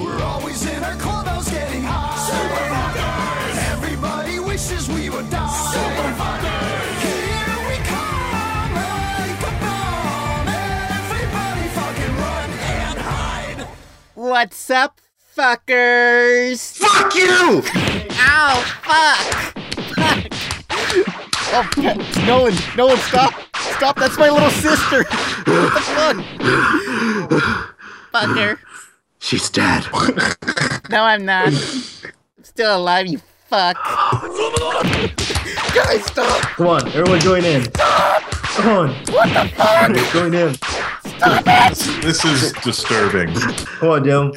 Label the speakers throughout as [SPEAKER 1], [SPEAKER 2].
[SPEAKER 1] Always in our clubhouse getting high. Super fuckers. Everybody wishes we would die. Super fuckers. Here we come like a bomb. Everybody fucking run and hide.
[SPEAKER 2] What's up, fuckers?
[SPEAKER 3] Fuck you!
[SPEAKER 2] Ow, fuck! Fuck! Oh, fuck. Nolan, Nolan, stop! Stop, that's my little sister! That's fun! Fucker.
[SPEAKER 3] She's dead.
[SPEAKER 2] No, I'm not. I'm still alive, you fuck. Guys, stop!
[SPEAKER 4] Come on, everyone join in. Come on. What the fuck? Join in.
[SPEAKER 5] This is disturbing.
[SPEAKER 4] Come on, Joe.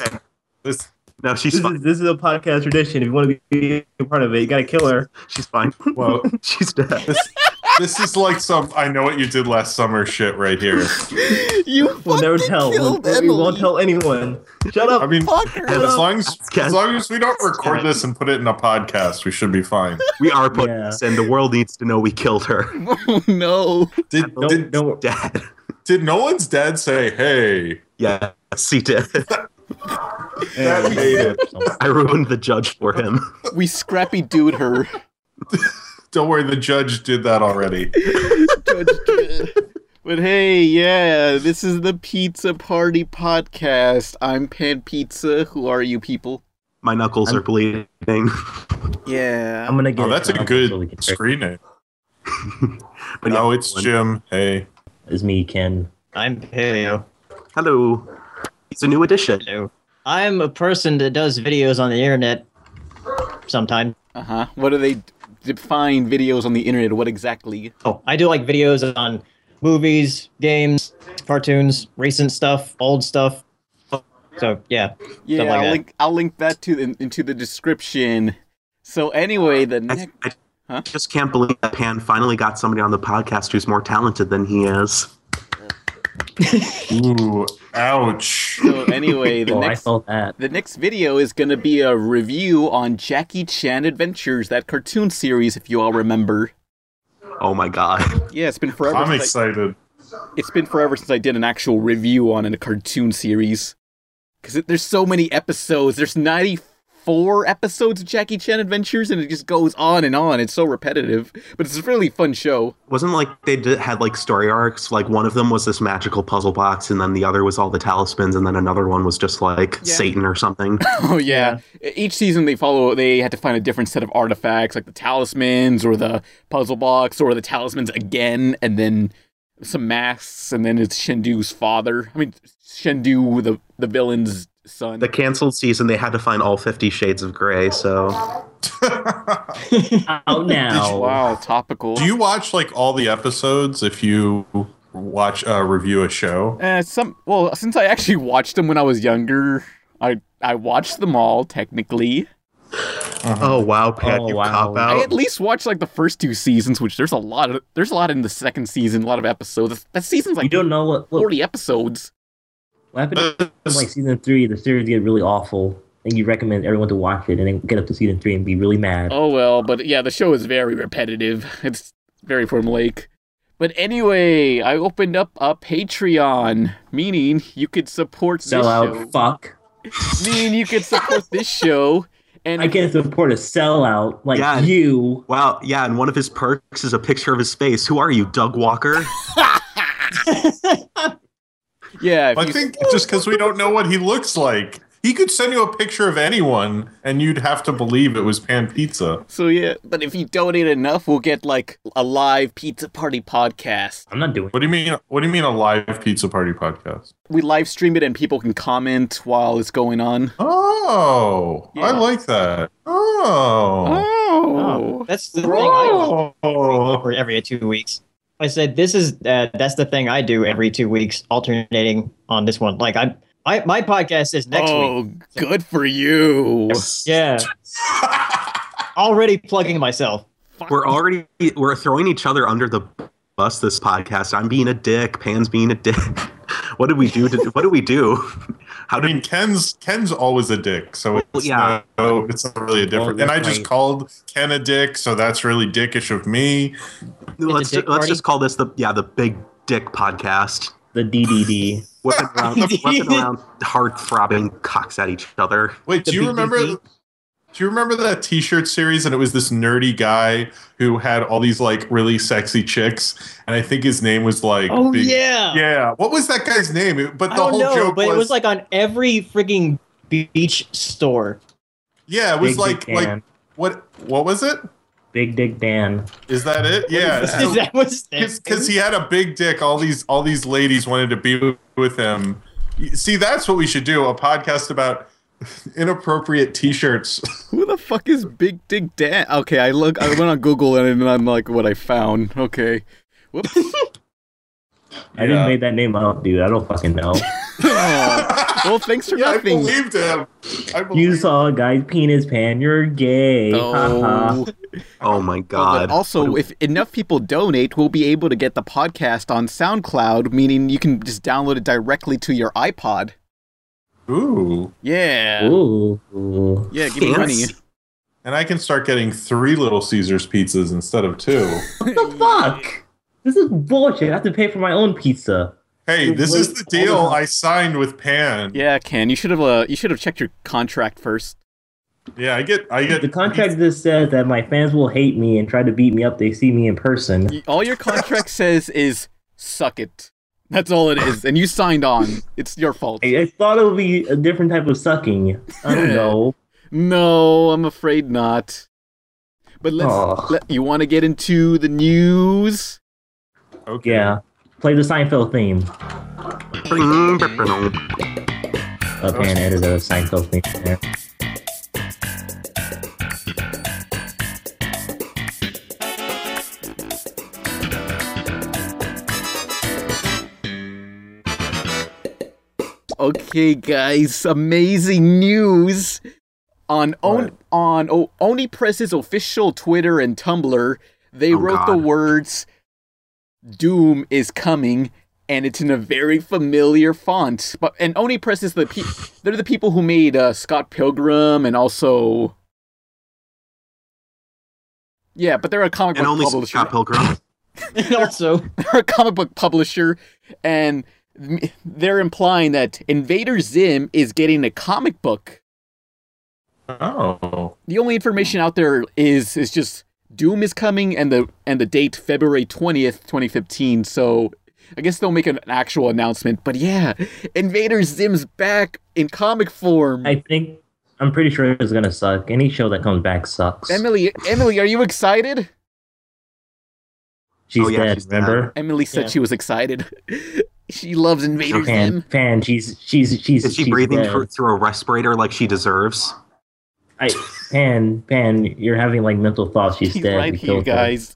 [SPEAKER 3] This- no, she's
[SPEAKER 4] This
[SPEAKER 3] fine.
[SPEAKER 4] is, this is a podcast tradition. If you want to be a part of it, you gotta kill her.
[SPEAKER 3] She's fine.
[SPEAKER 5] Well,
[SPEAKER 3] She's dead.
[SPEAKER 5] this this is like some I know what you did last summer shit right here.
[SPEAKER 2] You
[SPEAKER 4] We'll never
[SPEAKER 2] fucking
[SPEAKER 4] tell. We'll,
[SPEAKER 2] killed
[SPEAKER 4] we won't
[SPEAKER 2] Emily,
[SPEAKER 4] tell anyone. Shut up.
[SPEAKER 5] I mean,
[SPEAKER 2] Fucker!
[SPEAKER 5] as long as as long as we don't record this and put it in a podcast, we should be fine.
[SPEAKER 3] We are putting
[SPEAKER 4] Yeah.
[SPEAKER 3] this, and the world needs to know we killed her.
[SPEAKER 2] Oh, no.
[SPEAKER 5] Did
[SPEAKER 4] don't,
[SPEAKER 5] did,
[SPEAKER 4] don't,
[SPEAKER 3] Dead.
[SPEAKER 5] did Nolan's dad say, "Hey,
[SPEAKER 3] Yeah, she did.
[SPEAKER 5] that made it"?
[SPEAKER 3] I ruined the judge for him.
[SPEAKER 2] We scrappy dude her.
[SPEAKER 5] Don't worry, the judge did that already.
[SPEAKER 2] Judge Dredd. But hey, yeah, this is the Pizza Party Podcast. I'm Pan Pizza. Who are you people?
[SPEAKER 3] My knuckles are bleeding.
[SPEAKER 2] Yeah.
[SPEAKER 4] I'm gonna get.
[SPEAKER 5] Oh, that's a
[SPEAKER 4] drunk until we
[SPEAKER 5] good
[SPEAKER 4] get drunk.
[SPEAKER 5] screen name.
[SPEAKER 3] But
[SPEAKER 5] No,
[SPEAKER 3] yeah,
[SPEAKER 5] it's Jim. Hey,
[SPEAKER 4] Is me, Ken.
[SPEAKER 6] I'm Paleo.
[SPEAKER 3] Hello. It's a new edition.
[SPEAKER 6] Hello. I'm a person that does videos on the internet sometime.
[SPEAKER 2] Uh huh. What do they define videos on the internet? What exactly?
[SPEAKER 6] Oh, I do like videos on movies, games, cartoons, recent stuff, old stuff. So yeah,
[SPEAKER 2] Yeah,
[SPEAKER 6] Something like
[SPEAKER 2] I'll
[SPEAKER 6] that.
[SPEAKER 2] link. I'll link that to the, into the description. So anyway, the
[SPEAKER 3] I,
[SPEAKER 2] next.
[SPEAKER 3] I
[SPEAKER 2] Huh?
[SPEAKER 3] just can't believe that Pan finally got somebody on the podcast who's more talented than he is.
[SPEAKER 5] ooh, ouch.
[SPEAKER 2] So anyway, the
[SPEAKER 4] Oh, I
[SPEAKER 2] next.
[SPEAKER 4] saw that.
[SPEAKER 2] The next video is going to be a review on Jackie Chan Adventures, that cartoon series, if you all remember.
[SPEAKER 3] Oh my god.
[SPEAKER 2] Yeah, it's been forever.
[SPEAKER 5] I'm
[SPEAKER 2] since I-
[SPEAKER 5] excited.
[SPEAKER 2] it's been forever since I did an actual review on a cartoon series. Because there's so many episodes. There's 94 episodes of Jackie Chan Adventures, and it just goes on and on. It's so repetitive, but it's a really fun show.
[SPEAKER 3] Wasn't like they did, had like story arcs. Like one of them was this magical puzzle box, and then the other was all the talismans, and then another one was just like
[SPEAKER 2] Yeah.
[SPEAKER 3] Satan or something.
[SPEAKER 2] Oh yeah. Each season they follow. They had to find a different set of artifacts, like the talismans or the puzzle box or the talismans again, and then some masks, and then it's Shendu's father. I mean, Shendu, the the villain's son.
[SPEAKER 3] the canceled season, they had to find all Fifty Shades of Grey. So
[SPEAKER 4] Out now.
[SPEAKER 2] wow, topical.
[SPEAKER 5] Do you watch like all the episodes if you watch uh, review a show?
[SPEAKER 2] Uh, some well, since I actually watched them when I was younger, I I watched them all technically.
[SPEAKER 3] oh wow, Pat,
[SPEAKER 4] Oh,
[SPEAKER 3] you
[SPEAKER 4] wow.
[SPEAKER 3] cop
[SPEAKER 2] I
[SPEAKER 3] out.
[SPEAKER 2] at least watched like the first two seasons, which there's a lot of there's a lot in the second season, a lot of episodes. That season's
[SPEAKER 4] You
[SPEAKER 2] like
[SPEAKER 4] don't know what. Look,
[SPEAKER 2] forty episodes.
[SPEAKER 4] what happened? If, like season three, the series get really awful, and you recommend everyone to watch it, and then get up to season three and be really mad.
[SPEAKER 2] Oh well, but yeah, the show is very repetitive. It's very formulaic. But anyway, I opened up a Patreon, meaning you could support this
[SPEAKER 4] Sell out,
[SPEAKER 2] show.
[SPEAKER 4] fuck.
[SPEAKER 2] Meaning you could support this show. And
[SPEAKER 4] I can't support a sellout like
[SPEAKER 3] Yeah.
[SPEAKER 4] you.
[SPEAKER 3] Wow, yeah, and one of his perks is a picture of his face. Who are you, Doug Walker?
[SPEAKER 2] yeah, if
[SPEAKER 5] I
[SPEAKER 2] you-
[SPEAKER 5] think just because we don't know what he looks like, he could send you a picture of anyone, and you'd have to believe it was Pan Pizza.
[SPEAKER 2] So yeah, but if you donate enough, we'll get like a live pizza party podcast.
[SPEAKER 4] I'm not doing.
[SPEAKER 5] What do you mean? What do you mean a live pizza party podcast?
[SPEAKER 2] We live stream it and people can comment while it's going on.
[SPEAKER 5] Oh,
[SPEAKER 2] Yeah.
[SPEAKER 5] I like that. Oh,
[SPEAKER 2] Oh.
[SPEAKER 6] that's the thing I do
[SPEAKER 5] Oh.
[SPEAKER 6] for every two weeks. I said this is uh, that's the thing I do every two weeks, alternating on this one. Like I, I my podcast is next week.
[SPEAKER 2] oh, good for you.
[SPEAKER 6] Yeah, already plugging myself.
[SPEAKER 3] We're already we're throwing each other under the bus this podcast. I'm being a dick. Pan's being a dick. What did we do? To, what did we do? How
[SPEAKER 5] I
[SPEAKER 3] did
[SPEAKER 5] mean, Ken's Ken's always a dick, so it's
[SPEAKER 3] yeah.
[SPEAKER 5] no, it's not really a different. and I just called Ken a dick, so that's really dickish of me.
[SPEAKER 3] let's
[SPEAKER 6] dick
[SPEAKER 3] let's
[SPEAKER 6] party?
[SPEAKER 3] just call this the yeah the big dick podcast.
[SPEAKER 4] the DDD.
[SPEAKER 3] Whipping around, whipping around heart throbbing cocks at each other.
[SPEAKER 5] Wait, do you remember?
[SPEAKER 4] BBB?
[SPEAKER 5] Do you remember that T-shirt series? And it was this nerdy guy who had all these like really sexy chicks, and I think his name was like.
[SPEAKER 6] Oh
[SPEAKER 5] Big-
[SPEAKER 6] yeah.
[SPEAKER 5] Yeah. What was that guy's name? It- But the
[SPEAKER 6] I don't
[SPEAKER 5] whole
[SPEAKER 6] know,
[SPEAKER 5] joke
[SPEAKER 6] but
[SPEAKER 5] was,
[SPEAKER 6] it was like on every freaking beach store.
[SPEAKER 5] yeah, it was
[SPEAKER 4] Big
[SPEAKER 5] like
[SPEAKER 4] Dick
[SPEAKER 5] like
[SPEAKER 4] Dan.
[SPEAKER 5] what what was it?
[SPEAKER 4] Big Dick Dan.
[SPEAKER 5] Is that it? Yeah.
[SPEAKER 6] Is that what's
[SPEAKER 5] because he had a big dick. All these all these ladies wanted to be with him. See, that's what we should do—a podcast about inappropriate T-shirts.
[SPEAKER 2] Who the fuck is Big Dick Dan? Okay, I look. I went on Google and I'm like, what I found. Okay, whoops.
[SPEAKER 4] I
[SPEAKER 5] Yeah.
[SPEAKER 4] didn't make that name up, dude. I don't fucking know.
[SPEAKER 2] Aw. well, thanks for
[SPEAKER 5] yeah, I
[SPEAKER 2] nothing.
[SPEAKER 5] believed him. I
[SPEAKER 4] you
[SPEAKER 5] believed
[SPEAKER 4] saw a guy's penis pan. You're gay.
[SPEAKER 2] Oh.
[SPEAKER 4] Haha.
[SPEAKER 3] Oh my
[SPEAKER 2] But
[SPEAKER 3] god.
[SPEAKER 2] also, if enough people donate, we'll be able to get the podcast on SoundCloud, meaning you can just download it directly to your iPod.
[SPEAKER 5] Ooh,
[SPEAKER 2] Oh, Yeah.
[SPEAKER 4] Ooh. Ooh.
[SPEAKER 2] Yeah, give me money.
[SPEAKER 3] Fancy.
[SPEAKER 5] and I can start getting three Little Caesars pizzas instead of two.
[SPEAKER 4] What the fuck? This is bullshit. I have to pay for my own pizza.
[SPEAKER 5] hey, this is the deal I signed with Pan. Yeah,
[SPEAKER 2] Yeah, Ken, you should have uh, you should have checked your contract first.
[SPEAKER 5] I get, I get
[SPEAKER 4] The contract just says that my fans will hate me and try to beat me up. They see me in person.
[SPEAKER 2] Y- All your contract says is suck it. That's all it is, and you signed on. It's your fault.
[SPEAKER 4] I, I thought it would be a different type of sucking. I don't know.
[SPEAKER 2] No, I'm afraid not. But let's
[SPEAKER 4] Aw.
[SPEAKER 2] let, you want to get into the news.
[SPEAKER 5] Okay.
[SPEAKER 4] Yeah. Play the Seinfeld theme. Up and edit a Seinfeld theme. in there.
[SPEAKER 2] Okay, guys, amazing news on on on oh, Oni Press's official Twitter and Tumblr. They
[SPEAKER 3] Oh,
[SPEAKER 2] wrote
[SPEAKER 3] God.
[SPEAKER 2] the words "Doom is coming," and it's in a very familiar font. But and Oni Press is the pe- they're the people who made uh, Scott Pilgrim and also. Yeah, but they're a comic
[SPEAKER 3] And
[SPEAKER 2] book
[SPEAKER 3] only
[SPEAKER 2] publisher
[SPEAKER 3] Scott Pilgrim.
[SPEAKER 6] and also
[SPEAKER 2] they're a comic book publisher, and m- they're implying that Invader Zim is getting a comic book.
[SPEAKER 5] Oh,
[SPEAKER 2] The only information out there is is just Doom is coming and the and the date February twentieth, twenty fifteen. So I guess they'll make an actual announcement. But yeah, Invader Zim's back in comic form.
[SPEAKER 4] I think I'm pretty sure it's gonna suck. Any show that comes back sucks.
[SPEAKER 2] Emily, Emily, are you excited?
[SPEAKER 4] she's
[SPEAKER 3] Oh, yeah,
[SPEAKER 4] dead.
[SPEAKER 3] she's dead.
[SPEAKER 4] remember?
[SPEAKER 2] Emily said
[SPEAKER 6] Yeah.
[SPEAKER 2] she was excited. she loves Invader
[SPEAKER 4] Fan,
[SPEAKER 2] Zim.
[SPEAKER 4] fan. She's she's she's.
[SPEAKER 3] Is she
[SPEAKER 4] she's
[SPEAKER 3] breathing
[SPEAKER 4] dead.
[SPEAKER 3] through, through a respirator like she deserves?
[SPEAKER 4] I, Pan, Pan, you're having like mental thoughts. She's
[SPEAKER 2] He's
[SPEAKER 4] dead.
[SPEAKER 2] right
[SPEAKER 4] We
[SPEAKER 2] here,
[SPEAKER 4] killed her.
[SPEAKER 2] guys.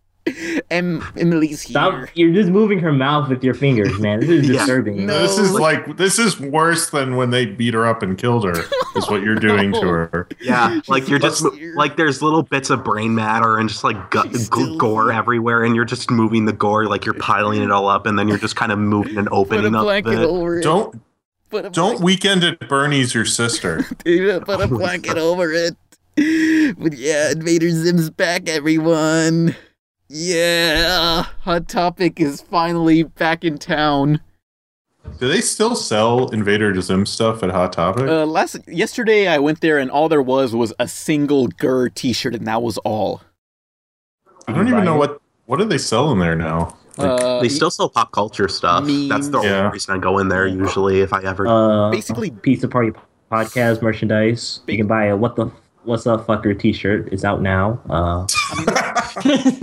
[SPEAKER 2] Em- Emily's here.
[SPEAKER 4] Stop! You're just moving her mouth with your fingers, man. This is
[SPEAKER 3] Yeah.
[SPEAKER 4] disturbing.
[SPEAKER 2] No.
[SPEAKER 5] this is like this is worse than when they beat her up and killed her. Is what you're doing to her.
[SPEAKER 3] Yeah, like you're just
[SPEAKER 2] Let's hear.
[SPEAKER 3] like there's little bits of brain matter and just like gut,
[SPEAKER 2] She's
[SPEAKER 3] g-
[SPEAKER 2] still
[SPEAKER 3] gore
[SPEAKER 2] here.
[SPEAKER 3] everywhere, and you're just moving the gore like you're piling it all up, and then you're just kind of moving and
[SPEAKER 2] Put a
[SPEAKER 3] opening up.
[SPEAKER 2] blanket
[SPEAKER 3] The,
[SPEAKER 2] over it.
[SPEAKER 5] Don't
[SPEAKER 2] put a
[SPEAKER 5] don't weekend at Bernie's your sister.
[SPEAKER 2] blanket, put a blanket over it. But yeah, Invader Zim's back, everyone. Yeah, Hot Topic is finally back in town.
[SPEAKER 5] Do they still sell Invader Zim stuff at Hot Topic?
[SPEAKER 2] Uh, last yesterday, I went there and all there was was a single Gur T-shirt, and that was all.
[SPEAKER 5] I don't even know what what do they sell in there now.
[SPEAKER 2] Uh,
[SPEAKER 3] they still sell pop culture stuff. That's the
[SPEAKER 2] Memes.
[SPEAKER 3] only
[SPEAKER 5] Yeah.
[SPEAKER 3] reason I go in there usually if I ever.
[SPEAKER 4] Uh,
[SPEAKER 2] Basically-
[SPEAKER 4] pizza party podcast merchandise. You can buy a what the what's up fucker T-shirt. It's out now. Uh,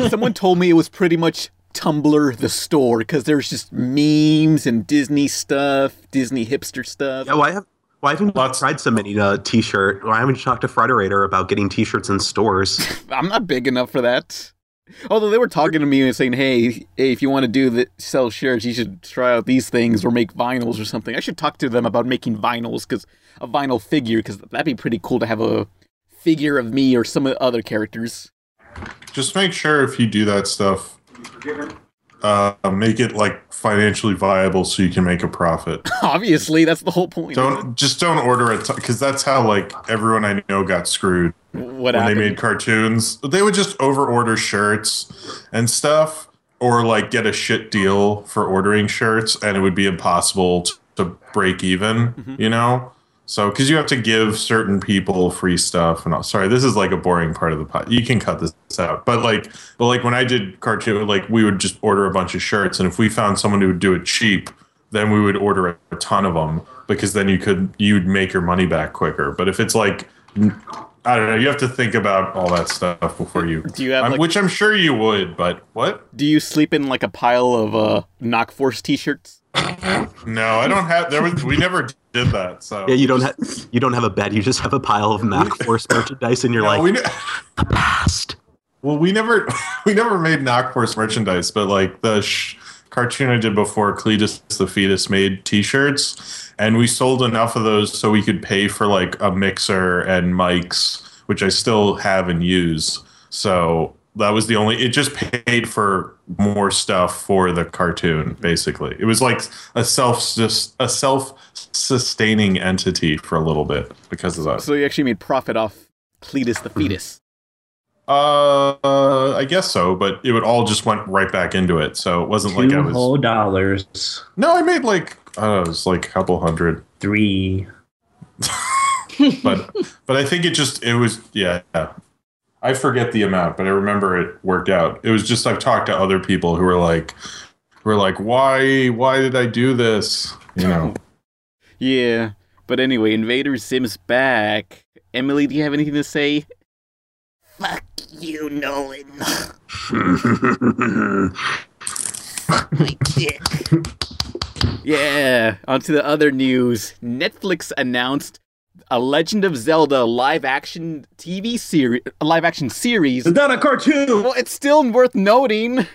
[SPEAKER 2] someone told me it was pretty much Tumblr the store because there's just memes and Disney stuff, Disney hipster stuff.
[SPEAKER 3] yeah, why have why haven't you
[SPEAKER 5] Lots-
[SPEAKER 3] tried submitting a T-shirt? Why haven't you talked to Frederator about getting T-shirts in stores?
[SPEAKER 2] I'm not big enough for that. Although they were talking to me and saying, "Hey, hey, if you want to do the sell shirts, you should try out these things or make vinyls or something." I should talk to them about making vinyls because a vinyl figure, because that'd be pretty cool to have a figure of me or some of the other characters.
[SPEAKER 5] Just make sure if you do that stuff, uh, make it like financially viable so you can make a profit.
[SPEAKER 2] Obviously, that's the whole point.
[SPEAKER 5] Don't just don't order it because that's how like everyone I know got screwed
[SPEAKER 2] what
[SPEAKER 5] when
[SPEAKER 2] happened?
[SPEAKER 5] they made cartoons. They would just overorder shirts and stuff, or like get a shit deal for ordering shirts and it would be impossible t- to break even
[SPEAKER 2] Mm-hmm.
[SPEAKER 5] you know so because you have to give certain people free stuff and all sorry this is like a boring part of the pot you can cut this out but like but like when i did cartoon like we would just order a bunch of shirts and if we found someone who would do it cheap then we would order a, a ton of them because then you could you'd make your money back quicker but if it's like i don't know you have to think about all that stuff before you
[SPEAKER 2] Do you have,
[SPEAKER 5] I'm-
[SPEAKER 2] like-
[SPEAKER 5] which i'm sure you would but what
[SPEAKER 2] Do you sleep in like a pile of uh, knock force t-shirts?
[SPEAKER 5] No, I don't have. There was we never did that. So
[SPEAKER 3] Yeah, you don't have you don't have a bed. You just have a pile of Mac Force merchandise, and you're
[SPEAKER 5] No,
[SPEAKER 3] like
[SPEAKER 5] we ne-
[SPEAKER 3] the past.
[SPEAKER 5] well, we never we never made Knockforce merchandise, but like the sh- cartoon I did before, Cletus the Fetus made T-shirts, and we sold enough of those so we could pay for like a mixer and mics, which I still have and use. So that was the only. It just paid for more stuff for the cartoon. Basically, it was like a self a self sustaining entity for a little bit because of that.
[SPEAKER 2] So you actually made profit off Cletus the fetus.
[SPEAKER 5] Uh, I guess so, but it would all just went right back into it. So it wasn't like I
[SPEAKER 4] Two
[SPEAKER 5] was.
[SPEAKER 4] whole dollars,
[SPEAKER 5] No, I made like I don't know, it was like a couple hundred,
[SPEAKER 4] three.
[SPEAKER 5] but but I think it just it was yeah. I forget the amount, but I remember it worked out. It was just I've talked to other people who were like, who were like, why why did I do this? You know. Mm.
[SPEAKER 2] Yeah. But anyway, Invader Zim's back. Emily, do you have anything to say? Fuck you, Nolan. Yeah. On to the other news. Netflix announced a Legend of Zelda live action TV series, live action series.
[SPEAKER 4] It's not a cartoon.
[SPEAKER 2] Well, it's still worth noting.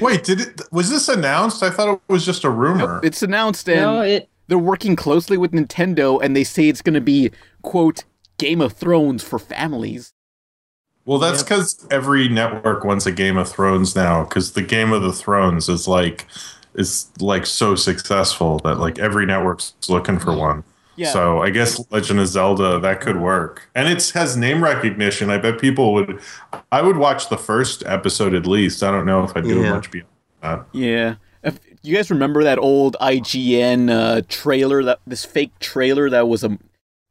[SPEAKER 5] Wait, did it was this announced? I thought it was just a rumor.
[SPEAKER 2] It's announced and
[SPEAKER 6] No, it
[SPEAKER 2] they're working closely with Nintendo and they say it's going to be, quote, Game of Thrones for families.
[SPEAKER 5] Well, that's because every network wants a Game of Thrones now, because the Game of the Thrones is like is like so successful that like every network's looking for one.
[SPEAKER 2] Yeah.
[SPEAKER 5] So I guess Legend of Zelda that could work, and it has name recognition. I bet people would. I would watch the first episode at least. I don't know if I do
[SPEAKER 3] Yeah.
[SPEAKER 5] much beyond that.
[SPEAKER 2] Yeah. If, you guys remember that old IGN uh, trailer that this fake trailer that was a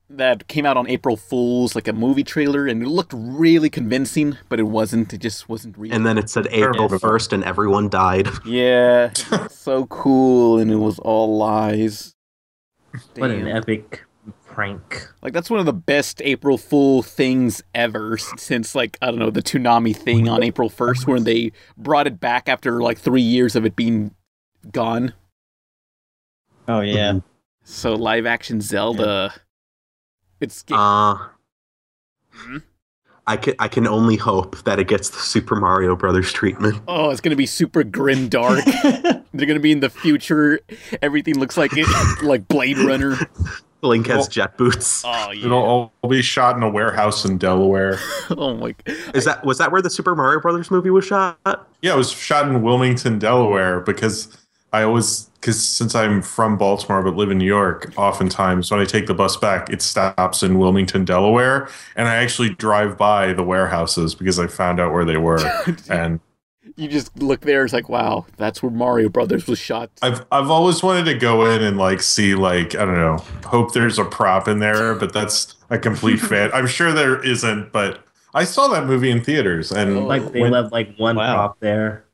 [SPEAKER 2] that came out on April Fools like a movie trailer and it looked really convincing, but it wasn't. It just wasn't real.
[SPEAKER 3] And then it said April
[SPEAKER 5] Yeah.
[SPEAKER 3] first, and everyone died.
[SPEAKER 2] yeah, so cool and it was all lies.
[SPEAKER 4] What an
[SPEAKER 2] Damn.
[SPEAKER 4] epic prank.
[SPEAKER 2] Like that's one of the best April Fool things ever s- since like I don't know the tsunami thing on April 1st when they brought it back after like 3 years of it being gone.
[SPEAKER 6] oh yeah.
[SPEAKER 2] So live action Zelda. It's ga-
[SPEAKER 3] Uh,
[SPEAKER 5] Mm-hmm.
[SPEAKER 2] Hmm?
[SPEAKER 3] I can I can only hope that it gets the Super Mario Brothers treatment.
[SPEAKER 2] oh, it's going to be super grim dark. They're going to be in the future. Everything looks like it like Blade Runner.
[SPEAKER 3] Link has
[SPEAKER 5] Well- uh,
[SPEAKER 3] jet boots.
[SPEAKER 2] Oh
[SPEAKER 5] It'll
[SPEAKER 2] yeah.
[SPEAKER 5] all be shot in a warehouse in Delaware.
[SPEAKER 2] Oh my g-
[SPEAKER 3] Is that was that where the Super Mario Brothers movie was shot?
[SPEAKER 5] Yeah, it was shot in Wilmington, Delaware, because I always, because since I'm from Baltimore but live in New York, oftentimes when I take the bus back, it stops in Wilmington, Delaware, and I actually drive by the warehouses because I found out where they were, and
[SPEAKER 2] You just look there it's like wow, that's where Mario Brothers was shot.
[SPEAKER 5] I've I've always wanted to go in and like see like I don't know, hope there's a prop in there, but that's a complete fan. I'm sure there isn't, but I saw that movie in theaters, and
[SPEAKER 4] Like they
[SPEAKER 5] when-
[SPEAKER 4] left like one
[SPEAKER 6] Wow.
[SPEAKER 4] prop there.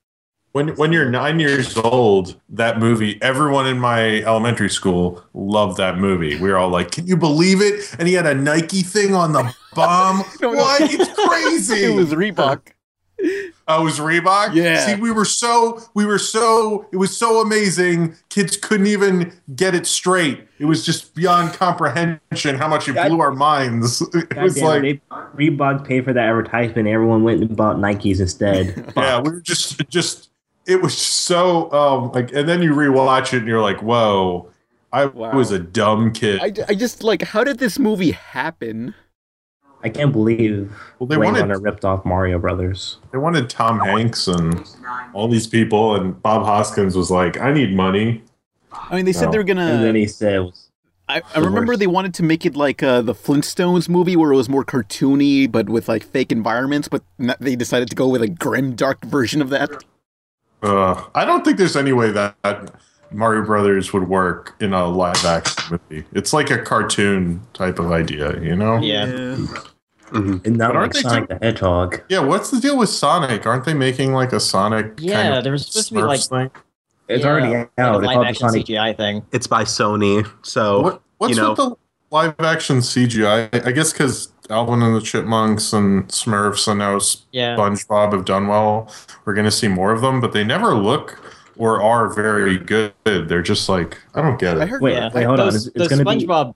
[SPEAKER 5] When when you're nine years old, that movie, everyone in my elementary school loved that movie. We were all like, "Can you believe it?" And he had a Nike thing on the bomb.
[SPEAKER 2] No, no.
[SPEAKER 5] what? It's crazy.
[SPEAKER 2] It was Reebok.
[SPEAKER 5] oh, it was Reebok.
[SPEAKER 2] Yeah.
[SPEAKER 5] See, we were so we were so it was so amazing. Kids couldn't even get it straight. It was just beyond comprehension how much it
[SPEAKER 4] God-
[SPEAKER 5] blew our minds. It
[SPEAKER 4] God
[SPEAKER 5] was
[SPEAKER 4] damn,
[SPEAKER 5] like.
[SPEAKER 4] they Reebok paid for that advertisement. Everyone went and bought Nikes instead.
[SPEAKER 5] Yeah, we were just just it was just so um like and then you rewatch it and you're like, whoa, I
[SPEAKER 2] Wow.
[SPEAKER 5] was a dumb kid.
[SPEAKER 2] I, I just like how did this movie happen?
[SPEAKER 4] I can't believe
[SPEAKER 5] Well, they
[SPEAKER 4] Blade
[SPEAKER 5] wanted-
[SPEAKER 4] Runner ripped off Mario Brothers.
[SPEAKER 5] they wanted Tom Hanks and all these people and Bob Hoskins was like, I need money.
[SPEAKER 2] I mean, they said
[SPEAKER 5] Oh.
[SPEAKER 2] they were
[SPEAKER 6] Uh,
[SPEAKER 4] and then
[SPEAKER 2] gonna.
[SPEAKER 4] he said,
[SPEAKER 2] I, I remember
[SPEAKER 5] worst.
[SPEAKER 2] they wanted to make it like uh, the Flintstones movie, where it was more cartoony, but with like fake environments. But n- they decided to go with a grim, dark version of that.
[SPEAKER 5] Ugh. I don't think there's any way that, that Mario Brothers would work in a live action movie. It's like a cartoon type of idea, you know?
[SPEAKER 6] Yeah.
[SPEAKER 4] And not
[SPEAKER 5] But aren't
[SPEAKER 4] like
[SPEAKER 5] they
[SPEAKER 4] Sonic the Hedgehog.
[SPEAKER 5] Yeah, what's the deal with Sonic? Aren't they making like a Sonic?
[SPEAKER 6] Yeah,
[SPEAKER 5] kind
[SPEAKER 6] there was supposed to be like,
[SPEAKER 5] Smurfs thing?
[SPEAKER 4] It's
[SPEAKER 6] Yeah,
[SPEAKER 4] already
[SPEAKER 6] like a
[SPEAKER 4] out. It's
[SPEAKER 6] live
[SPEAKER 4] called the
[SPEAKER 6] action
[SPEAKER 4] Sonic.
[SPEAKER 6] CGI thing.
[SPEAKER 3] It's by Sony, so
[SPEAKER 5] What, what's
[SPEAKER 3] you know.
[SPEAKER 5] with the live action CGI? I- I guess because Alvin and the Chipmunks and Smurfs and now
[SPEAKER 6] Yeah.
[SPEAKER 5] SpongeBob have done well. We're going to see more of them, but they never look or are very good. They're just like I don't get
[SPEAKER 2] I
[SPEAKER 5] it.
[SPEAKER 2] heard
[SPEAKER 4] Wait,
[SPEAKER 6] Yeah.
[SPEAKER 4] wait, hold on.
[SPEAKER 6] The-
[SPEAKER 4] It's,
[SPEAKER 6] the
[SPEAKER 4] it's going to be.
[SPEAKER 6] SpongeBob.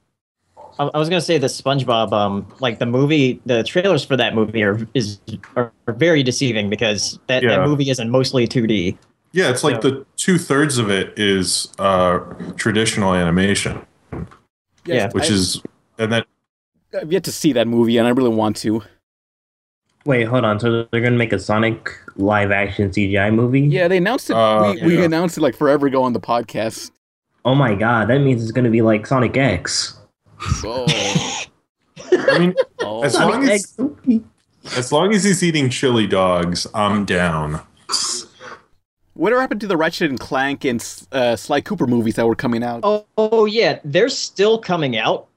[SPEAKER 6] I I was gonna say the SpongeBob, um, like the movie, the trailers for that movie are is are are very deceiving because that,
[SPEAKER 5] Yeah.
[SPEAKER 6] that movie isn't mostly 2D.
[SPEAKER 5] Yeah, it's like
[SPEAKER 6] Yeah.
[SPEAKER 5] the two thirds of it is uh, traditional animation,
[SPEAKER 6] Yeah.
[SPEAKER 5] which
[SPEAKER 2] I-
[SPEAKER 5] is and then
[SPEAKER 2] I've yet to see that movie, and I really want to.
[SPEAKER 4] Wait, hold on. So they're going to make a Sonic live action CGI movie?
[SPEAKER 2] Yeah, they announced it.
[SPEAKER 5] Uh,
[SPEAKER 2] we, we
[SPEAKER 5] yeah.
[SPEAKER 2] announced it like forever ago on the podcast.
[SPEAKER 4] Oh my god, that means it's going to be like Sonic X.
[SPEAKER 2] Oh,
[SPEAKER 5] I mean,
[SPEAKER 2] oh.
[SPEAKER 5] as long
[SPEAKER 4] Sonic
[SPEAKER 5] as
[SPEAKER 4] X. okay.
[SPEAKER 5] as long as he's eating chili dogs, I'm down.
[SPEAKER 2] whatever happened to the Ratchet and Clank and uh, Sly Cooper movies that were coming out?
[SPEAKER 6] Oh, oh yeah, they're still coming out,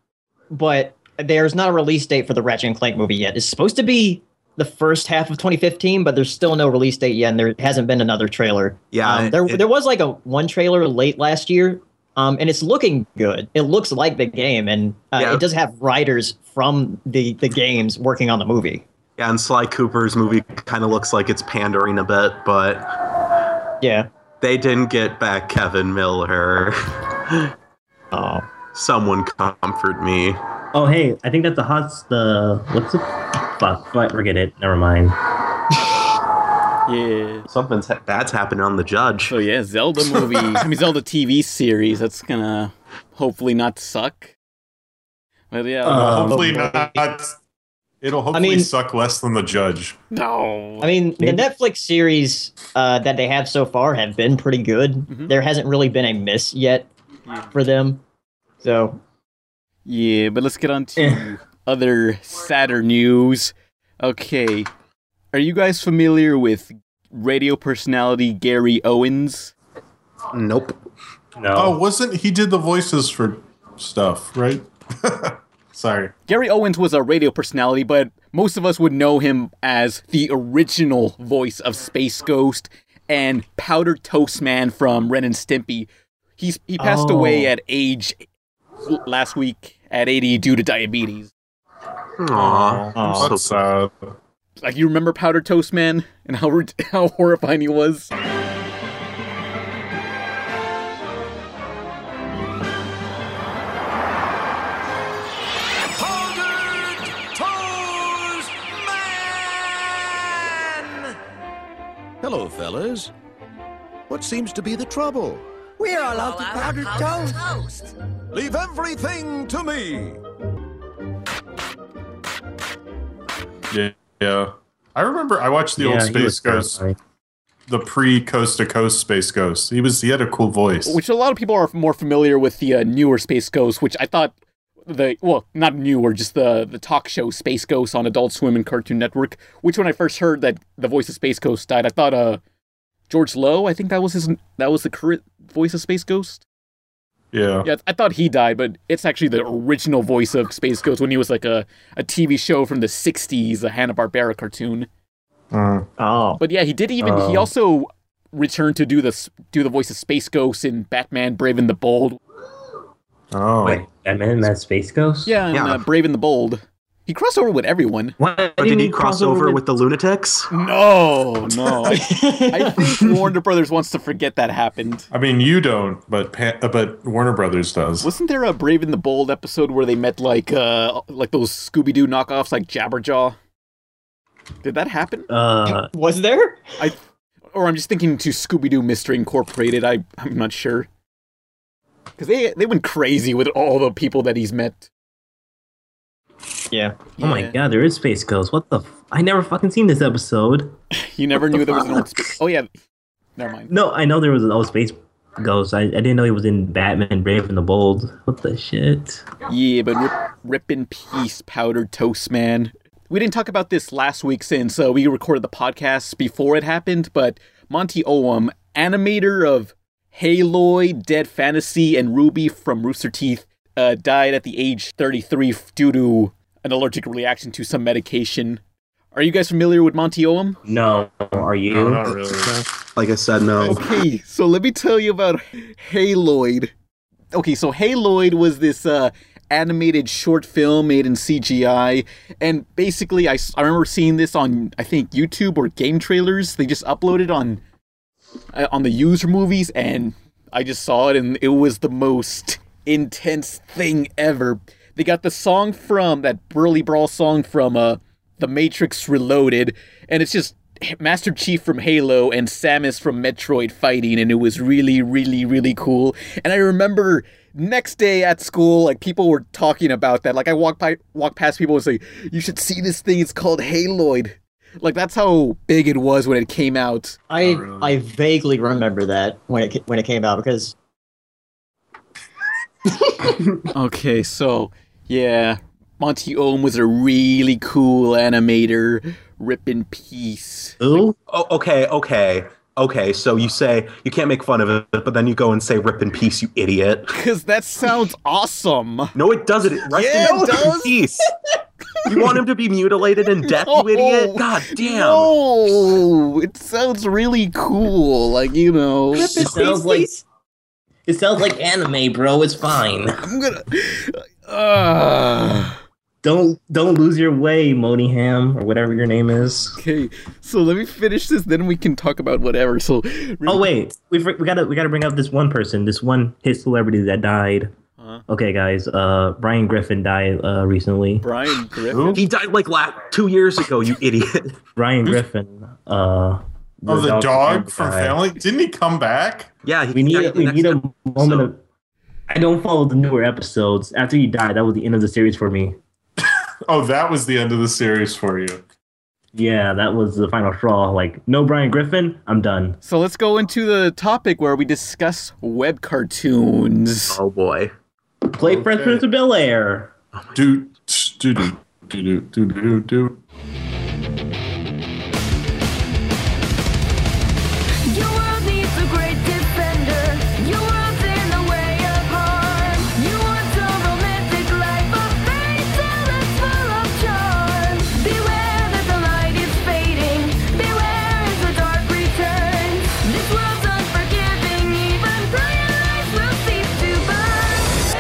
[SPEAKER 6] but there's not a release date for the Ratchet and Clank movie yet. It's supposed to be the first half of 2015, but there's still no release date yet, and there hasn't been another trailer.
[SPEAKER 3] yeah,
[SPEAKER 6] Um, there,
[SPEAKER 3] it-
[SPEAKER 6] there was like a one trailer late last year, um, and it's looking good. It looks like the game, and uh,
[SPEAKER 3] Yeah.
[SPEAKER 6] it does have writers from the the games working on the movie.
[SPEAKER 3] yeah, and Sly Cooper's movie kind of looks like it's pandering a bit, but
[SPEAKER 6] Yeah.
[SPEAKER 3] they didn't get back Kevin Miller.
[SPEAKER 6] Oh.
[SPEAKER 3] Someone comfort me.
[SPEAKER 4] Oh hey, I think that's the hot. The what's the fuck? But forget it. Never mind.
[SPEAKER 2] Yeah.
[SPEAKER 3] Something's ha- bad's happening on the judge.
[SPEAKER 2] So yeah, Zelda movie. I mean, Zelda TV series. That's gonna hopefully not suck. But yeah,
[SPEAKER 4] Uh, Um,
[SPEAKER 5] hopefully not. It'll hopefully
[SPEAKER 6] mean-
[SPEAKER 5] suck less than the judge.
[SPEAKER 2] no.
[SPEAKER 6] I mean,
[SPEAKER 4] Maybe-
[SPEAKER 6] the Netflix series uh, that they have so far have been pretty good.
[SPEAKER 2] Mhm.
[SPEAKER 6] There hasn't really been a miss yet for them. So,
[SPEAKER 2] yeah, but let's get on
[SPEAKER 4] Eh.
[SPEAKER 2] to other sadder news. Okay, are you guys familiar with radio personality Gary Owens?
[SPEAKER 3] Nope.
[SPEAKER 4] Um, No.
[SPEAKER 5] Oh, wasn't he did the voices for stuff, right? Sorry.
[SPEAKER 2] Gary Owens was a radio personality, but most of us would know him as the original voice of Space Ghost and Powder Toast Man from Ren and Stimpy. He's he passed
[SPEAKER 6] Oh.
[SPEAKER 2] away at age last week at 80 due to diabetes.
[SPEAKER 3] Aww.
[SPEAKER 5] Aw, that's sad.
[SPEAKER 2] Like you remember Powder Toast Man and how rid- how horrifying he was.
[SPEAKER 1] Powdered Toes Man!
[SPEAKER 7] Hello, fellas. What seems to be the trouble?
[SPEAKER 1] We're all out of powdered toes.
[SPEAKER 7] Leave everything to me.
[SPEAKER 5] Yeah, yeah. I remember I watched the
[SPEAKER 4] Yeah,
[SPEAKER 5] old
[SPEAKER 4] he was
[SPEAKER 5] Space Ghost,
[SPEAKER 4] terrifying.
[SPEAKER 5] the pre Coast to Coast Space Ghost. He was he had a cool voice.
[SPEAKER 2] Which a lot of people are more familiar with the uh, newer Space Ghost, which I thought the well, not newer, just the the talk show Space Ghost on Adult Swim and Cartoon Network. Which when I first heard that the voice of Space Ghost died, I thought uh George Lowe, I think that was his that was the current voice of Space Ghost.
[SPEAKER 5] yeah.
[SPEAKER 2] Yeah, I thought he died, but it's actually the original voice of Space Ghost when he was like a a TV show from the '60s, a Hanna Barbera cartoon.
[SPEAKER 5] Mm.
[SPEAKER 6] oh,
[SPEAKER 2] But yeah, he did even he
[SPEAKER 4] Oh.
[SPEAKER 2] also returned to do the do the voice of Space Ghost in Batman: Brave and the Bold,
[SPEAKER 5] Oh.
[SPEAKER 4] Wait, that man in that Space Ghost?
[SPEAKER 2] Yeah, and
[SPEAKER 3] Yeah.
[SPEAKER 2] Uh, Brave and the Bold. He crossed over with everyone.
[SPEAKER 4] Why
[SPEAKER 3] But did he cross over with the lunatics?
[SPEAKER 2] No, no. I, I think Warner Brothers wants to forget that happened.
[SPEAKER 5] I mean, you don't, but pa- uh, but Warner Brothers does.
[SPEAKER 2] Wasn't there a Brave and the Bold episode where they met like uh like those Scooby Doo knockoffs like Jabberjaw? Did that happen?
[SPEAKER 4] Uh,
[SPEAKER 6] was there?
[SPEAKER 2] I or I'm just thinking to Scooby Doo Mystery Incorporated. I I'm not sure. Cause they they went crazy with all the people that he's met.
[SPEAKER 6] Yeah.
[SPEAKER 4] Oh my
[SPEAKER 2] Yeah.
[SPEAKER 4] god, there is Space Ghost. What the? F- I never fucking seen this episode.
[SPEAKER 2] You never knew there was an old.
[SPEAKER 4] fuck?
[SPEAKER 2] Sp- oh yeah, never mind.
[SPEAKER 4] No, I know there was an old Space Ghost. I, I didn't know he was in Batman, Brave and the Bold. What the shit?
[SPEAKER 2] Yeah, but rip, rip in peace, powdered toast man. We didn't talk about this last week since uh, we recorded the podcast before it happened, but Monty Oum, animator of Haloid, Dead Fantasy, and Ruby from Rooster Teeth, uh, died at the age 33 f- due to an allergic reaction to some medication. Are you guys familiar with Monty Oum?
[SPEAKER 4] No, are you?
[SPEAKER 5] No, not really.
[SPEAKER 3] Like I said, no.
[SPEAKER 2] Okay, so let me tell you about Haloid. Okay, so Haloid was this uh, animated short film made in CGI, and basically, I, s- I remember seeing this on I think YouTube or game trailers. They just uploaded on uh, on the user movies, and I just saw it, and it was the most intense thing ever. They got the song from that Burly Brawl song from uh, The Matrix Reloaded, and it's just Master Chief from Halo and Samus from Metroid fighting, and it was really, really, really cool. And I remember next day at school, like people were talking about that. Like I walk by, walk past people and say, "You should see this thing. It's called Haloid." Like that's how big it was when it came out.
[SPEAKER 6] I I vaguely remember that when it ca- when it came out because
[SPEAKER 2] Okay, so yeah, Monty Ohm was a really cool animator. Rip in peace.
[SPEAKER 4] Who?
[SPEAKER 3] Oh, okay, okay, okay. So you say you can't make fun of it, but then you go and say "rip in peace," you idiot.
[SPEAKER 2] Cause that sounds awesome.
[SPEAKER 3] No, it doesn't. It rest
[SPEAKER 2] Yeah,
[SPEAKER 3] in
[SPEAKER 2] it does.
[SPEAKER 3] peace. You want him to be mutilated and death,
[SPEAKER 2] No.
[SPEAKER 3] you idiot? God damn.
[SPEAKER 2] No, it sounds really cool. Like you know,
[SPEAKER 4] It sounds like it sounds like anime, bro. It's fine.
[SPEAKER 2] I'm gonna. Uh,
[SPEAKER 4] Don't don't lose your way, Moneyham, or whatever your name is.
[SPEAKER 2] okay, so let me finish this, then we can talk about whatever. So,
[SPEAKER 4] Oh wait, we for- we gotta we gotta bring up this one person, this one hit celebrity that died.
[SPEAKER 5] Uh-huh.
[SPEAKER 2] Huh?
[SPEAKER 4] Okay, guys, uh, Brian Griffin died uh, recently.
[SPEAKER 2] Brian Griffin.
[SPEAKER 5] Who?
[SPEAKER 3] He died like la two years ago, you idiot.
[SPEAKER 4] Brian Griffin, uh,
[SPEAKER 5] Oh, the dog from
[SPEAKER 4] died.
[SPEAKER 5] Family. Didn't he come back?
[SPEAKER 3] Yeah, he
[SPEAKER 4] We need
[SPEAKER 3] yeah,
[SPEAKER 4] we
[SPEAKER 3] next
[SPEAKER 4] need a
[SPEAKER 3] time.
[SPEAKER 4] moment of. I don't follow the newer episodes. After you died, that was the end of the series for me.
[SPEAKER 5] Oh, that was the end of the series for you.
[SPEAKER 4] Yeah, that was the final straw. Like, no Brian Griffin, I'm done.
[SPEAKER 2] So let's go into the topic where we discuss web cartoons.
[SPEAKER 3] Oh boy.
[SPEAKER 4] Play Fresh Prince of Bel Air.
[SPEAKER 5] Do do do do do do do.
[SPEAKER 8] You were these a great defender. You weren't in the way of harm. You want a romantic life, a fairy tale that's full of charm. Beware that the light is fading. Beware as the dark returns. This world's unforgiving. Even bright lights will cease to burn.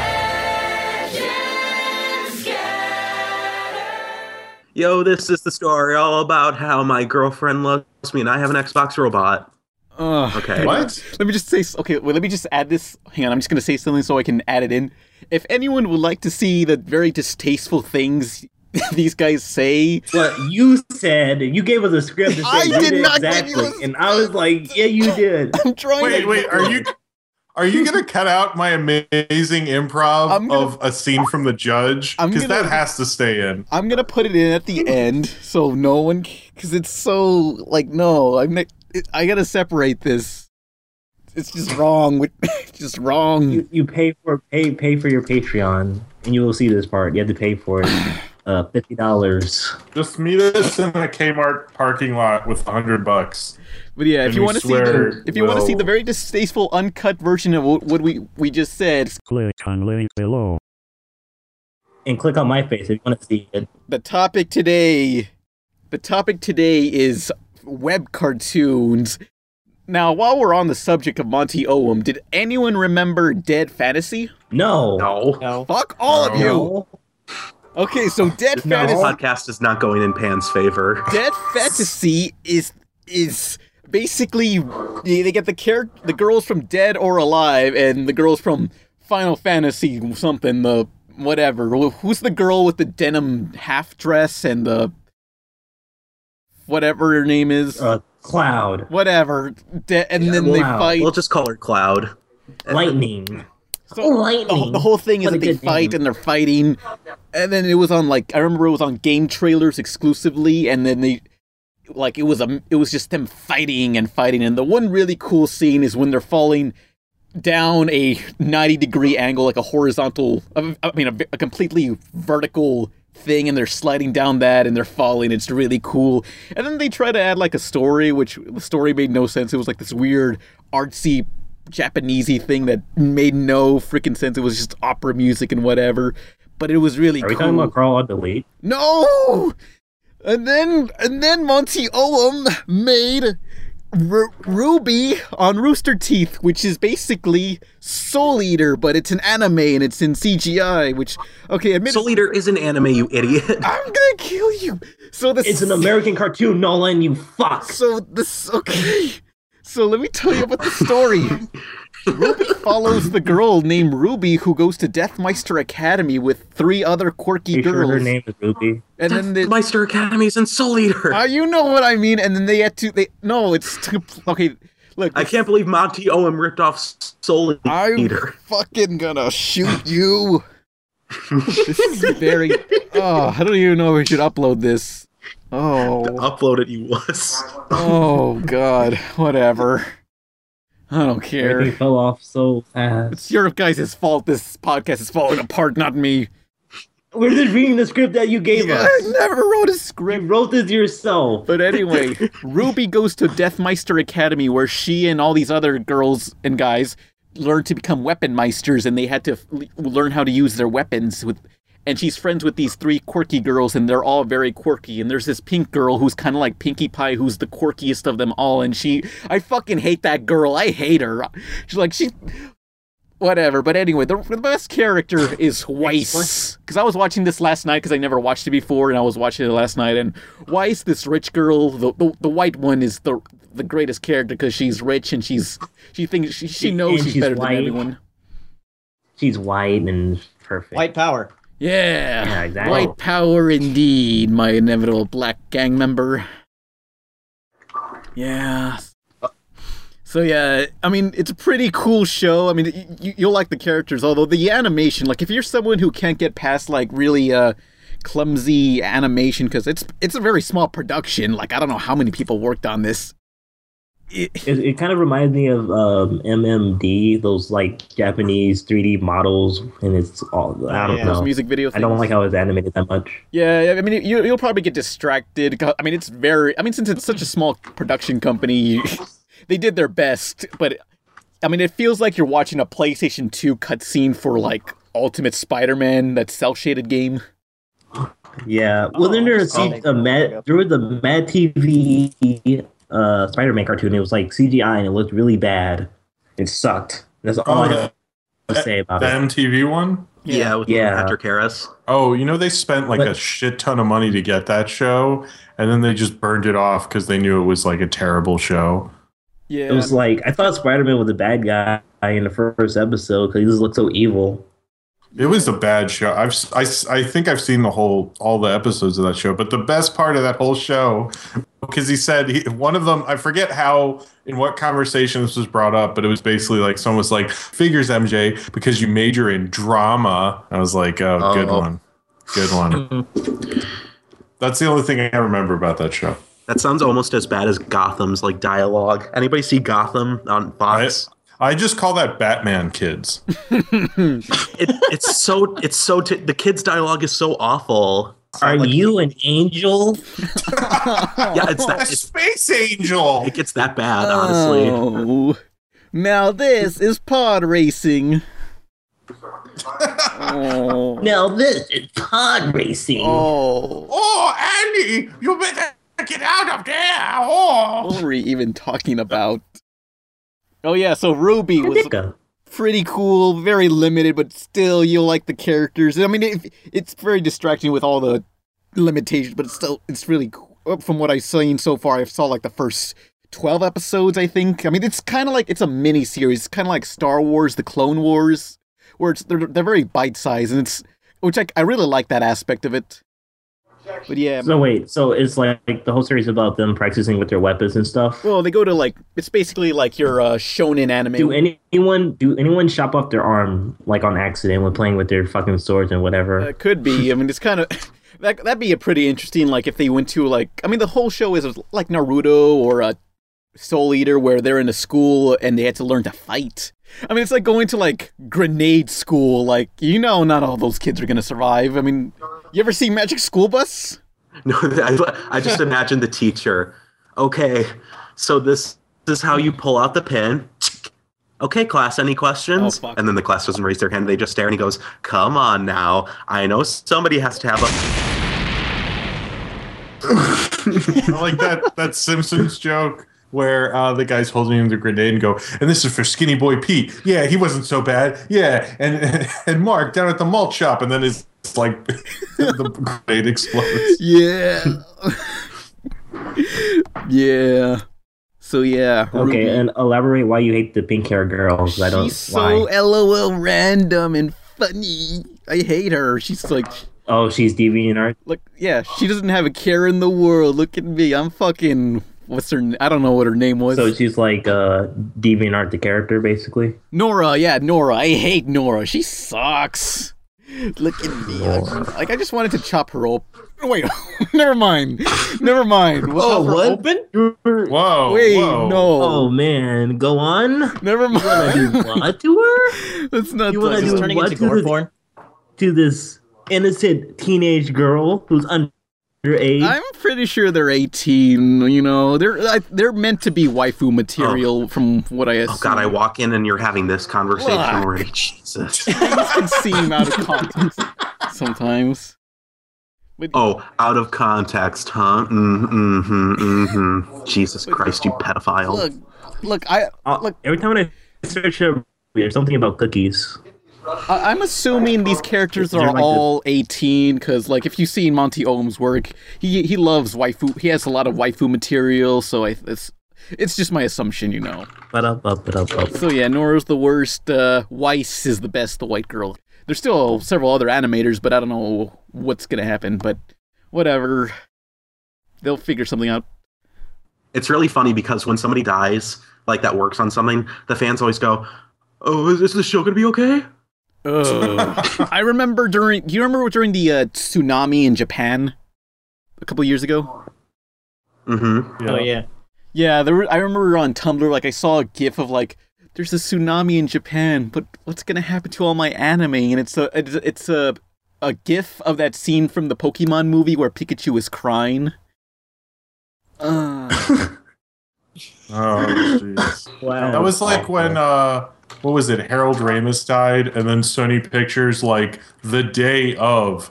[SPEAKER 8] Legends scatter.
[SPEAKER 3] Yo, this is the story all about how my girlfriend loves me and I have an Xbox robot.
[SPEAKER 2] Ugh.
[SPEAKER 3] Okay.
[SPEAKER 5] What?
[SPEAKER 2] Let me just say, okay, wait, let me just add this. Hang on, I'm just going to say something so I can add it in. If anyone would like to see the very distasteful things these guys say,
[SPEAKER 4] What you said, you gave us a script. That
[SPEAKER 2] I
[SPEAKER 4] said you
[SPEAKER 2] did not give
[SPEAKER 4] exactly,
[SPEAKER 2] you a
[SPEAKER 4] and I was like, yeah, you did.
[SPEAKER 2] I'm trying
[SPEAKER 5] Wait,
[SPEAKER 2] to.
[SPEAKER 5] wait. Are you are you gonna cut out my amazing improv
[SPEAKER 2] I'm gonna-
[SPEAKER 5] of a scene from the judge?
[SPEAKER 2] I'm
[SPEAKER 5] Because
[SPEAKER 2] gonna-
[SPEAKER 5] that has to stay in.
[SPEAKER 2] I'm going to put it in at the end so no one. Because it's so. Like, no, I'm not, it, I got to separate this. It's just wrong. With, just wrong.
[SPEAKER 4] You, you pay for pay pay for your Patreon, and you will see this part. You have to pay for it, uh, fifty dollars.
[SPEAKER 5] Just meet us in a Kmart parking lot with a hundred bucks.
[SPEAKER 2] But yeah, if
[SPEAKER 5] And
[SPEAKER 2] you
[SPEAKER 5] we
[SPEAKER 2] want to see
[SPEAKER 5] swear
[SPEAKER 2] the, if you want to see
[SPEAKER 5] we'll-
[SPEAKER 2] the very distasteful uncut version of what what we we just said,
[SPEAKER 9] Click on link below.
[SPEAKER 4] And click on my face if you want to see it.
[SPEAKER 2] the topic today the topic today is web cartoons. Now, while we're on the subject of Monty Oum, did anyone remember Dead Fantasy?
[SPEAKER 4] No,
[SPEAKER 3] No.
[SPEAKER 6] no.
[SPEAKER 2] Fuck all of you.
[SPEAKER 4] No.
[SPEAKER 2] Okay, so Dead
[SPEAKER 4] No.
[SPEAKER 2] Fantasy
[SPEAKER 3] This podcast is not going in Pan's favor.
[SPEAKER 2] Dead Fantasy is is basically they they get the char- the girls from Dead or Alive and the girls from Final Fantasy something the whatever. Wh- Who's the girl with the denim half dress and the whatever her name is?
[SPEAKER 4] Uh, cloud,
[SPEAKER 2] whatever. De- and then they
[SPEAKER 4] wow.
[SPEAKER 2] fight.
[SPEAKER 3] We'll just call her Cloud.
[SPEAKER 4] lightning.
[SPEAKER 2] So,
[SPEAKER 4] Oh,
[SPEAKER 2] the, whole-
[SPEAKER 4] lightning.
[SPEAKER 2] the whole thing is
[SPEAKER 4] What a
[SPEAKER 2] that they
[SPEAKER 4] good
[SPEAKER 2] fight
[SPEAKER 4] name.
[SPEAKER 2] and they're fighting, and then it was on like I remember it was on game trailers exclusively, and then they like it was a it was just them fighting and fighting, and the one really cool scene is when they're falling down a 90 degree angle like a horizontal i mean a, v- a completely vertical thing and they're sliding down that and they're falling. It's really cool. And then they try to add like a story, which the story made no sense. It was like this weird artsy Japanesey thing that made no freaking sense. It was just opera music and whatever. But it was really
[SPEAKER 4] Are we
[SPEAKER 2] cool.
[SPEAKER 4] talking about Carl Underwood?
[SPEAKER 2] No. And then and then Monty Olam made Ru- Ruby on Rooster Teeth, which is basically Soul Eater, but it's an anime and it's in CGI. Which okay, admit
[SPEAKER 3] Soul Eater is an anime, you idiot.
[SPEAKER 2] I'm gonna kill you. So this
[SPEAKER 4] It's an American cartoon, Nolan. You fuck.
[SPEAKER 2] so this okay. So let me tell you about the story. Ruby follows the girl named Ruby who goes to Deathmeister Academy with three other quirky
[SPEAKER 4] You sure
[SPEAKER 2] girls,
[SPEAKER 4] her name is Ruby?
[SPEAKER 2] and then they,
[SPEAKER 3] Meister Academies and Soul Eater.
[SPEAKER 2] Ah, you know what I mean. And then they had to. They no, it's too, okay. Look,
[SPEAKER 3] I can't believe Monty Oem ripped off Soul
[SPEAKER 2] I'm
[SPEAKER 3] Eater.
[SPEAKER 2] fucking gonna shoot you. this is very. Oh, I don't even know if we should upload this. Oh,
[SPEAKER 3] Upload it, you was.
[SPEAKER 2] oh God, whatever. I don't care.
[SPEAKER 4] Everything fell off so fast.
[SPEAKER 2] It's your guys' fault. This podcast is falling apart, not me.
[SPEAKER 4] We're just reading the script that you gave us.
[SPEAKER 2] I never wrote a script.
[SPEAKER 4] You wrote this yourself.
[SPEAKER 2] But anyway, Ruby goes to Deathmeister Academy where she and all these other girls and guys learned to become weapon meisters and they had to f- le- learn how to use their weapons with and she's friends with these three quirky girls and they're all very quirky and there's this pink girl who's kind of like Pinkie Pie who's the quirkiest of them all and she I fucking hate that girl. I hate her. She's like she whatever. But anyway, the, the best character is Weiss. Because I was watching this last night because I never watched it before, and I was watching it last night. And Weiss, this rich girl, the the, the white one, is the the greatest character because she's rich and she's she thinks she, she knows
[SPEAKER 4] And
[SPEAKER 2] she's,
[SPEAKER 4] she's
[SPEAKER 2] better
[SPEAKER 4] white.
[SPEAKER 2] than everyone.
[SPEAKER 4] She's white and perfect.
[SPEAKER 6] White power.
[SPEAKER 2] Yeah,
[SPEAKER 4] Yeah, exactly.
[SPEAKER 2] white power indeed, my inevitable black gang member. Yeah. So yeah, I mean, it's a pretty cool show. I mean, y- y- you'll like the characters, although the animation, like if you're someone who can't get past like really uh clumsy animation cuz it's it's a very small production. Like I don't know how many people worked on this. It-
[SPEAKER 4] It, it kind of reminds me of um, MMD, those like Japanese 3D models, and it's all I don't
[SPEAKER 6] Yeah.
[SPEAKER 2] those
[SPEAKER 4] know.
[SPEAKER 2] music video
[SPEAKER 4] I don't
[SPEAKER 2] things.
[SPEAKER 4] like how it's animated that much.
[SPEAKER 2] Yeah, I mean, you, you'll probably get distracted. 'cause- I mean, it's very. I mean, since it's such a small production company, you- they did their best. But I mean, it feels like you're watching a PlayStation 2 cutscene for like Ultimate Spider-Man, that cell shaded game.
[SPEAKER 4] Yeah. Well, then there's
[SPEAKER 6] Oh,
[SPEAKER 4] a Mad, there was a Mad TV uh, Spider-Man cartoon. It was like CGI, and it looked really bad. It sucked. That's all I
[SPEAKER 5] the,
[SPEAKER 4] have to say
[SPEAKER 5] the
[SPEAKER 4] about it.
[SPEAKER 5] MTV one?
[SPEAKER 3] Yeah, with
[SPEAKER 4] Yeah.
[SPEAKER 3] Patrick Harris.
[SPEAKER 5] Oh, you know they spent like
[SPEAKER 4] But-
[SPEAKER 5] a shit ton of money to get that show, and then they just burned it off because they knew it was like a terrible show.
[SPEAKER 2] Yeah,
[SPEAKER 4] It was like I thought Spider-Man was a bad guy in the first episode because he just looked so evil.
[SPEAKER 5] It was a bad show. I've I, I think I've seen the whole all the episodes of that show, but the best part of that whole show because he said he, one of them I forget how in what conversation this was brought up, but it was basically like someone was like figures MJ because you major in drama. I was like, oh, good
[SPEAKER 3] Oh.
[SPEAKER 5] one, good one. That's the only thing I remember about that show.
[SPEAKER 3] That sounds almost as bad as Gotham's like dialogue. Anybody see Gotham on
[SPEAKER 5] I
[SPEAKER 3] Fox?
[SPEAKER 5] I just call that Batman kids.
[SPEAKER 3] It, it's so it's so t- the kids' dialogue is so awful. It's not
[SPEAKER 4] Are
[SPEAKER 3] like-
[SPEAKER 4] you an angel?
[SPEAKER 3] Yeah, it's
[SPEAKER 5] A
[SPEAKER 3] that it's,
[SPEAKER 5] space angel.
[SPEAKER 3] it gets that bad. Honestly,
[SPEAKER 2] Oh, now this is pod racing. oh,
[SPEAKER 4] Now this is pod racing.
[SPEAKER 2] oh,
[SPEAKER 5] Oh, Andy, you better get out of there. Oh.
[SPEAKER 2] what were we even talking about? Oh yeah, so Ruby was
[SPEAKER 4] Dicka.
[SPEAKER 2] pretty cool, very limited, but still you'll like the characters. I mean, it, it's very distracting with all the limitations, but it's still it's really cool. Oh, From what I've seen so far, I saw like the first twelve episodes. I think. I mean, it's kind of like it's a mini series, kind of like Star Wars, the Clone Wars, where it's they're they're very bite sized, and it's which I I really like that aspect of it. But yeah,
[SPEAKER 4] So wait, so it's like, like the whole series about them practicing with their weapons and stuff.
[SPEAKER 2] well, they go to like it's basically like your uh, shonen anime.
[SPEAKER 4] do anyone do anyone chop off their arm like on accident when playing with their fucking swords and whatever?
[SPEAKER 2] Uh, could be. I mean, it's kind of that. That'd be a pretty interesting. Like if they went to like, I mean, the whole show is like Naruto or uh, Soul Eater where they're in a school and they had to learn to fight. I mean, it's like going to like grenade school. Like, you know, not all those kids are going to survive. I mean, you ever see Magic School Bus?
[SPEAKER 3] No, I, I just imagine the teacher. Okay, so this, is how you pull out the pin. Okay, class, any questions?
[SPEAKER 2] Oh, fuck.
[SPEAKER 3] and then the class doesn't raise their hand. They just stare and he goes, Come on now. I know somebody has to have a.
[SPEAKER 5] I like that that Simpsons joke where uh, the guy's holding him the grenade and go, and this is for Skinny Boy Pete. Yeah, he wasn't so bad. Yeah, and and Mark down at the malt shop, and then it's it's like the grenade explodes.
[SPEAKER 2] Yeah. yeah. So, yeah.
[SPEAKER 4] Okay, and elaborate why you hate the pink hair girl. 'cause I don't
[SPEAKER 2] She's
[SPEAKER 4] why.
[SPEAKER 2] so lol random and funny. I hate her. She's like,
[SPEAKER 4] oh, she's deviant art.
[SPEAKER 2] look, yeah, she doesn't have a care in the world. Look at me. I'm fucking. What's her? n- I don't know what her name was.
[SPEAKER 4] So she's like uh deviant art the character basically.
[SPEAKER 2] Nora. Yeah, Nora. I hate Nora. She sucks. Look at me. Like I just wanted to chop her up. Wait, never mind. Never mind. We'll chop her op-
[SPEAKER 6] open?
[SPEAKER 5] Whoa!
[SPEAKER 2] Wait,
[SPEAKER 5] whoa.
[SPEAKER 2] no.
[SPEAKER 4] Oh man, go on.
[SPEAKER 2] Never
[SPEAKER 4] I do
[SPEAKER 2] mind.
[SPEAKER 4] what to her?
[SPEAKER 2] Let's not.
[SPEAKER 4] You wanna
[SPEAKER 2] talk about-
[SPEAKER 6] Is this
[SPEAKER 4] do
[SPEAKER 6] turning
[SPEAKER 4] what
[SPEAKER 6] into
[SPEAKER 4] to
[SPEAKER 6] gore
[SPEAKER 4] the-
[SPEAKER 6] porn?
[SPEAKER 4] To this innocent teenage girl who's underage.
[SPEAKER 2] I'm pretty sure they're 18. You know, they're I, they're meant to be waifu material, from what I assume.
[SPEAKER 3] Oh, God, I walk in and you're having this conversation
[SPEAKER 2] Fuck.
[SPEAKER 3] already. Jesus.
[SPEAKER 2] Things can seem out of context sometimes.
[SPEAKER 3] Oh, out of context, huh? Mm, mm-hmm, mm-hmm. Jesus Christ, you pedophile.
[SPEAKER 2] Look, look, I
[SPEAKER 4] Uh,
[SPEAKER 2] look.
[SPEAKER 4] every time I search up, there's something about cookies.
[SPEAKER 2] I- I'm assuming these characters
[SPEAKER 4] They're
[SPEAKER 2] are
[SPEAKER 4] like
[SPEAKER 2] all 18 because, like, if you've seen Monty Ohm's work, he he loves waifu. He has a lot of waifu material, so I, it's it's just my assumption, you know.
[SPEAKER 4] But up, up, up, up.
[SPEAKER 2] So yeah, Nora's the worst. Uh, Weiss is the best. The white girl. There's still several other animators, but I don't know what's gonna happen. But whatever, they'll figure something out.
[SPEAKER 3] it's really funny because when somebody dies, like that works on something, the fans always go, "Oh, is, is the show gonna be okay?"
[SPEAKER 2] Oh. I remember during. Do you remember during the uh, tsunami in Japan a couple years ago?
[SPEAKER 3] Mm-hmm.
[SPEAKER 6] Oh yeah.
[SPEAKER 2] Yeah, there were, I remember on Tumblr, like I saw a GIF of like, "There's a tsunami in Japan, but what's gonna happen to all my anime?" And it's a it's, a- it's a a GIF of that scene from the Pokemon movie where Pikachu is crying. Uh,
[SPEAKER 5] Oh, jeez.
[SPEAKER 4] Wow.
[SPEAKER 5] That was like when uh what was it? Harold Ramis died and then Sony Pictures like the day of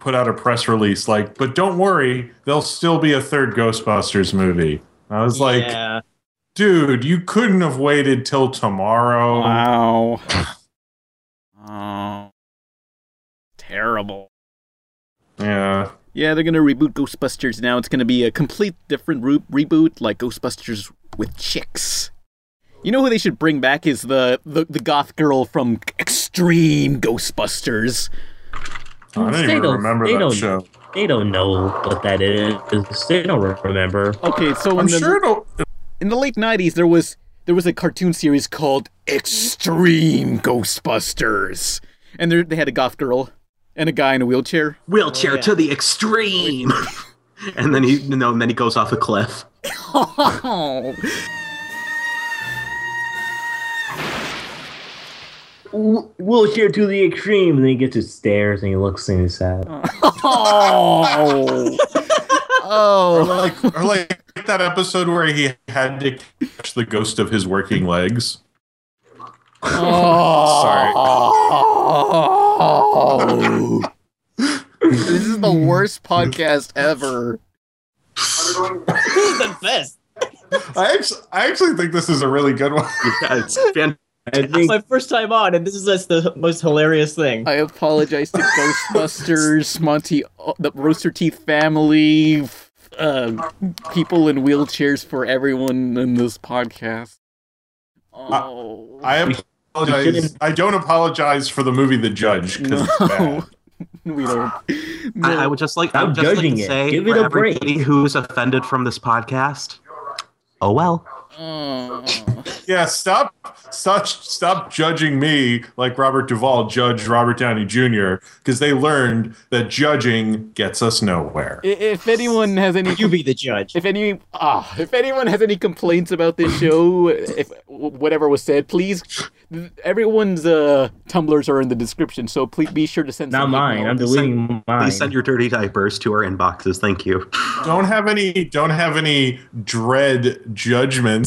[SPEAKER 5] put out a press release like but don't worry, there'll still be a third Ghostbusters movie. I was like,
[SPEAKER 6] yeah.
[SPEAKER 5] dude, you couldn't have waited till tomorrow.
[SPEAKER 2] wow. Oh, terrible.
[SPEAKER 5] Yeah.
[SPEAKER 2] Yeah, they're gonna reboot Ghostbusters now. It's gonna be a complete different re- reboot, like Ghostbusters with chicks. You know who they should bring back is the the, the goth girl from Extreme Ghostbusters.
[SPEAKER 5] I don't even remember
[SPEAKER 4] they
[SPEAKER 5] that
[SPEAKER 4] don't,
[SPEAKER 5] show.
[SPEAKER 4] They don't know what that is. They don't re- remember.
[SPEAKER 2] Okay, so in
[SPEAKER 5] I'm
[SPEAKER 2] the,
[SPEAKER 5] sure it'll
[SPEAKER 2] in the late '90s, there was there was a cartoon series called Extreme Ghostbusters, and there, they had a goth girl and a guy in a wheelchair.
[SPEAKER 4] Oh,
[SPEAKER 3] Wheelchair to the extreme, and then he, you know, and then he goes off a cliff.
[SPEAKER 2] Oh.
[SPEAKER 4] Wheelchair to the extreme, and then he gets his stairs, and he looks and he's sad.
[SPEAKER 2] Oh, oh.
[SPEAKER 5] like or like that episode where he had to catch the ghost of his working legs.
[SPEAKER 2] Oh. this is the worst podcast ever.
[SPEAKER 6] This is the best.
[SPEAKER 5] I actually, I actually think this is a really good one.
[SPEAKER 3] Yeah, it's fan-
[SPEAKER 4] I
[SPEAKER 6] It's
[SPEAKER 4] think
[SPEAKER 6] my first time on, and this is just the most hilarious thing.
[SPEAKER 2] I apologize to Ghostbusters, Monty, uh, the Rooster Teeth family, uh, people in wheelchairs for everyone in this podcast. Oh.
[SPEAKER 5] I apologize. I don't apologize for the movie The Judge because it's bad.
[SPEAKER 2] we don't. No.
[SPEAKER 3] I, I would just like, I
[SPEAKER 4] I'm
[SPEAKER 3] would just like
[SPEAKER 4] judging
[SPEAKER 3] to
[SPEAKER 4] it.
[SPEAKER 3] say
[SPEAKER 4] Give it
[SPEAKER 3] for
[SPEAKER 4] a break.
[SPEAKER 3] everybody who's offended from this podcast, oh well.
[SPEAKER 2] Oh.
[SPEAKER 5] Yeah, stop, stop, stop judging me like Robert Duvall judged Robert Downey Jr. because they learned that judging gets us nowhere.
[SPEAKER 2] I- If anyone has any,
[SPEAKER 6] You be the judge.
[SPEAKER 2] if any, ah, if anyone has any complaints about this show, if whatever was said, please, everyone's uh, tumblers are in the description, so please be sure to send.
[SPEAKER 4] Not
[SPEAKER 2] some
[SPEAKER 4] mine. I'm
[SPEAKER 2] emails.
[SPEAKER 4] deleting mine.
[SPEAKER 3] Please send your dirty diapers to our inboxes. Thank you.
[SPEAKER 5] Don't have any, don't have any dread judgments.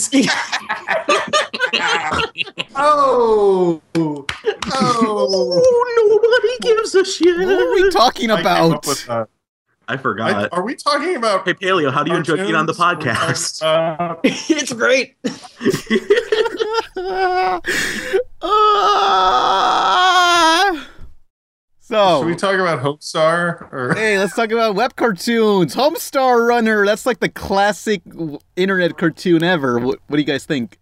[SPEAKER 3] Oh, oh, nobody gives a shit.
[SPEAKER 2] What are we talking
[SPEAKER 5] I came up
[SPEAKER 2] about?
[SPEAKER 5] with that.
[SPEAKER 3] I
[SPEAKER 5] I-
[SPEAKER 3] forgot.
[SPEAKER 5] are we talking about?
[SPEAKER 3] hey, Paleo, how do you enjoy being on the
[SPEAKER 5] cartoons?
[SPEAKER 3] podcast?
[SPEAKER 5] We're talking about- uh,
[SPEAKER 6] it's great.
[SPEAKER 2] Ah.
[SPEAKER 5] Should
[SPEAKER 2] so
[SPEAKER 5] we talk about Hope Star? Or
[SPEAKER 2] hey, let's talk about web cartoons. Homestar Runner. That's like the classic w- internet cartoon ever. What, what do you guys think?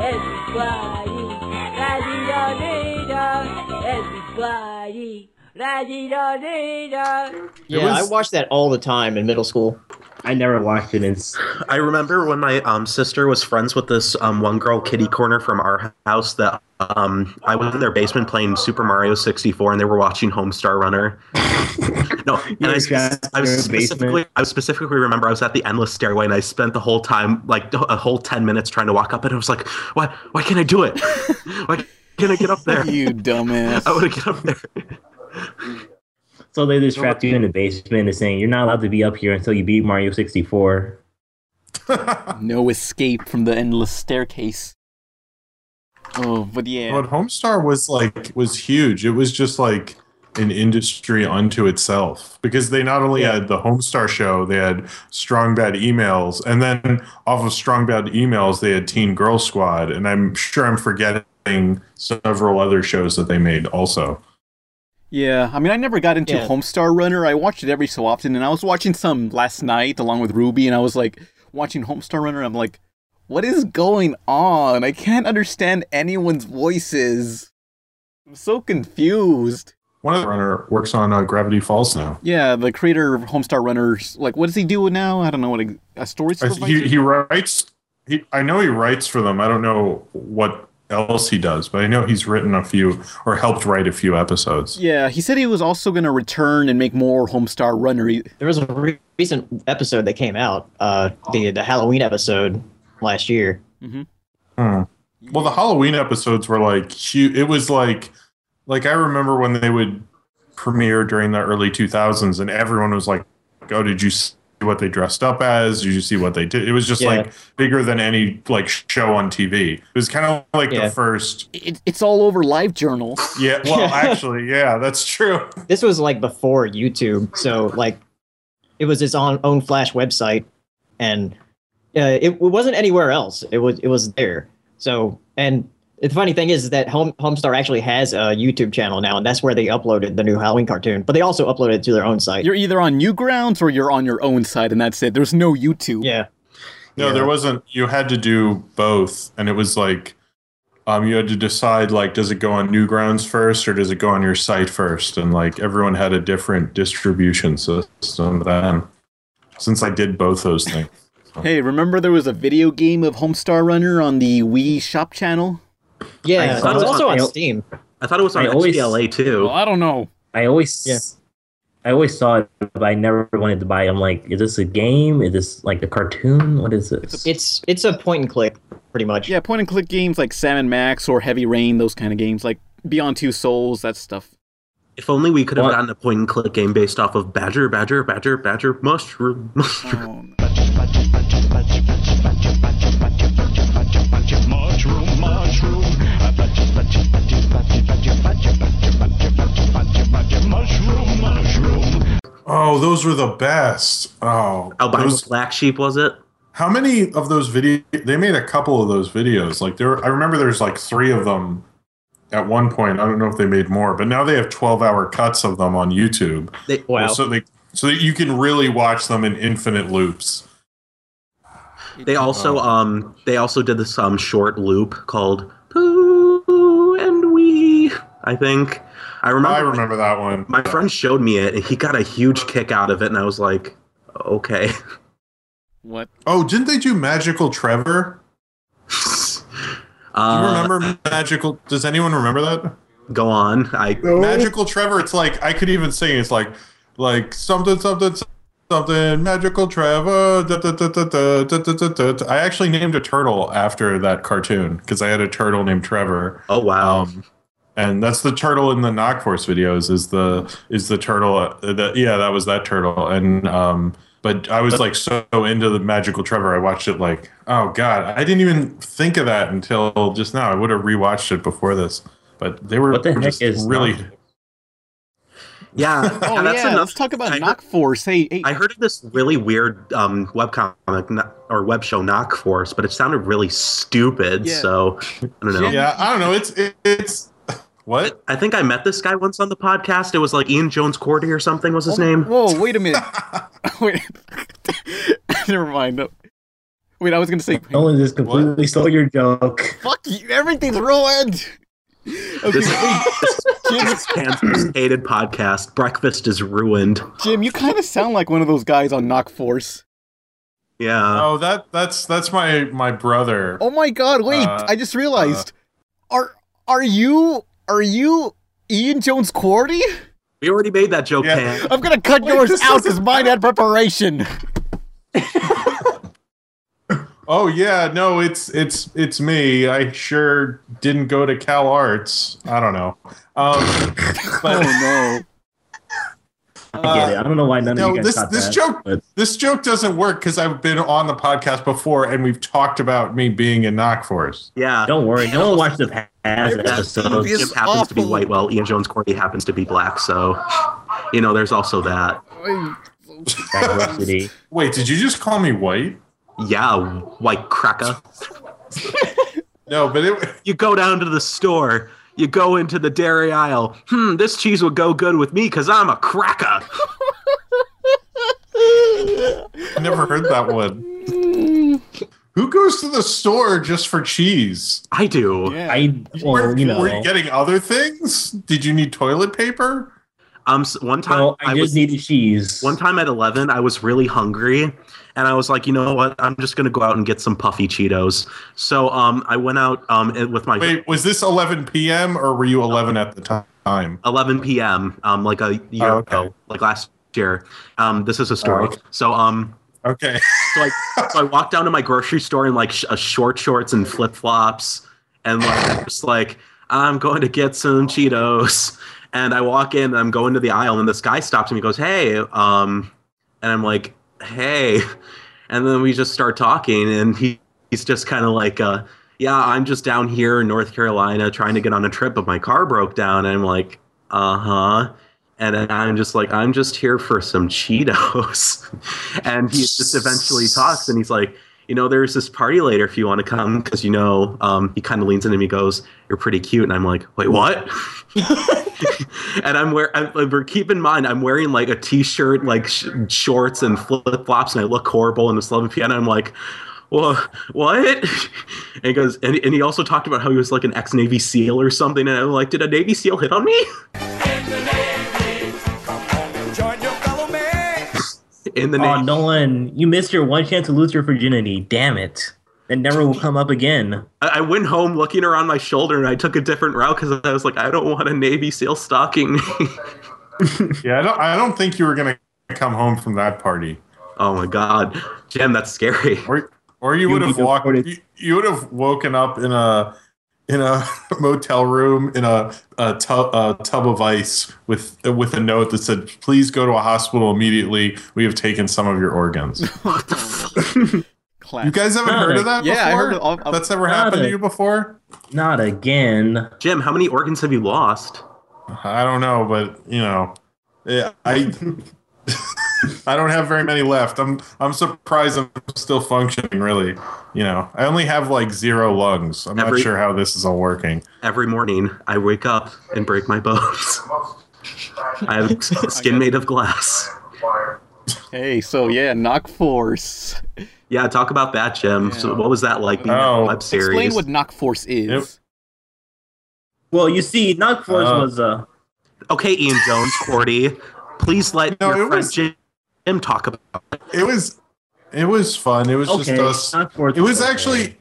[SPEAKER 8] Everybody, la-di-da-di-da. Everybody, la-di-da-di-da.
[SPEAKER 6] Yeah, I watched that all the time in middle school.
[SPEAKER 4] I never watched it. It's
[SPEAKER 3] I remember when my um, sister was friends with this um, one girl, Kitty Corner, from our house. That um, I was in their basement playing Super Mario 64, and they were watching Homestar Runner. no, and I,
[SPEAKER 4] Yeah,
[SPEAKER 3] spe- I
[SPEAKER 4] their
[SPEAKER 3] was specifically,
[SPEAKER 4] basement.
[SPEAKER 3] I specifically remember I was at the endless stairway, and I spent the whole time, like a whole ten minutes, trying to walk up it. I was like, "Why? Why can't I do it? why can't I get up there?
[SPEAKER 2] You dumbass.
[SPEAKER 3] I want to get up there."
[SPEAKER 4] so they just trapped you in the basement and saying you're not allowed to be up here until you beat Mario 64.
[SPEAKER 2] No escape from the endless staircase. Oh, but yeah.
[SPEAKER 5] But Homestar was like was huge. It was just like an industry unto itself because they not only had the Homestar show, they had Strong Bad Emails, and then off of Strong Bad Emails, they had Teen Girl Squad, and I'm sure I'm forgetting several other shows that they made also.
[SPEAKER 2] Yeah, I mean, I never got into
[SPEAKER 6] Yeah.
[SPEAKER 2] Homestar Runner. I watched it every so often, and I was watching some last night along with Ruby, and I was like, watching Homestar Runner, I'm like, what is going on? I can't understand anyone's voices. I'm so confused.
[SPEAKER 5] One of the runner works on uh, Gravity Falls now.
[SPEAKER 2] Yeah, the creator of Homestar Runners, like, what does he do now? I don't know what a, a story
[SPEAKER 5] I-
[SPEAKER 2] supervisor.
[SPEAKER 5] He, he writes. He, I know he writes for them. I don't know what else he does, but I know he's written a few or helped write a few episodes.
[SPEAKER 2] yeah, he said he was also going to return and make more Homestar Runner. He-
[SPEAKER 6] There was a re- recent episode that came out, uh, the the Halloween episode last year.
[SPEAKER 5] Hmm. Well, the Halloween episodes were like huge. It was like, like I remember when they would premiere during the early 2000s, and everyone was like, "Oh, did you see what they dressed up as? Did you see what they did?" It was just
[SPEAKER 6] Yeah.
[SPEAKER 5] like bigger than any like show on TV. It was kind of like
[SPEAKER 6] Yeah.
[SPEAKER 5] the first.
[SPEAKER 2] It, it's all over LiveJournal.
[SPEAKER 5] Yeah. Well, actually, yeah, that's true.
[SPEAKER 6] This was like before YouTube, so like it was its own own Flash website, and uh, it, it wasn't anywhere else. It was it was there. So and the funny thing is that Home Homestar actually has a YouTube channel now, and that's where they uploaded the new Halloween cartoon. But they also uploaded it to their own site.
[SPEAKER 2] You're either on Newgrounds or you're on your own site, and that's it. There's no YouTube.
[SPEAKER 6] yeah,
[SPEAKER 5] No,
[SPEAKER 3] Yeah.
[SPEAKER 5] there wasn't. You had to do both, and it was like, um, you had to decide like, does it go on Newgrounds first, or does it go on your site first? And like, everyone had a different distribution system then. Since I did both those things,
[SPEAKER 2] Hey, remember there was a video game of Homestar Runner on the Wii Shop channel?
[SPEAKER 6] yeah.
[SPEAKER 3] I
[SPEAKER 6] It
[SPEAKER 3] thought
[SPEAKER 6] was
[SPEAKER 3] it was
[SPEAKER 6] also
[SPEAKER 4] on
[SPEAKER 6] on
[SPEAKER 4] Aol-
[SPEAKER 6] Steam.
[SPEAKER 3] I thought it was on
[SPEAKER 4] I always-
[SPEAKER 3] HDLA too.
[SPEAKER 2] I don't know.
[SPEAKER 4] I always
[SPEAKER 6] Yeah.
[SPEAKER 4] I always saw it, but I never wanted to buy. it. I'm like, is this a game? Is this like a cartoon? What is this?
[SPEAKER 6] It's it's a point and click, pretty much.
[SPEAKER 2] Yeah, point and click games like Salmon Max or Heavy Rain, those kind of games, like Beyond Two Souls, that stuff.
[SPEAKER 3] If only we could have
[SPEAKER 4] What?
[SPEAKER 3] gotten a point and click game based off of Badger, Badger, Badger, Badger, Mushroom, Mushroom.
[SPEAKER 2] Oh, no.
[SPEAKER 5] oh, those were the best. Oh,
[SPEAKER 3] Albino
[SPEAKER 5] those-
[SPEAKER 3] Black Sheep, was it?
[SPEAKER 5] how many of those video? They made a couple of those videos. Like there, I remember there's like three of them at one point. I don't know if they made more, but now they have 12 hour cuts of them on YouTube.
[SPEAKER 3] They,
[SPEAKER 6] Wow.
[SPEAKER 5] So they so that you can really watch them in infinite loops.
[SPEAKER 3] they also
[SPEAKER 5] uh,
[SPEAKER 3] um they also did this um short loop called Pooh and Wee. I think. I remember.
[SPEAKER 5] I remember that one.
[SPEAKER 3] My friend showed me it, and he got a huge kick out of it, and I was like, okay.
[SPEAKER 2] What?
[SPEAKER 5] Oh, didn't they do Magical Trevor? Do you
[SPEAKER 3] Uh,
[SPEAKER 5] remember Magical? Does anyone remember that?
[SPEAKER 3] Go on. I
[SPEAKER 5] Magical Trevor. It's like I could even sing. It's like like something something something magical Trevor. da, da, da, da, da, da, da, da, da. I actually named a turtle after that cartoon because I had a turtle named Trevor.
[SPEAKER 3] oh wow.
[SPEAKER 5] Um, and that's the turtle in the Knock Force videos. Is the is the turtle? Uh, the, yeah, that was that turtle. And um, but I was like so into the magical Trevor. I watched it like oh god, I didn't even think of that until just now. I would have rewatched it before this, but they were
[SPEAKER 4] What the
[SPEAKER 5] were
[SPEAKER 4] heck
[SPEAKER 5] just
[SPEAKER 4] is
[SPEAKER 5] really
[SPEAKER 4] Knock?
[SPEAKER 3] yeah.
[SPEAKER 2] Oh
[SPEAKER 3] and
[SPEAKER 2] yeah, let's talk about
[SPEAKER 3] I-
[SPEAKER 2] Knock Force. Hey, hey,
[SPEAKER 3] I heard of this really weird um, webcomic kn- or web show Knock Force, but it sounded really stupid.
[SPEAKER 2] Yeah.
[SPEAKER 3] So I don't know.
[SPEAKER 5] yeah. I don't know. It's it, it's what
[SPEAKER 3] I think I met this guy once on the podcast. It was like Ian Jones Cordy or something was his
[SPEAKER 2] Oh
[SPEAKER 3] name.
[SPEAKER 2] Whoa, wait a minute. wait. Never mind. No. Wait, I was gonna say
[SPEAKER 4] Nolan just completely stole your joke.
[SPEAKER 2] fuck you. Everything's ruined. Okay,
[SPEAKER 3] This-
[SPEAKER 2] wait, Jim,
[SPEAKER 3] Kansas hated podcast. Breakfast is ruined.
[SPEAKER 2] Jim, you kind of sound like one of those guys on Knock Force.
[SPEAKER 3] Yeah.
[SPEAKER 4] Uh-huh.
[SPEAKER 5] Oh, that that's that's my my brother.
[SPEAKER 2] Oh my god, wait!
[SPEAKER 5] Uh,
[SPEAKER 2] I just realized. are are you are you Ian Jones Cordy?
[SPEAKER 3] We already made that joke,
[SPEAKER 5] Yeah.
[SPEAKER 3] Pan.
[SPEAKER 2] I'm gonna cut
[SPEAKER 5] Wait,
[SPEAKER 2] yours
[SPEAKER 5] this
[SPEAKER 2] out because
[SPEAKER 5] doesn't-
[SPEAKER 2] mine had preparation.
[SPEAKER 5] Oh yeah, no, it's it's it's me. I sure didn't go to Cal Arts. I don't know. Um, but
[SPEAKER 2] Oh, no!
[SPEAKER 4] I get it. I don't know why none
[SPEAKER 5] no,
[SPEAKER 4] of you guys
[SPEAKER 5] this-
[SPEAKER 4] got
[SPEAKER 5] this
[SPEAKER 4] that,
[SPEAKER 5] joke-
[SPEAKER 4] but
[SPEAKER 5] this joke doesn't work because I've been on the podcast before and we've talked about me being in Knock Force.
[SPEAKER 3] Yeah.
[SPEAKER 4] don't worry. No one watched the past episode.
[SPEAKER 3] Jim
[SPEAKER 2] is
[SPEAKER 3] happens to be
[SPEAKER 2] awful.
[SPEAKER 3] white. Well, Ian Jones Cordy happens to be black. So, you know, there's also that.
[SPEAKER 4] Diversity.
[SPEAKER 5] Wait, did you just call me white?
[SPEAKER 3] Yeah, white cracker.
[SPEAKER 5] No, but it
[SPEAKER 3] You go down to the store. You go into the dairy aisle. Hmm, this cheese would go good with me because I'm a cracker.
[SPEAKER 5] I never heard that one. Who goes to the store just for cheese?
[SPEAKER 3] I do.
[SPEAKER 2] Yeah.
[SPEAKER 4] I, well,
[SPEAKER 5] were,
[SPEAKER 4] you know,
[SPEAKER 5] were you getting other things? Did you need toilet paper?
[SPEAKER 3] Um, s- one time
[SPEAKER 4] well,
[SPEAKER 3] I,
[SPEAKER 4] I just
[SPEAKER 3] was
[SPEAKER 4] needed cheese.
[SPEAKER 3] one time at eleven, I was really hungry, and I was like, you know what? I'm just gonna go out and get some puffy Cheetos. So, um, I went out um and- with my
[SPEAKER 5] Wait, was this 11 p.m. or were you 11 at the time?
[SPEAKER 3] 11 p.m. um like a year
[SPEAKER 5] Oh, okay.
[SPEAKER 3] ago, like last year. Um, this is a story.
[SPEAKER 5] Oh, okay.
[SPEAKER 3] So, um,
[SPEAKER 5] Okay.
[SPEAKER 3] so I, so I walked down to my grocery store in like sh- uh, short shorts and flip flops, and like just like I'm going to get some Cheetos. And I walk in, and I'm going to the aisle, and this guy stops me. He goes, "Hey," um, and I'm like, "Hey," and then we just start talking, and he, he's just kind of like, uh, "Yeah, I'm just down here in North Carolina trying to get on a trip, but my car broke down." And I'm like, "Uh huh." And then I'm just like, I'm just here for some Cheetos. and he just eventually talks and he's like, you know, there's this party later if you want to come. Cause, you know, um, he kind of leans in and he goes, You're pretty cute. And I'm like, Wait, what? and I'm wearing, I'm, we're- keep in mind, I'm wearing like a t shirt, like sh- shorts and flip flops, and I look horrible. And it's 11 p.m. I'm like, well, what? And he goes, and, and he also talked about how he was like an ex Navy SEAL or something. And I'm like, did a Navy SEAL hit on me?
[SPEAKER 1] Join your fellow man.
[SPEAKER 3] In the Navy
[SPEAKER 4] Oh, Nolan, you missed your one chance to lose your virginity. Damn it. That never will come up again.
[SPEAKER 3] I I went home looking around my shoulder and I took a different route because I was like, I don't want a Navy SEAL stalking me.
[SPEAKER 5] Yeah, I don't, I don't think you were going to come home from that party.
[SPEAKER 3] oh my God. Jim, that's scary.
[SPEAKER 5] Or or you
[SPEAKER 4] You
[SPEAKER 5] would have
[SPEAKER 4] would
[SPEAKER 5] walked
[SPEAKER 4] have-
[SPEAKER 5] you, you would have woken up in a in a motel room in a, a, tub, a tub of ice with with a note that said please go to a hospital immediately we have taken some of your organs you
[SPEAKER 2] Classic.
[SPEAKER 5] guys haven't
[SPEAKER 4] No,
[SPEAKER 5] heard
[SPEAKER 4] they-
[SPEAKER 5] of that
[SPEAKER 2] Yeah, I
[SPEAKER 5] before?
[SPEAKER 2] heard of- of- of-
[SPEAKER 5] that's never
[SPEAKER 4] No,
[SPEAKER 5] happened to
[SPEAKER 4] they-
[SPEAKER 5] you before
[SPEAKER 4] Not again.
[SPEAKER 3] Jim, how many organs have you lost?
[SPEAKER 5] I don't know but you know yeah, I I don't have very many left I'm I'm surprised I'm still functioning really you know I only have like zero lungs I'm
[SPEAKER 3] Every-
[SPEAKER 5] not sure how this is all working
[SPEAKER 3] Every morning I wake up and break my bones. I have s- skin made of glass.
[SPEAKER 2] Hey, so yeah, Knock Force.
[SPEAKER 3] Yeah, talk about that, Jim. So what was that like being on
[SPEAKER 5] Oh.
[SPEAKER 3] a web series?
[SPEAKER 2] Explain what Knock Force is.
[SPEAKER 5] Yep.
[SPEAKER 4] Well, you see, Knock Force
[SPEAKER 5] Uh.
[SPEAKER 4] was uh,
[SPEAKER 3] Okay, Ian Jones, Cordy, please let
[SPEAKER 5] No,
[SPEAKER 3] your
[SPEAKER 5] it
[SPEAKER 3] friend
[SPEAKER 5] was-
[SPEAKER 3] Jim talk about
[SPEAKER 5] It was, it was fun. It was
[SPEAKER 4] okay.
[SPEAKER 5] just us.
[SPEAKER 4] Knock Force
[SPEAKER 5] It was
[SPEAKER 4] okay.
[SPEAKER 5] actually,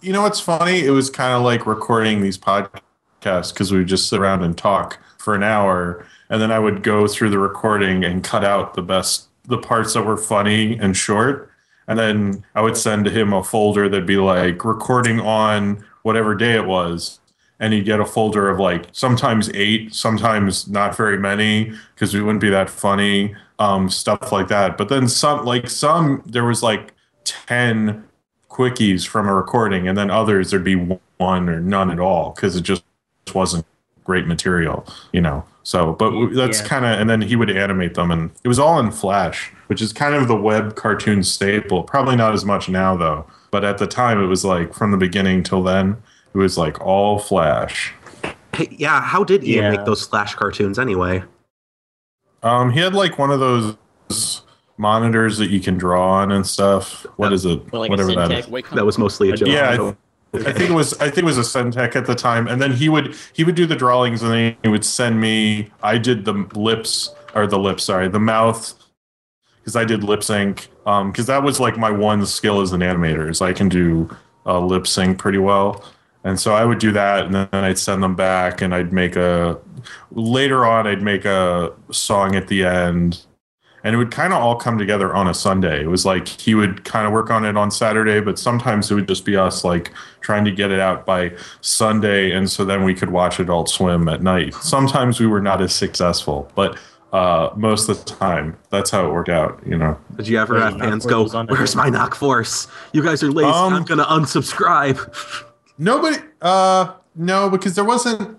[SPEAKER 5] you know, what's funny? It was kind of like recording these podcasts because we would just sit around and talk for an hour, and then I would go through the recording and cut out the best, the parts that were funny and short, and then I would send to him a folder that'd be like recording on whatever day it was. And you'd get a folder of like sometimes eight, sometimes not very many, because we wouldn't be that funny, um, stuff like that. But then some, like some, there was like 10 quickies from a recording, and then others there'd be one or none at all because it just wasn't great material, you know. So, but w- that's
[SPEAKER 4] Yeah.
[SPEAKER 5] kind of, and then he would animate them, and it was all in Flash, which is kind of the web cartoon staple. Probably not as much now though, but at the time it was like from the beginning till then, it was like all Flash.
[SPEAKER 3] Hey, yeah, how did Ian
[SPEAKER 4] Yeah.
[SPEAKER 3] make those Flash cartoons anyway?
[SPEAKER 5] Um, he had like one of those monitors that you can draw on and stuff. What is it?
[SPEAKER 6] Well, Uh, like a
[SPEAKER 5] Whatever that
[SPEAKER 6] Syntec.
[SPEAKER 5] is.
[SPEAKER 2] Wacom.
[SPEAKER 3] That was mostly a joke.
[SPEAKER 5] Yeah, I th- I think it was I think it was a Centec at the time, and then he would he would do the drawings, and then he would send me. I did the lips or the lips, sorry, the mouth, because I did lip sync. Um, because that was like my one skill as an animator is I can do uh, lip sync pretty well, and so I would do that, and then I'd send them back, and I'd make a later on I'd make a song at the end, and it would kind of all come together on a Sunday. It was like he would kind of work on it on Saturday, but sometimes it would just be us like trying to get it out by Sunday, and so then we could watch Adult Swim at night. Sometimes we were not as successful, but uh, most of the time that's how it worked out, you know.
[SPEAKER 3] Did you ever
[SPEAKER 4] Yeah,
[SPEAKER 3] have
[SPEAKER 4] Knock
[SPEAKER 3] fans
[SPEAKER 4] Force
[SPEAKER 3] go,
[SPEAKER 4] was on it.
[SPEAKER 3] Where's my knock force? You guys are lazy.
[SPEAKER 5] Um,
[SPEAKER 3] I'm going to unsubscribe.
[SPEAKER 5] Nobody, uh, no, because there wasn't.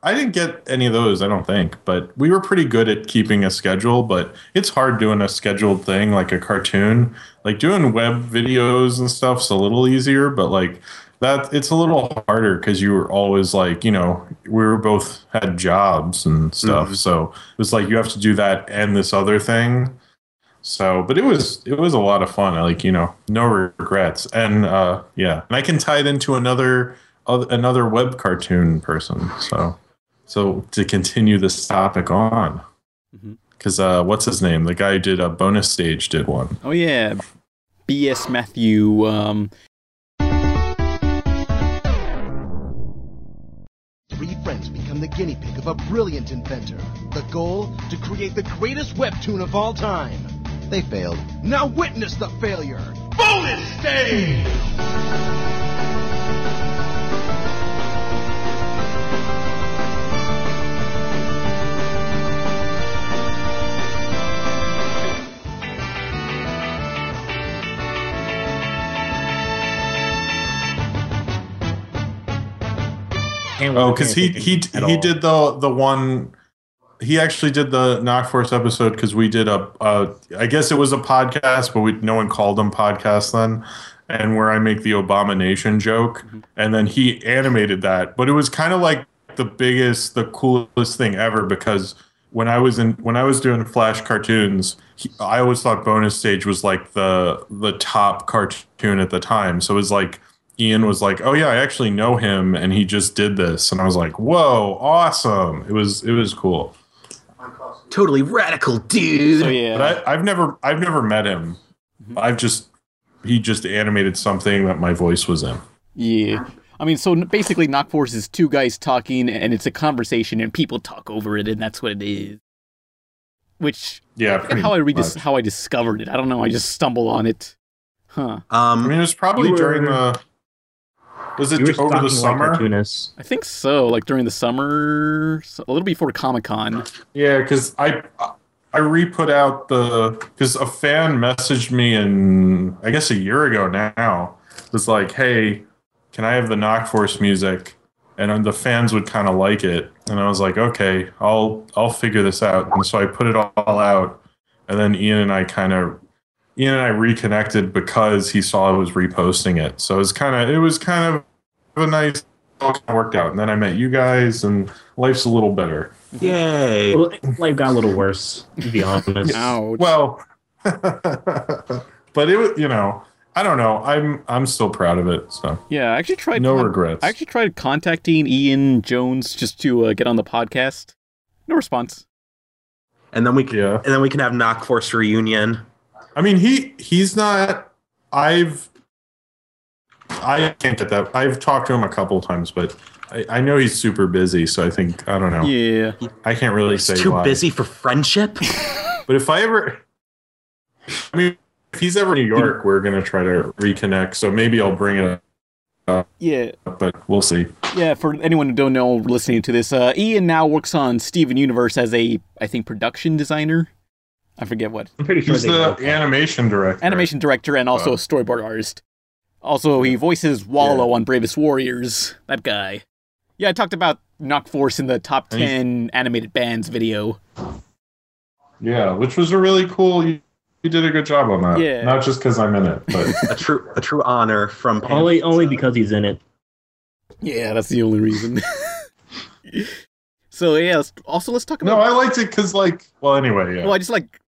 [SPEAKER 5] I didn't get any of those, I don't think, but we were pretty good at keeping a schedule. But it's hard doing a scheduled thing like a cartoon. Like doing web videos and stuff's a little easier, but like that, it's a little harder because you were always like, you know, we were both had jobs and stuff. So it's like you have to do that and this other thing. So, but it was it was a lot of fun. I Like you know, no regrets, and uh, yeah, and I can tie it into another oth- another web cartoon person. So, so to continue this topic on,
[SPEAKER 2] Mhm.
[SPEAKER 5] because uh, what's his name? The guy who did a bonus stage did one.
[SPEAKER 2] Oh yeah, B.S. Matthew. Um,
[SPEAKER 1] Three friends become the guinea pig of a brilliant inventor. The goal? To create the greatest webtoon of all time. They failed. Now witness the failure. Bonus stage!
[SPEAKER 4] Can't
[SPEAKER 5] Oh,
[SPEAKER 4] work
[SPEAKER 5] because he
[SPEAKER 4] anything
[SPEAKER 5] he
[SPEAKER 4] at
[SPEAKER 5] he
[SPEAKER 4] all.
[SPEAKER 5] did the the one. He actually did the Knock Force episode because we did a. Uh, I guess it was a podcast, but we no one called them podcasts then. And where I make the abomination joke,
[SPEAKER 4] Mm-hmm.
[SPEAKER 5] and then he animated that, but it was kind of like the biggest, the coolest thing ever because when I was in when I was doing Flash cartoons, he, I always thought Bonus Stage was like the the top cartoon at the time. So it was like Ian was like, "Oh yeah, I actually know him, and he just did this," and I was like, "Whoa, awesome!" It was it was cool,
[SPEAKER 3] totally radical, dude.
[SPEAKER 2] so yeah,
[SPEAKER 5] but I, I've never I've never met him.
[SPEAKER 4] Mm-hmm.
[SPEAKER 5] I've just he just animated something that my voice was in.
[SPEAKER 2] yeah. I mean, so n- basically, Knock Force is two guys talking, and it's a conversation, and people talk over it, and that's what it is. Which
[SPEAKER 5] Yeah,
[SPEAKER 2] I
[SPEAKER 5] pretty
[SPEAKER 2] forget how I redis-
[SPEAKER 5] much.
[SPEAKER 2] how I discovered it. I don't know. I just stumbled on it. Huh.
[SPEAKER 5] I
[SPEAKER 3] Um,
[SPEAKER 5] mean, it was probably
[SPEAKER 4] You were-
[SPEAKER 5] during the was it
[SPEAKER 4] You were
[SPEAKER 5] over
[SPEAKER 4] talking
[SPEAKER 5] the
[SPEAKER 4] like
[SPEAKER 5] summer?
[SPEAKER 4] cartoonists.
[SPEAKER 2] I think so. Like during the summer, so- a little before Comic Con.
[SPEAKER 5] Yeah, because I I re-put out the because a fan messaged me in I guess a year ago now was like, hey, can I have the Knock Force music? And then the fans would kind of like it, and I was like, okay, I'll I'll figure this out. And so I put it all out, and then Ian and I kind of Ian and I reconnected because he saw I was reposting it. So it was kind of it was kind of a nice worked out. And then I met you guys, and life's a little better.
[SPEAKER 3] yay.
[SPEAKER 4] Well, life got a little worse, to be honest.
[SPEAKER 2] Ouch.
[SPEAKER 5] Well, but it was, you know, I don't know. I'm I'm still proud of it. So
[SPEAKER 2] Yeah, I actually tried.
[SPEAKER 5] No regrets.
[SPEAKER 2] I actually tried contacting Ian Jones just to uh, get on the podcast. No response.
[SPEAKER 3] and then we can,
[SPEAKER 5] Yeah.
[SPEAKER 3] and then we can have Knockforce reunion.
[SPEAKER 5] I mean he he's not I've I can't get that. I've talked to him a couple times, but I, I know he's super busy, so I think I don't know.
[SPEAKER 2] Yeah,
[SPEAKER 5] I can't really say
[SPEAKER 3] Too
[SPEAKER 5] why.
[SPEAKER 3] busy for friendship.
[SPEAKER 5] But if I ever, I mean, if he's ever in New York, we're gonna try to reconnect. So maybe I'll bring it
[SPEAKER 2] yeah,
[SPEAKER 5] up, but we'll see.
[SPEAKER 2] yeah. For anyone who don't know, listening to this, uh, Ian now works on Steven Universe as a, I think, production designer. I forget what
[SPEAKER 4] I'm pretty sure
[SPEAKER 5] He's
[SPEAKER 4] they
[SPEAKER 5] the
[SPEAKER 4] both-
[SPEAKER 5] animation director.
[SPEAKER 2] animation director and also a storyboard artist. Also, he voices Wallow on Bravest Warriors. That guy. Yeah, I talked about Knock Force in the top
[SPEAKER 5] And he's-
[SPEAKER 2] ten animated bands video.
[SPEAKER 5] Yeah, which was a really cool. You, you did a good job on that.
[SPEAKER 2] Yeah.
[SPEAKER 5] Not just because I'm in it, but
[SPEAKER 3] a true a true honor from
[SPEAKER 4] Only only because he's in it.
[SPEAKER 2] Yeah, that's the only reason. so yeah, let's, also let's talk about.
[SPEAKER 5] no, I liked it because like, well, anyway, yeah.
[SPEAKER 2] Well, I just like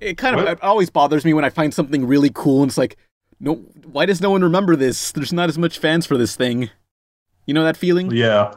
[SPEAKER 2] it. Kind of
[SPEAKER 5] What?
[SPEAKER 2] it always bothers me when I find something really cool and it's like, no, why does no one remember this? There's not as much fans for this thing. You know that feeling?
[SPEAKER 5] Yeah.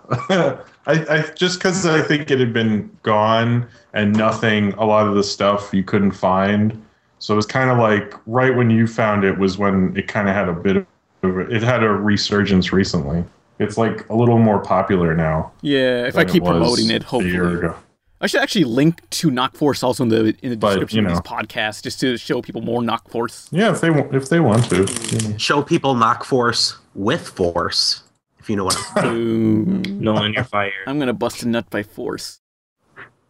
[SPEAKER 5] I, I just because I think it had been gone and nothing, a lot of the stuff you couldn't find. So it was kind of like right when you found it was when it kind of had a bit of it had a resurgence recently. It's like a little more popular now.
[SPEAKER 2] Yeah. If I
[SPEAKER 5] than
[SPEAKER 2] keep
[SPEAKER 5] was
[SPEAKER 2] promoting it,
[SPEAKER 5] a year
[SPEAKER 2] hopefully.
[SPEAKER 5] ago.
[SPEAKER 2] I should actually link to Knockforce also in the in the
[SPEAKER 5] But,
[SPEAKER 2] description
[SPEAKER 5] you
[SPEAKER 2] of
[SPEAKER 5] know.
[SPEAKER 2] this podcast just to show people more Knockforce.
[SPEAKER 5] Yeah, if they wa- if they want to. you know.
[SPEAKER 3] show people Knockforce with force. If you know what. I'm,
[SPEAKER 2] Boom.
[SPEAKER 4] Nolan, you're fired.
[SPEAKER 2] I'm gonna bust a nut by force.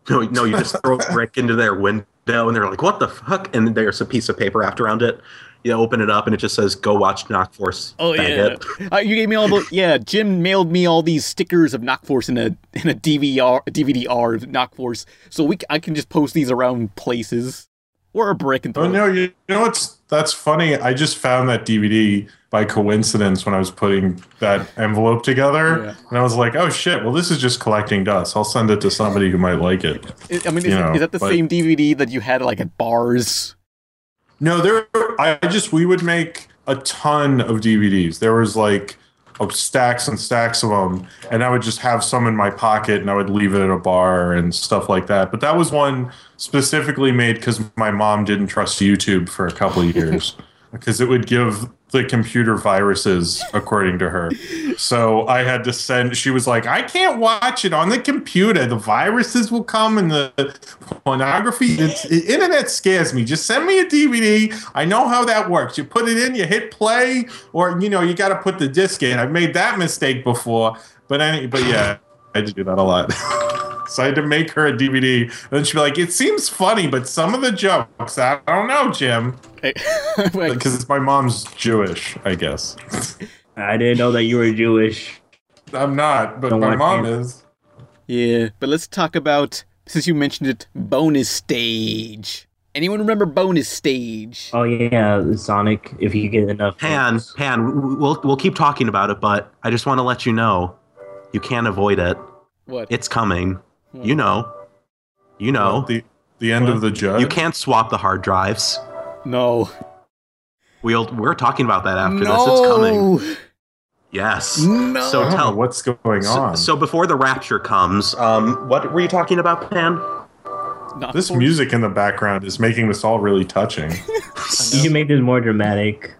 [SPEAKER 3] no, no, you just throw a brick into their window, and they're like, "What the fuck?" And there's a piece of paper wrapped around it. You open it up, and it just says, "Go watch Knockforce."
[SPEAKER 2] Oh yeah,
[SPEAKER 3] faggot."
[SPEAKER 2] uh, you gave me all the yeah. Jim mailed me all these stickers of Knockforce in a in a DVR DVDR of Knockforce, so we c- I can just post these around places or a brick and throw.
[SPEAKER 5] Oh no, you, you know what's that's funny. I just found that DVD by coincidence when I was putting that envelope together,
[SPEAKER 2] Yeah.
[SPEAKER 5] and I was like, "Oh shit! Well, this is just collecting dust. I'll send it to somebody who might like it."
[SPEAKER 2] it. I mean, is,
[SPEAKER 5] you know,
[SPEAKER 2] is that the
[SPEAKER 5] but-
[SPEAKER 2] same DVD that you had like at bars?
[SPEAKER 5] No, there. I just we would make a ton of DVDs. There was like oh, stacks and stacks of them, and I would just have some in my pocket, and I would leave it at a bar and stuff like that. But that was one specifically made because my mom didn't trust YouTube for a couple of years because it would give the computer viruses, according to her. So I had to send. She was like, "I can't watch it on the computer. The viruses will come and the pornography. It's, the internet scares me. Just send me a DVD. I know how that works. You put it in, you hit play, or you know, you got to put the disc in. I've made that mistake before, but any, but yeah, I had to do that a lot." So I had to make her a DVD. And then she'd be like, it seems funny, but some of the jokes, I don't know, Jim.
[SPEAKER 2] I-
[SPEAKER 5] Because my mom's Jewish, I guess.
[SPEAKER 4] I didn't know that you were Jewish.
[SPEAKER 5] I'm not, but
[SPEAKER 4] Don't
[SPEAKER 5] my
[SPEAKER 4] like
[SPEAKER 5] mom
[SPEAKER 4] you.
[SPEAKER 5] is.
[SPEAKER 2] yeah, but let's talk about since you mentioned it, bonus stage. Anyone remember bonus stage?
[SPEAKER 5] Uh,
[SPEAKER 4] Oh yeah, Sonic. If you get enough,
[SPEAKER 3] Pan, Pan, w- w- we'll we'll keep talking about it, but I just want to let you know, you can't avoid it.
[SPEAKER 2] what?
[SPEAKER 3] It's coming.
[SPEAKER 2] Hmm.
[SPEAKER 3] You know. You know.
[SPEAKER 5] The, the end of the judge.
[SPEAKER 3] You can't swap the hard drives.
[SPEAKER 2] no.
[SPEAKER 3] We'll we're talking about that
[SPEAKER 2] no.
[SPEAKER 3] after this. It's coming. Yes.
[SPEAKER 2] No.
[SPEAKER 5] I
[SPEAKER 3] So
[SPEAKER 5] don't know
[SPEAKER 3] tell
[SPEAKER 5] what's going
[SPEAKER 3] So,
[SPEAKER 5] on.
[SPEAKER 3] so before the rapture comes, um, what were you talking about, Pan?
[SPEAKER 2] Knock
[SPEAKER 5] this
[SPEAKER 2] Force.
[SPEAKER 5] music in the background is making this all really touching.
[SPEAKER 4] You can make this more dramatic.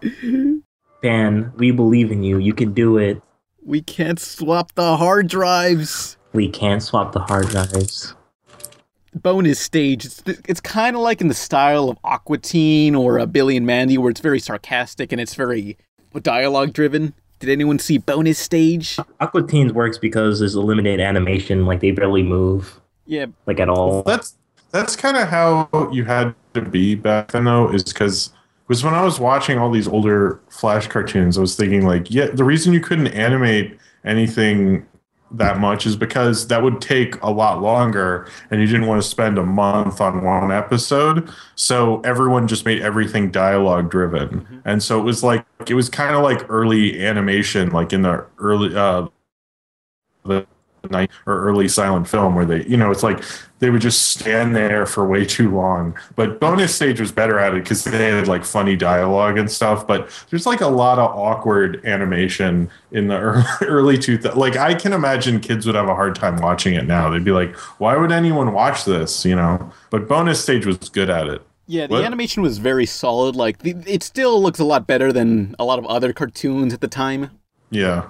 [SPEAKER 4] Pan, we believe in you. You can do it.
[SPEAKER 2] We can't swap the hard drives.
[SPEAKER 4] We can't swap the hard drives.
[SPEAKER 2] Bonus stage. It's, it's kind of like in the style of Aqua Teen or uh, Billy and Mandy, where it's very sarcastic and it's very dialogue driven. Did anyone see Bonus Stage?
[SPEAKER 4] Aqua Teens works because there's limited animation. Like they barely move,
[SPEAKER 2] Yeah,
[SPEAKER 4] like at all.
[SPEAKER 5] that's that's kind of how you had to be back then, though, is because was when I was watching all these older Flash cartoons, I was thinking like, yeah, the reason you couldn't animate anything that much is because that would take a lot longer and you didn't want to spend a month on one episode so everyone just made everything dialogue driven and so it was like it was kind of like early animation like in the early uh the night or early silent film where they, you know, it's like they would just stand there for way too long. But bonus stage was better at it because they had like funny dialogue and stuff. But there's like a lot of awkward animation in the early, early 2000s. Like I can imagine kids would have a hard time watching it now. They'd be like, why would anyone watch this? You know, but bonus stage was good at it.
[SPEAKER 2] Yeah, the
[SPEAKER 5] What?
[SPEAKER 2] animation was very solid. Like the, it still looks a lot better than a lot of other cartoons at the time.
[SPEAKER 5] Yeah.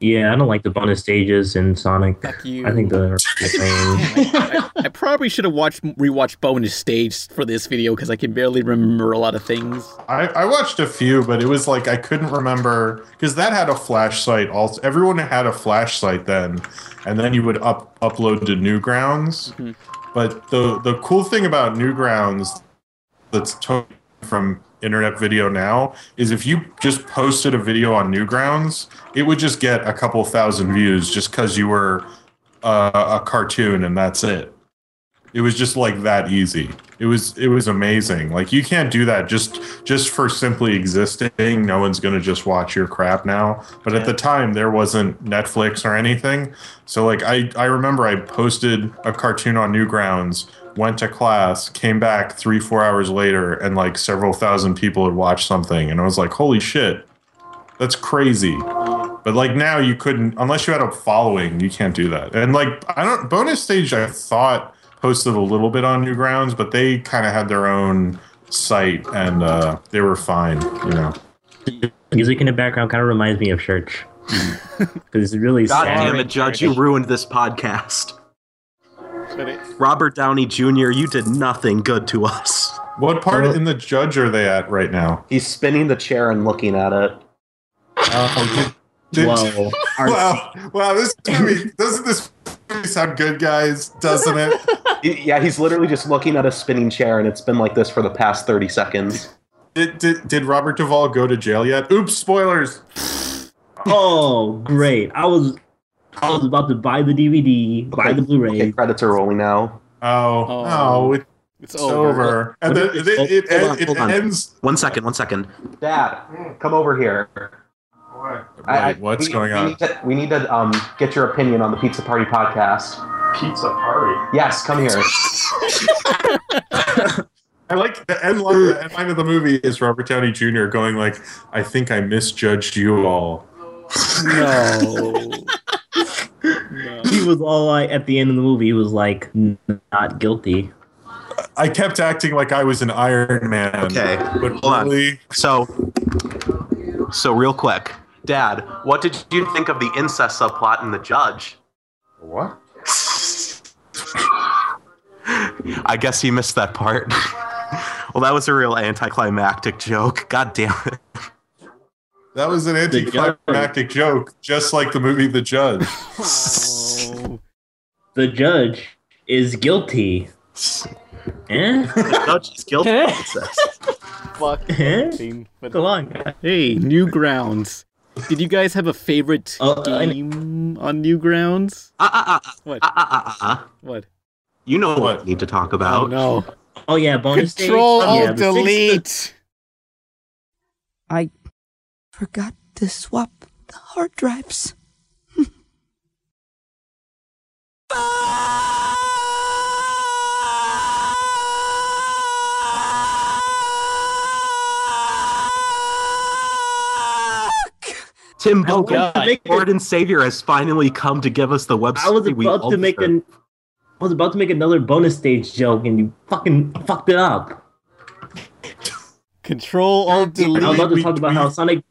[SPEAKER 4] Yeah, I don't like the bonus stages in Sonic.
[SPEAKER 2] Fuck you.
[SPEAKER 4] I think the thing.
[SPEAKER 2] I, I probably should have watched rewatched bonus stage for this video because I can barely remember a lot of things.
[SPEAKER 5] I, I watched a few, but it was like I couldn't remember because that had a flash site. Also, everyone had a flash site then, and then you would up upload to Newgrounds. But the the cool thing about Newgrounds that's totally from internet video now is if you just posted a video on Newgrounds, it would just get a couple thousand views just because you were uh, a cartoon and that's it. It was just like that easy. It was it was amazing. Like you can't do that just just for simply existing. No one's gonna just watch your crap now. But at the time there wasn't Netflix or anything. So like I, I remember I posted a cartoon on Newgrounds, went to class, came back three, four hours later, and like several thousand people had watched something and I was like, Holy shit, that's crazy. But like now, you couldn't unless you had a following. You can't do that. And like I don't bonus stage. I thought posted a little bit on Newgrounds, but they kind of had their own site and uh, they were fine. You know.
[SPEAKER 4] Music in the background kind of reminds me of church. Because it's really
[SPEAKER 3] God
[SPEAKER 4] sad.
[SPEAKER 3] damn it, Judge, you ruined this podcast. Robert Downey Jr., you did nothing good to us.
[SPEAKER 5] What part in the judge are they at right now?
[SPEAKER 3] He's spinning the chair and looking at it.
[SPEAKER 5] Did-
[SPEAKER 4] Whoa. Our
[SPEAKER 5] wow, wow, this movie doesn't this movie sound good, guys? Doesn't it?
[SPEAKER 3] He- Yeah, he's literally just looking at a spinning chair, and it's been like this for the past 30 seconds.
[SPEAKER 5] Did, did, did Robert Duvall go to jail yet? Oops, spoilers.
[SPEAKER 4] Oh, great! I was, I was about to buy the DVD, buy
[SPEAKER 3] Okay,
[SPEAKER 4] the Blu-ray.
[SPEAKER 3] Okay, credits are rolling now.
[SPEAKER 5] Oh,
[SPEAKER 2] Oh.
[SPEAKER 5] oh, it's
[SPEAKER 2] It's
[SPEAKER 5] over. And then it, it, it,
[SPEAKER 3] Hold on,
[SPEAKER 5] it
[SPEAKER 3] hold on.
[SPEAKER 5] ends.
[SPEAKER 3] One second, one second. Dad, come over here. I- I-
[SPEAKER 5] Wait, what's
[SPEAKER 3] we-
[SPEAKER 5] going
[SPEAKER 3] we
[SPEAKER 5] on?
[SPEAKER 3] need to- we need to um, get your opinion on the Pizza Party podcast.
[SPEAKER 5] pizza party.
[SPEAKER 3] Yes, come here.
[SPEAKER 5] I like the end line. The end line of the movie is Robert Downey Jr. going like, "I think I misjudged you all."
[SPEAKER 2] No.
[SPEAKER 4] He was all like, at the end of the movie, he was like, not guilty.
[SPEAKER 5] I kept acting like I was an Iron Man.
[SPEAKER 3] Okay,
[SPEAKER 5] but
[SPEAKER 3] hold on.
[SPEAKER 5] really,
[SPEAKER 3] So, so real quick, Dad, what did you think of the incest subplot in The Judge?
[SPEAKER 5] what?
[SPEAKER 3] I guess you missed that part. well, that was a real anticlimactic joke. God damn it.
[SPEAKER 5] That was an anticlimactic joke, just like the movie The Judge.
[SPEAKER 2] Oh,
[SPEAKER 4] The judge is guilty. Eh?
[SPEAKER 3] The judge is guilty. of incest.
[SPEAKER 2] Fuck.
[SPEAKER 4] Eh?
[SPEAKER 2] Scene. But-
[SPEAKER 4] Go on, guys.
[SPEAKER 2] Hey, Newgrounds. Did you guys have a favorite
[SPEAKER 4] Oh, I-
[SPEAKER 2] game on Newgrounds?
[SPEAKER 3] Ah, ah, ah,
[SPEAKER 2] What?
[SPEAKER 3] ah, ah, ah, ah.
[SPEAKER 2] What?
[SPEAKER 3] You know what,
[SPEAKER 5] What?
[SPEAKER 3] we need to talk
[SPEAKER 2] Oh,
[SPEAKER 3] about.
[SPEAKER 2] no.
[SPEAKER 4] Oh yeah, bonus stage.
[SPEAKER 2] Control
[SPEAKER 4] Oh, yeah,
[SPEAKER 2] Alt
[SPEAKER 4] the sixth-
[SPEAKER 2] Delete.
[SPEAKER 10] I forgot to swap the hard drives.
[SPEAKER 3] Tim
[SPEAKER 4] Oh,
[SPEAKER 6] God.
[SPEAKER 3] Bogle, Lord and Savior, has finally come to give us the website.
[SPEAKER 4] I was
[SPEAKER 3] we
[SPEAKER 4] about
[SPEAKER 3] all
[SPEAKER 4] to make
[SPEAKER 3] deserve.
[SPEAKER 4] an. I was about to make another bonus stage joke, and you fucking fucked it up.
[SPEAKER 2] Control Alt
[SPEAKER 4] I was
[SPEAKER 2] Delete.
[SPEAKER 4] about to talk about how Sonic.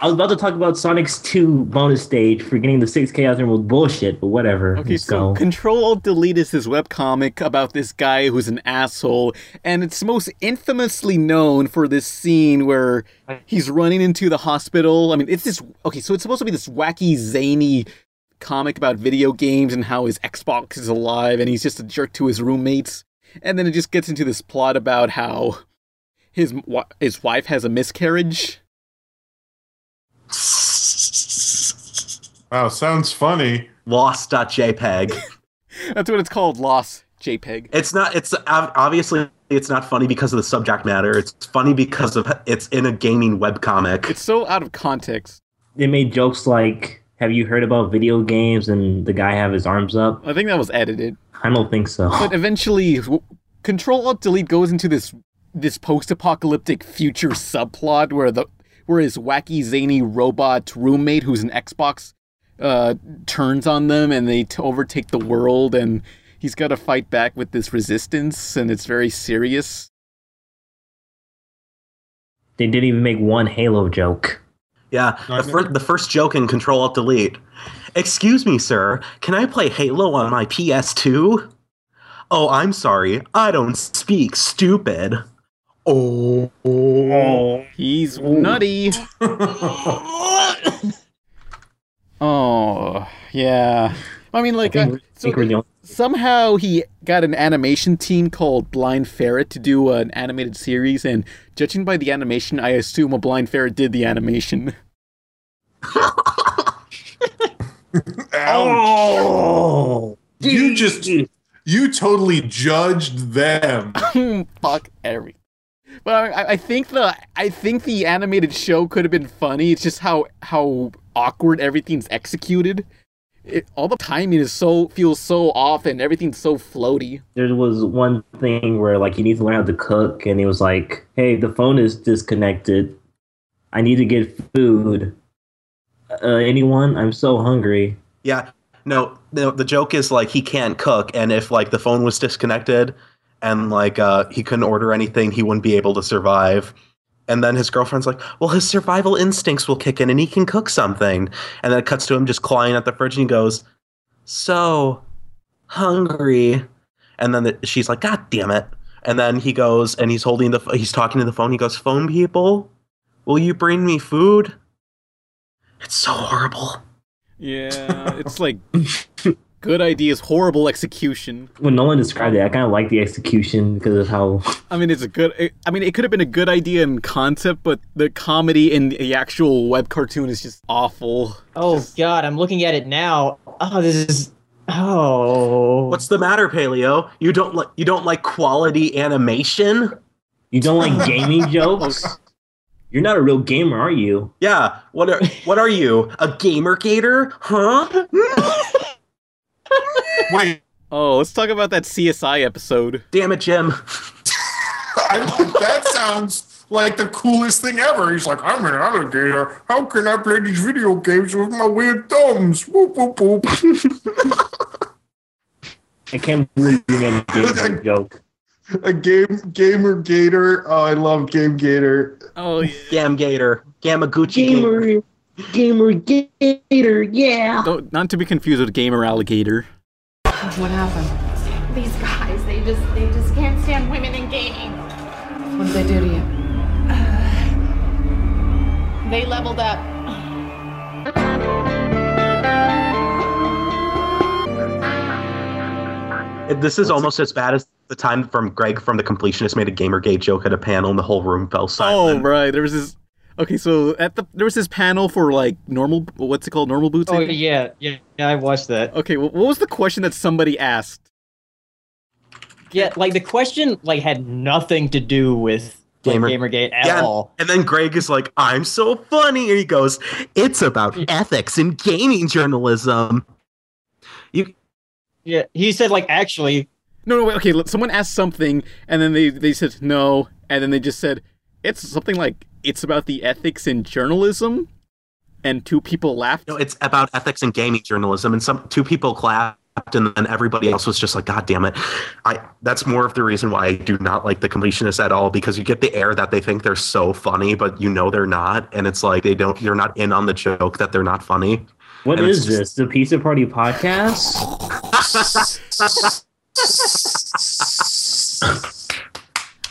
[SPEAKER 4] I was about to talk about Sonic's two bonus stage for getting the six Chaos Emerald bullshit, but whatever.
[SPEAKER 2] Okay,
[SPEAKER 4] Let's
[SPEAKER 2] so
[SPEAKER 4] go.
[SPEAKER 2] Control Alt Delete is this webcomic about this guy who's an asshole, and it's most infamously known for this scene where he's running into the hospital. I mean, it's this. Okay, so it's supposed to be this wacky, zany comic about video games and how his Xbox is alive, and he's just a jerk to his roommates. And then it just gets into this plot about how his wa- his wife has a miscarriage.
[SPEAKER 5] Wow, sounds funny.
[SPEAKER 3] lost.jpg.
[SPEAKER 2] That's what it's called, Lost E JPEG.
[SPEAKER 3] E It's not. It's ob- obviously it's not funny because of the subject matter. It's funny because of it's in a gaming webcomic.
[SPEAKER 2] It's so out of context.
[SPEAKER 4] they made jokes like Have you heard about video games and the guy have his arms up?
[SPEAKER 2] I think that was edited.
[SPEAKER 4] I don't think so.
[SPEAKER 2] But eventually, w- Control Alt Delete goes into this this post apocalyptic future subplot where the where his wacky zany robot roommate, who's an Xbox, uh, turns on them and they t- overtake the world, and he's got to fight back with this resistance, and it's very serious.
[SPEAKER 4] They didn't even make one Halo joke.
[SPEAKER 3] Yeah, the, fir- the first joke in Control Alt Delete. Excuse me, sir. Can I play Halo on my PS2? Oh, I'm sorry. I don't speak stupid. Oh,
[SPEAKER 2] he's nutty. oh yeah. I mean, like, uh, so somehow he got an animation team called Blind Ferret to do an animated series, and judging by the animation, I assume a Blind Ferret did the animation. Oh!
[SPEAKER 5] Oh, you just you totally judged them.
[SPEAKER 2] Fuck every. But I, I think the I think the animated show could have been funny. It's just how how awkward everything's executed. It, all the timing is so feels so off, and everything's so floaty.
[SPEAKER 4] There was one thing where like he needs to learn how to cook, and he was like, "Hey, the phone is disconnected. I need to get food. Uh, anyone? I'm so hungry."
[SPEAKER 3] Yeah, no, no. The joke is like he can't cook, and if like the phone was disconnected, and like uh, he couldn't order anything, he wouldn't be able to survive. And then his girlfriend's like, "Well, his survival instincts will kick in, and he can cook something." And then it cuts to him just clawing at the fridge, and he goes, "So hungry." And then the, she's like, "God damn it!" And then he goes, and he's holding the, he's talking to the phone. He goes, "Phone people, will you bring me food?" It's so horrible.
[SPEAKER 2] Yeah, it's like good ideas, horrible execution.
[SPEAKER 4] When Nolan described it, I kind of like the execution because of how
[SPEAKER 2] I mean, it's a good. I mean, it could have been a good idea in concept, but the comedy in the actual web cartoon is just awful.
[SPEAKER 6] Oh God, I'm looking at it now. Oh, this is. Oh.
[SPEAKER 3] What's the matter, Paleo? You don't like you don't like quality animation?
[SPEAKER 4] You don't like gaming jokes? You're not a real gamer, are you?
[SPEAKER 3] Yeah. What are what are you? A gamer gator? Huh?
[SPEAKER 5] Wait.
[SPEAKER 2] Oh, let's talk about that CSI episode.
[SPEAKER 3] Damn it, Jim.
[SPEAKER 5] I, that sounds like the coolest thing ever. He's like, I'm an alligator. How can I play these video games with my weird thumbs? Whoop whoop whoop.
[SPEAKER 4] I can't believe you made a gaming joke.
[SPEAKER 5] A game gamer gator. Oh, I love game gator.
[SPEAKER 2] Oh, yeah.
[SPEAKER 3] Gam gator. Gamaguchi gator.
[SPEAKER 4] Gamer, gamer, gator, yeah.
[SPEAKER 2] Don't- not to be confused with gamer alligator.
[SPEAKER 11] What happened?
[SPEAKER 8] These guys, they just they just can't stand women in gaming.
[SPEAKER 11] What did they do to you?
[SPEAKER 8] Uh, They leveled up.
[SPEAKER 3] This is almost as bad as the time from Greg from the completionist made a Gamergate joke at a panel and the whole room fell
[SPEAKER 2] Oh
[SPEAKER 3] silent.
[SPEAKER 2] right, there was this. Okay, so at the there was this panel for like normal. What's it called? Normal boots. I
[SPEAKER 6] Oh
[SPEAKER 2] think?
[SPEAKER 6] yeah, yeah, yeah. I watched that.
[SPEAKER 2] Okay, wh- what was the question that somebody asked?
[SPEAKER 6] Yeah, like the question like had nothing to do with like,
[SPEAKER 3] Gamer-
[SPEAKER 6] Gamergate at
[SPEAKER 3] Yeah,
[SPEAKER 6] all.
[SPEAKER 3] and then Greg is like, "I'm so funny," and he goes, "It's about ethics in gaming journalism." You
[SPEAKER 6] Yeah, he said like actually,
[SPEAKER 2] No, no, wait, okay. look, Someone asked something, and then they they said no, and then they just said it's something like it's about the ethics in journalism, and two people laughed.
[SPEAKER 3] No, it's about ethics and gaming journalism. And some two people clapped, and then everybody else was just like, "God damn it!" I that's more of the reason why I do not like the completionists at all because you get the air that they think they're so funny, but you know they're not, and it's like they don't, they're not in on the joke that they're not funny.
[SPEAKER 4] What
[SPEAKER 3] And it's
[SPEAKER 4] is this? The Pizza Party podcast?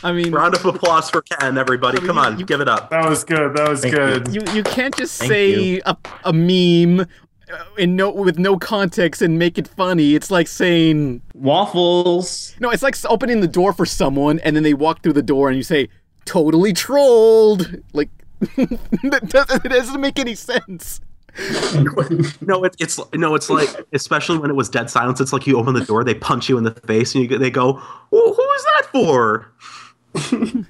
[SPEAKER 2] I mean,
[SPEAKER 3] Round of applause for Ken, everybody! Come on, give it up.
[SPEAKER 5] That was good. That was
[SPEAKER 4] Thank
[SPEAKER 5] good.
[SPEAKER 2] you you can't just
[SPEAKER 4] Thank
[SPEAKER 2] say a, a meme uh, in no with no context and make it funny. It's like saying
[SPEAKER 4] Waffles.
[SPEAKER 2] No, it's like s- opening the door for someone and then they walk through the door and you say, totally trolled. Like, that doesn't, it doesn't make any sense.
[SPEAKER 3] No, it, it's no, it's like especially when it was dead silence. It's like you open the door, they punch you in the face, and you, go- they go, "Who who is that for?"
[SPEAKER 5] Wait,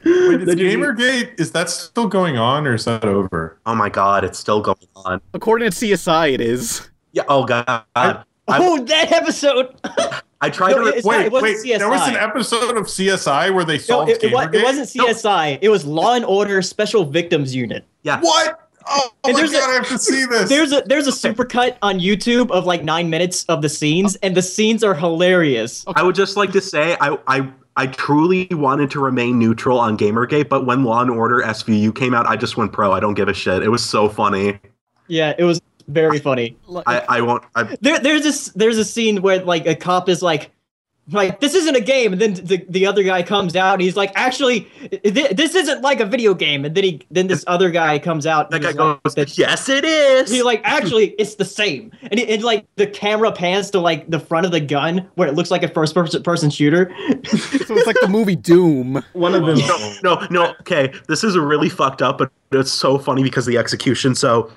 [SPEAKER 5] is Gamergate is that still going on or is that over?
[SPEAKER 3] Oh my god, it's still going on.
[SPEAKER 2] According to CSI, it is.
[SPEAKER 3] Yeah. Oh god. I,
[SPEAKER 6] oh, that episode.
[SPEAKER 3] I tried
[SPEAKER 6] No,
[SPEAKER 3] to.
[SPEAKER 6] it's not- it wasn't
[SPEAKER 5] There was an
[SPEAKER 6] CSI.
[SPEAKER 5] episode of CSI where they
[SPEAKER 6] No,
[SPEAKER 5] solved
[SPEAKER 6] it, it, wa-
[SPEAKER 5] Gamergate.
[SPEAKER 6] it wasn't CSI. It was Law and Order Special Victims Unit.
[SPEAKER 3] Yeah.
[SPEAKER 5] What? Oh, oh
[SPEAKER 6] And
[SPEAKER 5] my
[SPEAKER 6] there's
[SPEAKER 5] god,
[SPEAKER 6] a-
[SPEAKER 5] I have to see this.
[SPEAKER 6] There's a there's a supercut on YouTube of like nine minutes of the scenes, and the scenes are hilarious.
[SPEAKER 3] I would just like to say I I I truly wanted to remain neutral on Gamergate, but when Law and Order SVU came out, I just went pro. I don't give a shit. It was so funny.
[SPEAKER 6] Yeah, it was very funny.
[SPEAKER 3] I, I won't. I,
[SPEAKER 6] There there's this there's a scene where like a cop is like. Like this isn't a game, and then the, the other guy comes out, and he's like, "Actually, th- this isn't like a video game." And then he then this other guy comes out.
[SPEAKER 3] that
[SPEAKER 6] and
[SPEAKER 3] guy
[SPEAKER 6] he's like,
[SPEAKER 3] goes, "Yes, it is."
[SPEAKER 6] He like actually it's the same, and it, and, like the camera pans to like the front of the gun where it looks like a first person, person shooter.
[SPEAKER 2] So it's like the movie Doom.
[SPEAKER 4] One of them.
[SPEAKER 3] no, no, no. Okay, this is really fucked up, but it's so funny because of the execution. So,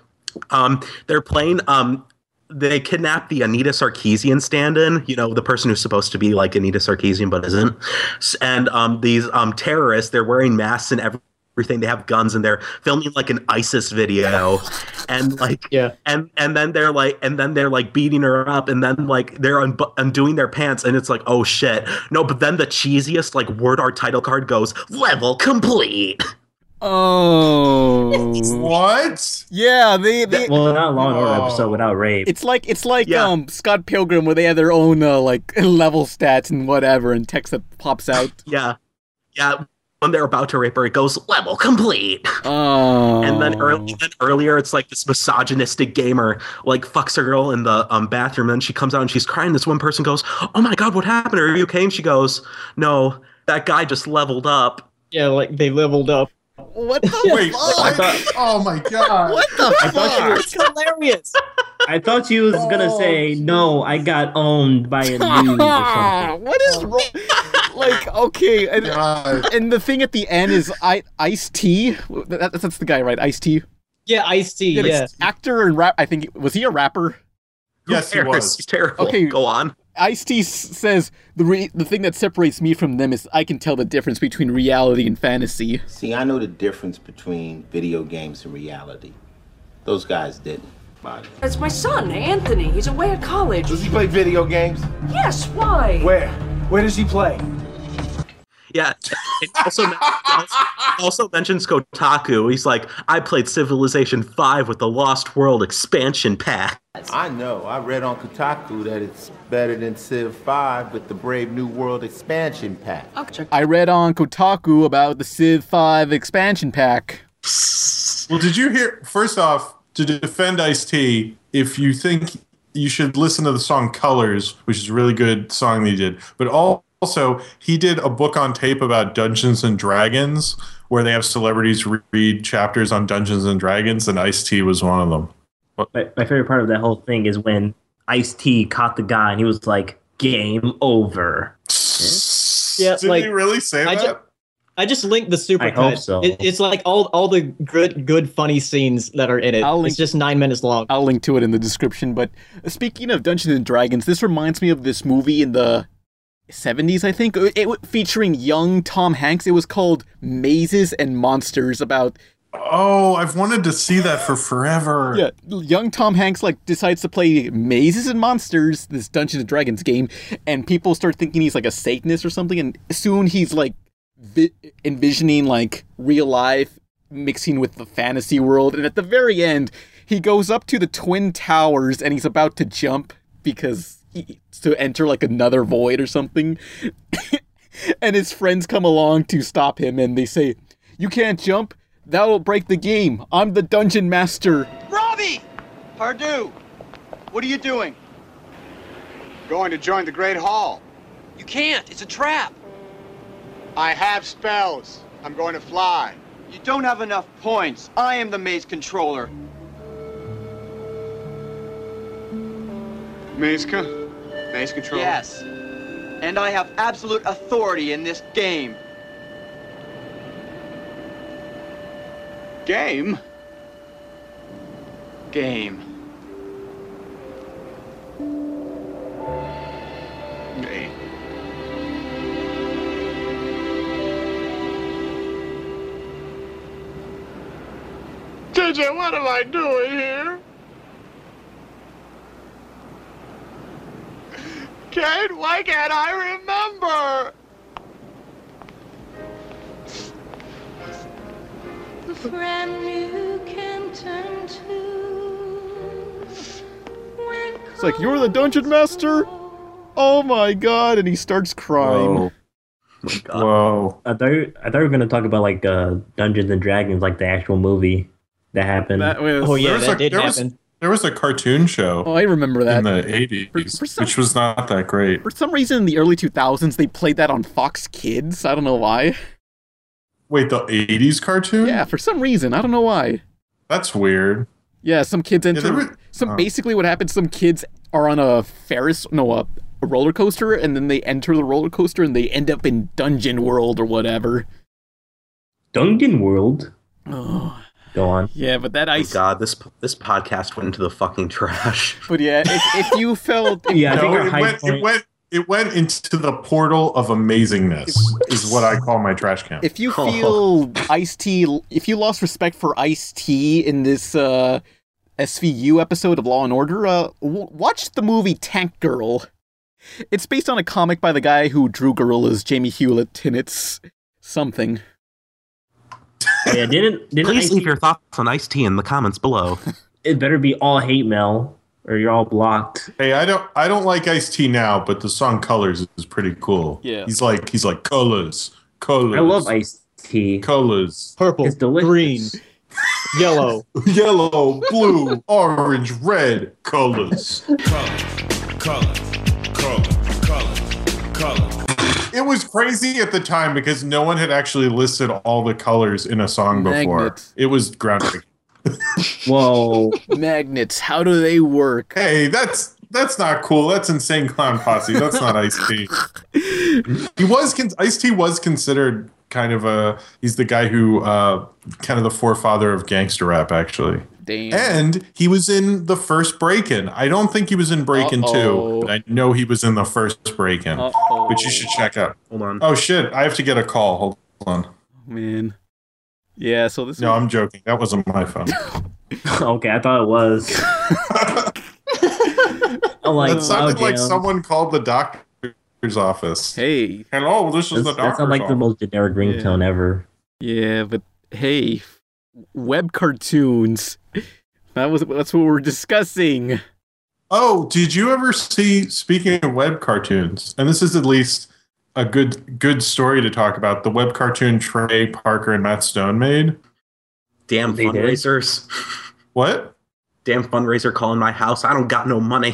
[SPEAKER 3] um, they're playing. Um, they kidnap the Anita Sarkeesian stand-in. You know, the person who's supposed to be like Anita Sarkeesian but isn't. S- And um, these um terrorists, they're wearing masks and everything. They have guns and they're filming like an ISIS video, and like
[SPEAKER 6] Yeah.
[SPEAKER 3] and and then they're like and then they're like beating her up and then like they're un- undoing their pants and it's like oh shit no but then the cheesiest like word art title card goes level complete
[SPEAKER 2] Oh.
[SPEAKER 5] what?
[SPEAKER 2] Yeah, they, they
[SPEAKER 4] Well, not Law and Order
[SPEAKER 5] Oh.
[SPEAKER 4] episode without rape.
[SPEAKER 2] it's like it's like
[SPEAKER 3] Yeah.
[SPEAKER 2] um Scott Pilgrim where they have their own uh, like level stats and whatever and text that pops out.
[SPEAKER 3] yeah yeah when they're about to rape her it goes level complete
[SPEAKER 2] Oh.
[SPEAKER 3] and then, ear- then earlier it's like this misogynistic gamer like fucks a girl in the um, bathroom and she comes out and she's crying this one person goes oh my god what happened are you okay and she goes no that guy just leveled up
[SPEAKER 6] Yeah, like they leveled up.
[SPEAKER 2] What the
[SPEAKER 5] Wait, what? oh my god.
[SPEAKER 2] What the
[SPEAKER 4] I thought you were-
[SPEAKER 6] It's hilarious.
[SPEAKER 4] I thought you was gonna say no. I got owned by a nude or something.
[SPEAKER 2] what is wrong? like okay, and,
[SPEAKER 5] God.
[SPEAKER 2] and the thing at the end is I Ice T. That, that's the guy, right? Ice T.
[SPEAKER 6] Yeah, Ice T. Yeah,
[SPEAKER 2] Actor and rap. I think was he a rapper?
[SPEAKER 3] Who
[SPEAKER 5] Yes, he
[SPEAKER 3] cares?
[SPEAKER 5] was.
[SPEAKER 3] He's terrible
[SPEAKER 2] Okay.
[SPEAKER 3] go on
[SPEAKER 2] Ice T says the re- the thing that separates me from them is I can tell the difference between reality and fantasy.
[SPEAKER 12] See, I know the difference between video games and reality. Those guys didn't. Bye.
[SPEAKER 11] That's my son, Anthony. He's away at college.
[SPEAKER 7] Does he play video games?
[SPEAKER 11] Yes, why?
[SPEAKER 7] Where? Where does he play?
[SPEAKER 3] Yeah. It also, men- also mentions Kotaku. He's like, I played Civilization 5 with the Lost World expansion pack.
[SPEAKER 12] I know. I read on Kotaku that it's better than Civ 5 with the Brave New World expansion pack.
[SPEAKER 11] Okay.
[SPEAKER 2] I read on Kotaku about the Civ 5 expansion pack.
[SPEAKER 5] Well, did you hear? First off, to defend Ice T, if you think you should listen to the song Colors, which is a really good song that he did, but al- also he did a book on tape about Dungeons and Dragons where they have celebrities re- read chapters on Dungeons and Dragons, and Ice T was one of them.
[SPEAKER 4] My, my favorite part of that whole thing is when Ice T caught the guy and he was like, "Game over."
[SPEAKER 6] Yeah,
[SPEAKER 5] did
[SPEAKER 6] like,
[SPEAKER 5] he really say
[SPEAKER 6] I
[SPEAKER 5] that?
[SPEAKER 6] ju- I just linked the
[SPEAKER 4] I
[SPEAKER 6] supercut.
[SPEAKER 4] hope so.
[SPEAKER 6] It- it's like all all the good good funny scenes that are in it.
[SPEAKER 2] I'll link-
[SPEAKER 6] it's just nine minutes long.
[SPEAKER 2] I'll link to it in the description. But uh, speaking of Dungeons and Dragons, this reminds me of this movie in the 70s, I think, it, it- featuring young Tom Hanks. It was called Mazes and Monsters about
[SPEAKER 5] oh, I've wanted to see that for forever.
[SPEAKER 2] Yeah, young Tom Hanks like decides to play Mazes and Monsters, this Dungeons and Dragons game, and people start thinking he's like a Satanist or something, and soon he's like vi- envisioning like real life mixing with the fantasy world, and at the very end, he goes up to the twin towers and he's about to jump because he, to enter like another void or something, and his friends come along to stop him, and they say, "You can't jump." That'll break the game. I'm the dungeon master.
[SPEAKER 1] Robbie! Pardue, what are you doing? Going to join the Great Hall. You can't, it's a trap. I have spells. I'm going to fly. You don't have enough points. I am the maze controller.
[SPEAKER 13] Mazka? Maze control?
[SPEAKER 1] Yes. And I have absolute authority in this game.
[SPEAKER 13] Game?
[SPEAKER 1] Game.
[SPEAKER 13] Hey. TJ, what am I doing here? Kate, why can't I remember?
[SPEAKER 8] The friend you can turn to.
[SPEAKER 2] It's like, you're the dungeon master? Oh my god. And he starts crying.
[SPEAKER 5] Oh.
[SPEAKER 2] Oh.
[SPEAKER 5] Whoa!
[SPEAKER 4] I thought you- I thought we were gonna talk about like uh, Dungeons and Dragons, like the actual movie that happened.
[SPEAKER 2] That was- Oh, yeah, that did
[SPEAKER 5] there was-
[SPEAKER 2] happen.
[SPEAKER 5] there was a cartoon show.
[SPEAKER 2] Oh, I remember that.
[SPEAKER 5] in the '80s, which was not that great.
[SPEAKER 2] For some reason, in the early 2000s, they played that on Fox Kids. I don't know why.
[SPEAKER 5] Wait, the '80s cartoon?
[SPEAKER 2] Yeah, for some reason. I don't know why.
[SPEAKER 5] That's weird.
[SPEAKER 2] Yeah, some kids enter. some
[SPEAKER 5] oh.
[SPEAKER 2] basically what happens. Some kids are on a Ferris, no, a, a roller coaster, and then they enter the roller coaster and they end up in Dungeon World or whatever.
[SPEAKER 4] Dungeon World.
[SPEAKER 2] Oh,
[SPEAKER 4] Go on.
[SPEAKER 2] Yeah, but that ice.
[SPEAKER 3] Oh, God, this this podcast went into the fucking trash.
[SPEAKER 2] but yeah, if, if you felt,
[SPEAKER 5] No, it, went, it went. It went into the portal of amazingness. Is what I call my trash can.
[SPEAKER 2] If you feel Ice T, if you lost respect for Ice T in this uh, SVU episode of Law and Order, uh, w- watch the movie Tank Girl. It's based on a comic by the guy who drew Gorillas, Jamie Hewlett, and it's something.
[SPEAKER 4] yeah, didn't didn't
[SPEAKER 3] Please
[SPEAKER 4] Ice-
[SPEAKER 3] leave your thoughts on Ice Tea in the comments below.
[SPEAKER 4] It better be all hate mail, or you're all blocked.
[SPEAKER 5] Hey, I don't I don't like Ice T now, but the song Colors is pretty cool.
[SPEAKER 2] Yeah.
[SPEAKER 5] He's like he's like colors, colors.
[SPEAKER 4] I love Ice T.
[SPEAKER 5] Colors.
[SPEAKER 6] Purple, green, yellow,
[SPEAKER 5] yellow, blue, orange, red, colors.
[SPEAKER 14] color, color, color, color.
[SPEAKER 5] It was crazy at the time because no one had actually listed all the colors in a song before.
[SPEAKER 2] Magnet.
[SPEAKER 5] It was groundbreaking.
[SPEAKER 4] Whoa.
[SPEAKER 2] Magnets, how do they work?
[SPEAKER 5] Hey, that's that's not cool. That's insane clown posse. That's not Ice T. He was con- Ice T was considered kind of a he's the guy who uh kind of the forefather of gangster rap actually.
[SPEAKER 2] Damn.
[SPEAKER 5] And he was in the first break in. I don't think he was in break in
[SPEAKER 2] Uh-oh.
[SPEAKER 5] two, but I know he was in the first break in,
[SPEAKER 2] Uh-oh.
[SPEAKER 5] which you should check out.
[SPEAKER 3] Hold on.
[SPEAKER 5] Oh shit, I have to get a call. Hold on.
[SPEAKER 2] Man. Yeah, so this
[SPEAKER 5] No, I'm joking. That wasn't my phone.
[SPEAKER 4] okay, I thought it was. I'm like,
[SPEAKER 5] that sounded
[SPEAKER 4] wow,
[SPEAKER 5] like
[SPEAKER 4] damn.
[SPEAKER 5] someone called the doctor's office.
[SPEAKER 2] Hey.
[SPEAKER 5] Hello, this
[SPEAKER 4] That's-
[SPEAKER 5] is the
[SPEAKER 4] that
[SPEAKER 5] doctor's
[SPEAKER 4] sounds like the
[SPEAKER 5] office.
[SPEAKER 4] most generic ringtone ever.
[SPEAKER 2] Yeah, but hey, web cartoons. That was that's what we're discussing.
[SPEAKER 5] Oh, did you ever see? Speaking of web cartoons, and this is at least a good good story to talk about. The web cartoon Trey Parker and Matt Stone made.
[SPEAKER 3] Damn
[SPEAKER 5] They did?
[SPEAKER 3] fundraisers.
[SPEAKER 5] What?
[SPEAKER 3] Damn fundraiser calling my house. I don't got no money.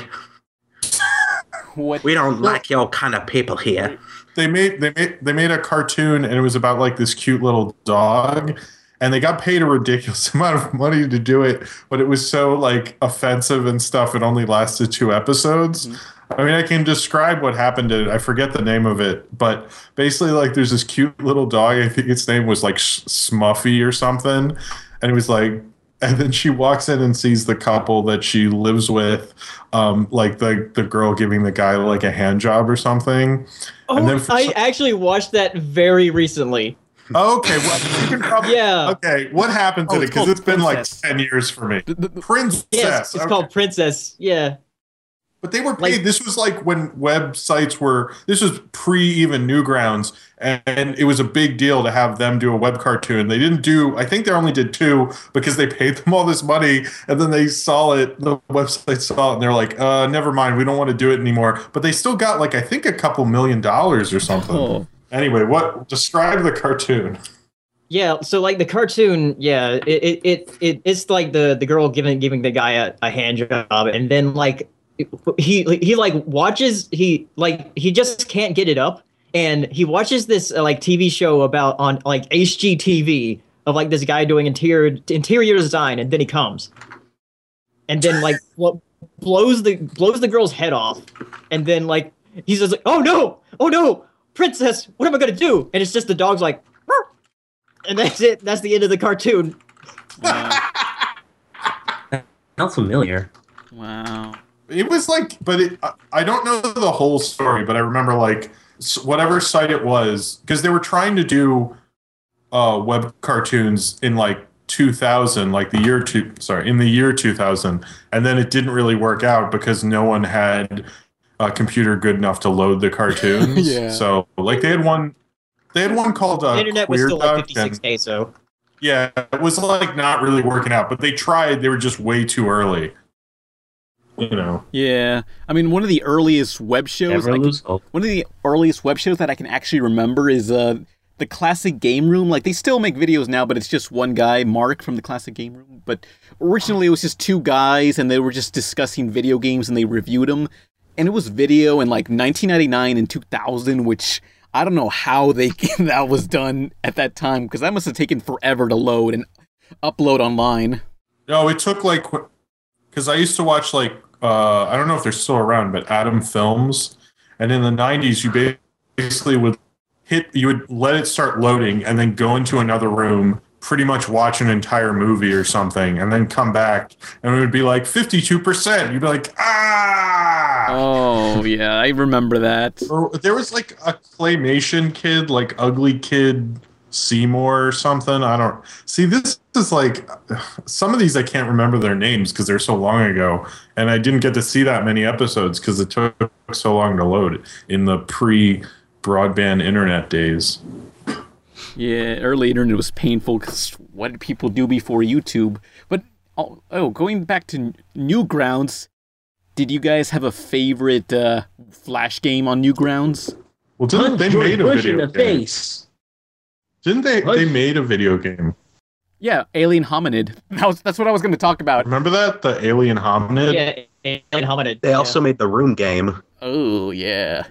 [SPEAKER 3] We don't like y'all kind of people here.
[SPEAKER 5] They made they made they made a cartoon, and it was about like this cute little dog, and they got paid a ridiculous amount of money to do it, but it was so like offensive and stuff. It only lasted two episodes. I mean, I can describe what happened to it. I forget the name of it, but basically, like, there's this cute little dog. I think its name was like S- Smuffy or something. And it was like, and then she walks in and sees the couple that she lives with, um, like the the girl giving the guy like a hand job or something.
[SPEAKER 6] Oh,
[SPEAKER 5] and then for
[SPEAKER 6] I actually watched that very recently.
[SPEAKER 5] Okay, well, you can probably,
[SPEAKER 6] yeah.
[SPEAKER 5] Okay, what happened to
[SPEAKER 6] Oh,
[SPEAKER 5] it?
[SPEAKER 6] it's
[SPEAKER 5] Because
[SPEAKER 6] called
[SPEAKER 5] it's been
[SPEAKER 6] Princess.
[SPEAKER 5] like ten years for me. Princess.
[SPEAKER 6] Yes, it's
[SPEAKER 5] okay.
[SPEAKER 6] called Princess. Yeah.
[SPEAKER 5] But they were paid. this was like when websites were. This was pre even Newgrounds, and, and it was a big deal to have them do a web cartoon. They didn't do. I think they only did two because they paid them all this money, and then they saw it. The website saw it, and they're like, "Uh, never mind. We don't want to do it anymore." But they still got like I think a couple million dollars or something.
[SPEAKER 6] Oh.
[SPEAKER 2] Oh,
[SPEAKER 5] Anyway, what describe the cartoon?
[SPEAKER 6] Yeah, so like the cartoon, yeah, it it, it, it it's like the the girl giving giving the guy a, a hand job, and then like he he like watches he like he just can't get it up, and he watches this uh, like TV show about on like HGTV of like this guy doing interior interior design, and then he comes, and then like blo- blows the blows the girl's head off, and then like he's just like oh no oh no princess what am I gonna do? And it's just the dog's like and that's it. That's the end of the cartoon.
[SPEAKER 4] Sounds familiar.
[SPEAKER 2] Wow.
[SPEAKER 5] It was like, but it, I- I don't know the whole story, but I remember like s- whatever site it was, because they were trying to do uh, web cartoons in like 2000, like the year two, sorry, in the year 2000, and then it didn't really work out because no one had a computer good enough to load the cartoons.
[SPEAKER 2] Yeah.
[SPEAKER 5] So like they had one, they had one called uh,
[SPEAKER 6] The internet was
[SPEAKER 5] Queer
[SPEAKER 6] still like
[SPEAKER 5] Duck,
[SPEAKER 6] 56
[SPEAKER 5] and-
[SPEAKER 6] peso.
[SPEAKER 5] yeah, it was like not really working out, but they tried. They were just way too early. You know.
[SPEAKER 2] Yeah, I mean, one of the earliest web shows.
[SPEAKER 5] Never
[SPEAKER 2] I can-
[SPEAKER 5] lose
[SPEAKER 2] One of the earliest web shows that I can actually remember is uh, the Classic Game Room. Like they still make videos now, but it's just one guy, Mark from the Classic Game Room. But originally, it was just two guys, and they were just discussing video games, and they reviewed them. And it was video in like 1999 and 2000, which I don't know how they that was done at that time because that must have taken forever to load and upload online.
[SPEAKER 5] No, it took like because I used to watch like uh, I don't know if they're still around, but Adam Films, and in the '90s, you ba- basically would hit you would let it start loading and then go into another room, pretty much watch an entire movie or something, and then come back and it would be like 52 percent. You'd be like, "Ah!"
[SPEAKER 2] Oh yeah, I remember that.
[SPEAKER 5] Or there was like a claymation kid, like ugly kid Seymour or something. I don't see this is like some of these I can't remember their names because they're so long ago, and I didn't get to see that many episodes because it took so long to load in the pre broadband internet days.
[SPEAKER 2] Yeah, early internet was painful because what did people do before YouTube? But oh, oh going back to N- Newgrounds, did you guys have a favorite uh, Flash game on Newgrounds?
[SPEAKER 5] Well, didn't they made a video game? Didn't they? They made a video game.
[SPEAKER 2] Yeah, Alien Hominid. That was, that's what I was going to talk about.
[SPEAKER 5] Remember that the Alien Hominid?
[SPEAKER 6] Yeah, Alien Hominid.
[SPEAKER 3] They also made the Room game.
[SPEAKER 2] Oh yeah.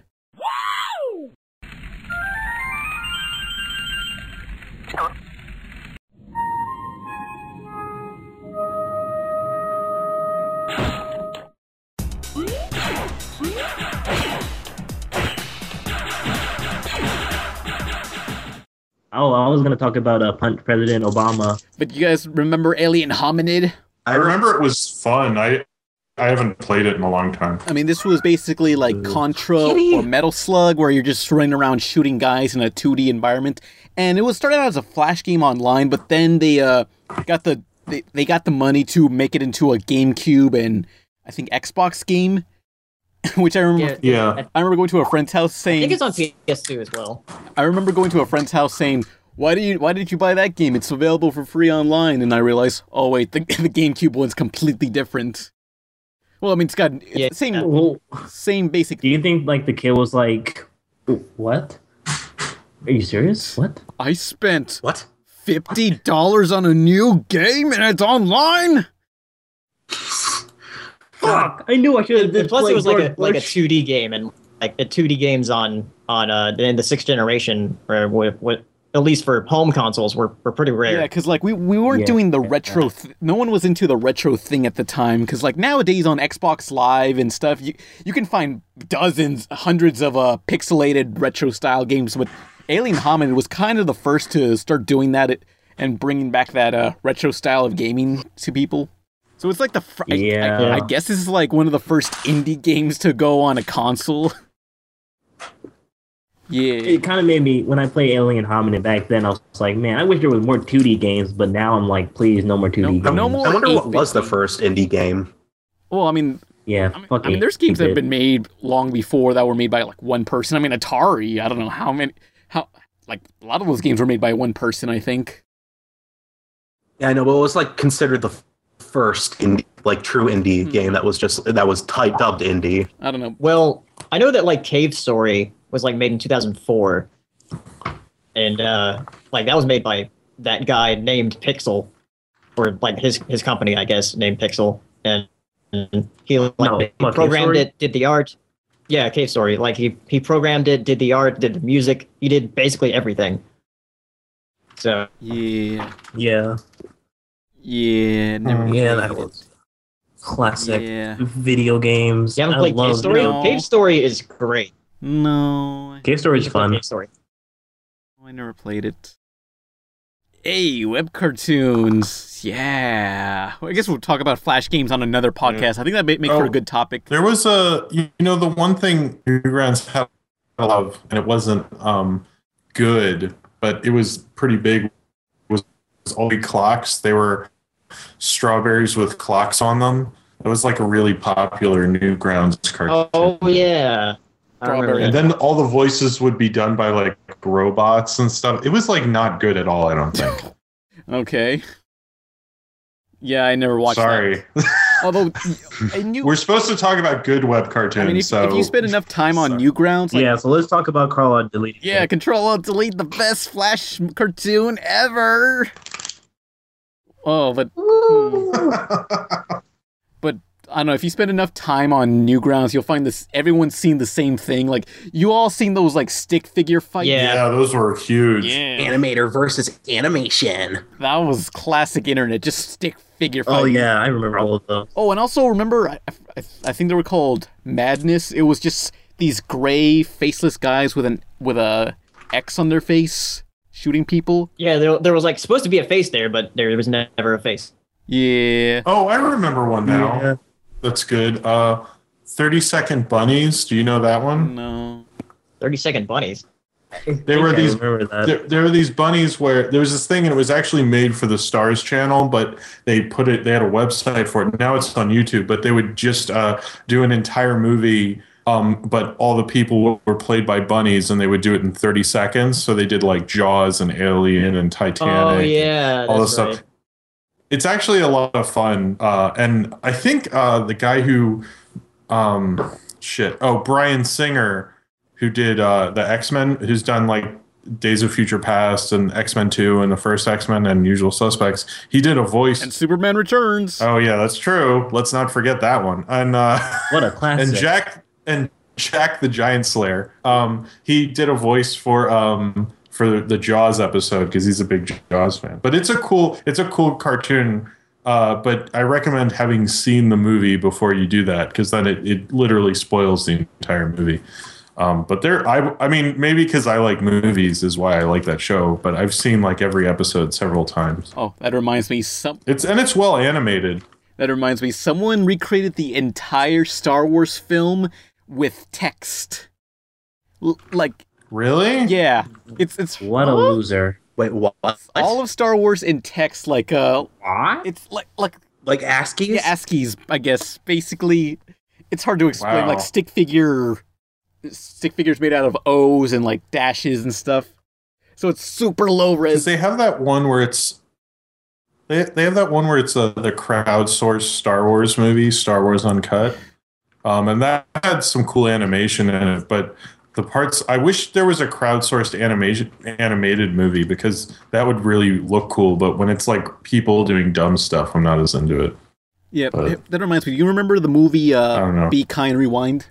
[SPEAKER 4] Oh, I was gonna talk about uh, Punch President Obama.
[SPEAKER 2] But you guys remember Alien Hominid?
[SPEAKER 5] I remember it was fun. I I haven't played it in a long time.
[SPEAKER 2] I mean, this was basically like Contra or Metal Slug, where you're just running around shooting guys in a 2D environment. And it was started out as a flash game online, but then they uh, got the they, they got the money to make it into a GameCube and I think Xbox game, which I remember.
[SPEAKER 5] Yeah. Yeah.
[SPEAKER 2] I remember going to a friend's house saying.
[SPEAKER 6] I think it's on PS2 as well.
[SPEAKER 2] I remember going to a friend's house saying, "Why do you? Why did you buy that game? It's available for free online." And I realized, oh wait, the, the GameCube one's completely different. Well, I mean, it's got it's the same same basic.
[SPEAKER 4] Do you think like the kid was like, what? Are you serious? What?
[SPEAKER 2] I spent
[SPEAKER 3] what
[SPEAKER 2] fifty dollars on a new game and it's online.
[SPEAKER 4] Fuck! I knew I should
[SPEAKER 6] And
[SPEAKER 4] have.
[SPEAKER 6] plus, it was like a like a 2D game, and like the 2D games on on uh in the sixth generation, or what, what at least for home consoles, were were pretty rare.
[SPEAKER 2] Yeah, because like we, we weren't
[SPEAKER 6] Yeah.
[SPEAKER 2] doing the retro. Th- no one was into the retro thing at the time. Because like nowadays on Xbox Live and stuff, you you can find dozens, hundreds of uh pixelated retro style games. But Alien Hominid was kind of the first to start doing that it, and bringing back that uh retro style of gaming to people. So it's like the fr- I- I-
[SPEAKER 4] Yeah.
[SPEAKER 2] I guess this is like one of the first indie games to go on a console. Yeah.
[SPEAKER 4] It kind of made me when I played Alien Hominid back then. I was like, man, I wish there was more 2D games. But now I'm like, please, no more 2D games.
[SPEAKER 2] no more
[SPEAKER 3] I wonder
[SPEAKER 5] E
[SPEAKER 3] what was the first indie game.
[SPEAKER 2] Well, I mean,
[SPEAKER 4] Yeah,
[SPEAKER 2] I mean, there's games that have been made long before that were made by like one person. I mean, Atari. I don't know how many. How like a lot of those games were made by one person. I think.
[SPEAKER 3] Yeah, I know, but it was like considered the first indie, like true indie game that was just that was typed dubbed indie.
[SPEAKER 2] I don't know.
[SPEAKER 6] Well, I know that like Cave Story was like made in 2004, and uh like that was made by that guy named Pixel, or like his his company, I guess, named Pixel, and and he like
[SPEAKER 4] No,
[SPEAKER 6] he
[SPEAKER 4] what, Cave
[SPEAKER 6] programmed
[SPEAKER 4] Story?
[SPEAKER 6] it, did the art. Yeah, Cave Story. Like he he programmed it, did the art, did the music. He did basically everything. So
[SPEAKER 2] yeah,
[SPEAKER 4] yeah,
[SPEAKER 2] yeah, never
[SPEAKER 4] Mm, yeah.
[SPEAKER 2] played
[SPEAKER 4] That
[SPEAKER 2] it.
[SPEAKER 4] was classic
[SPEAKER 2] Yeah.
[SPEAKER 4] video games.
[SPEAKER 6] You haven't played Cave Story? Cave Story is great.
[SPEAKER 2] No.
[SPEAKER 4] Cave Story is fun.
[SPEAKER 6] Cave Story.
[SPEAKER 2] I never played it. Hey, web cartoons. Yeah. Well, I guess we'll talk about Flash games on another podcast. I think that may make for a
[SPEAKER 5] Oh.
[SPEAKER 2] good topic.
[SPEAKER 5] There was a you know the one thing Newgrounds had a lot of, and it wasn't um good, but it was pretty big. Was all the clocks. They were strawberries with clocks on them. It was like a really popular Newgrounds cartoon.
[SPEAKER 6] Oh yeah. I remember
[SPEAKER 5] and
[SPEAKER 6] that.
[SPEAKER 5] then all the voices would be done by like robots and stuff. It was like not good at all. I don't think.
[SPEAKER 2] Okay. Yeah, I never watched.
[SPEAKER 5] Sorry.
[SPEAKER 2] Although I knew
[SPEAKER 5] We're supposed to talk about good web cartoons.
[SPEAKER 2] I mean, if,
[SPEAKER 5] so
[SPEAKER 2] if you spend enough time on Newgrounds, like,
[SPEAKER 4] yeah, so let's talk about Carl on deleting.
[SPEAKER 2] yeah, Control Alt Delete, the best Flash cartoon ever. Oh, but hmm. but I don't know. If you spend enough time on Newgrounds, you'll find this. Everyone's seen the same thing. Like you all seen those like stick figure fights.
[SPEAKER 5] those were huge.
[SPEAKER 3] Animator versus animation.
[SPEAKER 2] that was classic internet. Just stick figure fights.
[SPEAKER 4] Oh yeah, I remember all of those.
[SPEAKER 2] Oh, and also remember, I, I, I think they were called Madness. It was just these gray, faceless guys with an with a X on their face shooting people.
[SPEAKER 6] Yeah, there, there was like supposed to be a face there, but there was never a face.
[SPEAKER 2] Yeah.
[SPEAKER 5] Oh, I remember one now. That's good. Uh, Thirty Second Bunnies. Do you know that one?
[SPEAKER 2] No.
[SPEAKER 6] Thirty Second Bunnies.
[SPEAKER 5] They were
[SPEAKER 6] Mm, I
[SPEAKER 5] these.
[SPEAKER 4] remember that.
[SPEAKER 5] There, there were these bunnies where there was this thing, and it was actually made for the Stars Channel, but they put it. They had a website for it. Now it's on YouTube. But they would just uh, do an entire movie. Um, but all the people were played by bunnies, and they would do it in 30 seconds. So they did like Jaws and Alien and Titanic.
[SPEAKER 6] Oh yeah,
[SPEAKER 5] all
[SPEAKER 6] that's
[SPEAKER 5] this
[SPEAKER 6] right.
[SPEAKER 5] stuff. It's actually a lot of fun, uh, and I think uh, the guy who, um, shit, oh Brian Singer, who did uh, the X Men, who's done like Days of Future Past and X Men Two and the first X Men and Usual Suspects. He did a voice.
[SPEAKER 2] And Superman Returns.
[SPEAKER 5] oh yeah, that's true. Let's not forget that one. And uh,
[SPEAKER 4] What a classic.
[SPEAKER 5] and Jack and Jack the Giant Slayer. Um, he did a voice for um for the Jaws episode because he's a big Jaws fan. But it's a cool it's a cool cartoon. Uh, but I recommend having seen the movie before you do that because then it, it literally spoils the entire movie. Um, but there, I, I mean, maybe because I like movies is why I like that show. But I've seen like every episode several times.
[SPEAKER 2] Oh, that reminds me. Some
[SPEAKER 5] It's and it's well animated.
[SPEAKER 2] that reminds me. Someone recreated the entire Star Wars film with text. L- like
[SPEAKER 5] Really?
[SPEAKER 2] yeah, it's it's
[SPEAKER 4] What a loser.
[SPEAKER 3] Wait, what?
[SPEAKER 2] all of Star Wars in text. Like uh,
[SPEAKER 3] What?
[SPEAKER 2] it's like like
[SPEAKER 3] Like ASCII?
[SPEAKER 2] Yeah, ASCII's, I guess. Basically, it's hard to explain.
[SPEAKER 5] Wow.
[SPEAKER 2] Like stick figure, stick figures made out of O's and like dashes and stuff. So it's super low
[SPEAKER 5] Because
[SPEAKER 2] res.
[SPEAKER 5] they have that one where it's they they have that one where it's uh the crowdsourced Star Wars movie, Star Wars Uncut, um, and that had some cool animation in it. But the parts I wish there was a crowdsourced animation animated movie because that would really look cool. But when it's like people doing dumb stuff, I'm not as into it.
[SPEAKER 2] yeah,
[SPEAKER 5] but-
[SPEAKER 2] that reminds me. You remember the movie
[SPEAKER 5] I don't
[SPEAKER 2] uh,
[SPEAKER 5] know.
[SPEAKER 2] Be Kind Rewind?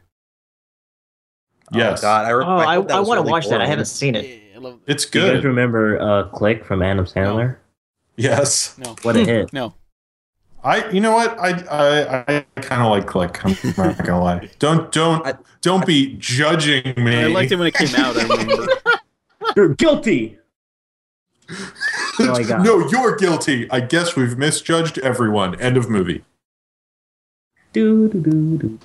[SPEAKER 5] yes,
[SPEAKER 3] God, I,
[SPEAKER 6] Oh,
[SPEAKER 3] re-
[SPEAKER 6] I,
[SPEAKER 3] thought that
[SPEAKER 6] I
[SPEAKER 3] was
[SPEAKER 6] want to
[SPEAKER 3] really
[SPEAKER 6] watch that. I
[SPEAKER 3] boring.
[SPEAKER 6] haven't seen it.
[SPEAKER 2] Yeah, I love
[SPEAKER 5] it's
[SPEAKER 4] Do you guys
[SPEAKER 5] good.
[SPEAKER 4] remember uh, Click from Adam Sandler?
[SPEAKER 5] Yes,
[SPEAKER 2] No,
[SPEAKER 4] What a hit.
[SPEAKER 2] no.
[SPEAKER 5] I. You know what? I I, I kind of like Click. I'm not gonna lie. Don't don't
[SPEAKER 3] I-
[SPEAKER 5] don't be judging me.
[SPEAKER 2] I liked it when it came out. I remember.
[SPEAKER 4] You're guilty. That's all I got.
[SPEAKER 5] no, you're guilty. I guess we've misjudged everyone. End of movie.
[SPEAKER 4] Do do do do.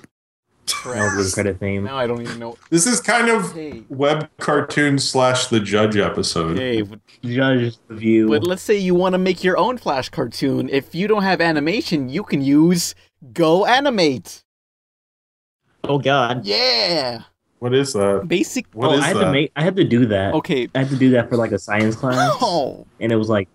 [SPEAKER 4] That was the
[SPEAKER 2] Crap.
[SPEAKER 4] credit theme.
[SPEAKER 2] now I don't even know.
[SPEAKER 5] This is kind of
[SPEAKER 2] Hey,
[SPEAKER 5] web cartoon slash the judge episode.
[SPEAKER 2] hey, but,
[SPEAKER 4] Judge the view.
[SPEAKER 2] but let's say you want to make your own Flash cartoon. If you don't have animation, you can use Go Animate.
[SPEAKER 6] Oh God.
[SPEAKER 2] Yeah,
[SPEAKER 5] What is that?
[SPEAKER 2] basic.
[SPEAKER 5] What
[SPEAKER 4] oh,
[SPEAKER 5] is
[SPEAKER 4] I had
[SPEAKER 5] that?
[SPEAKER 4] to make. I had to do that.
[SPEAKER 2] Okay.
[SPEAKER 4] I had to do that for like a science class,
[SPEAKER 2] Oh.
[SPEAKER 4] and it was like,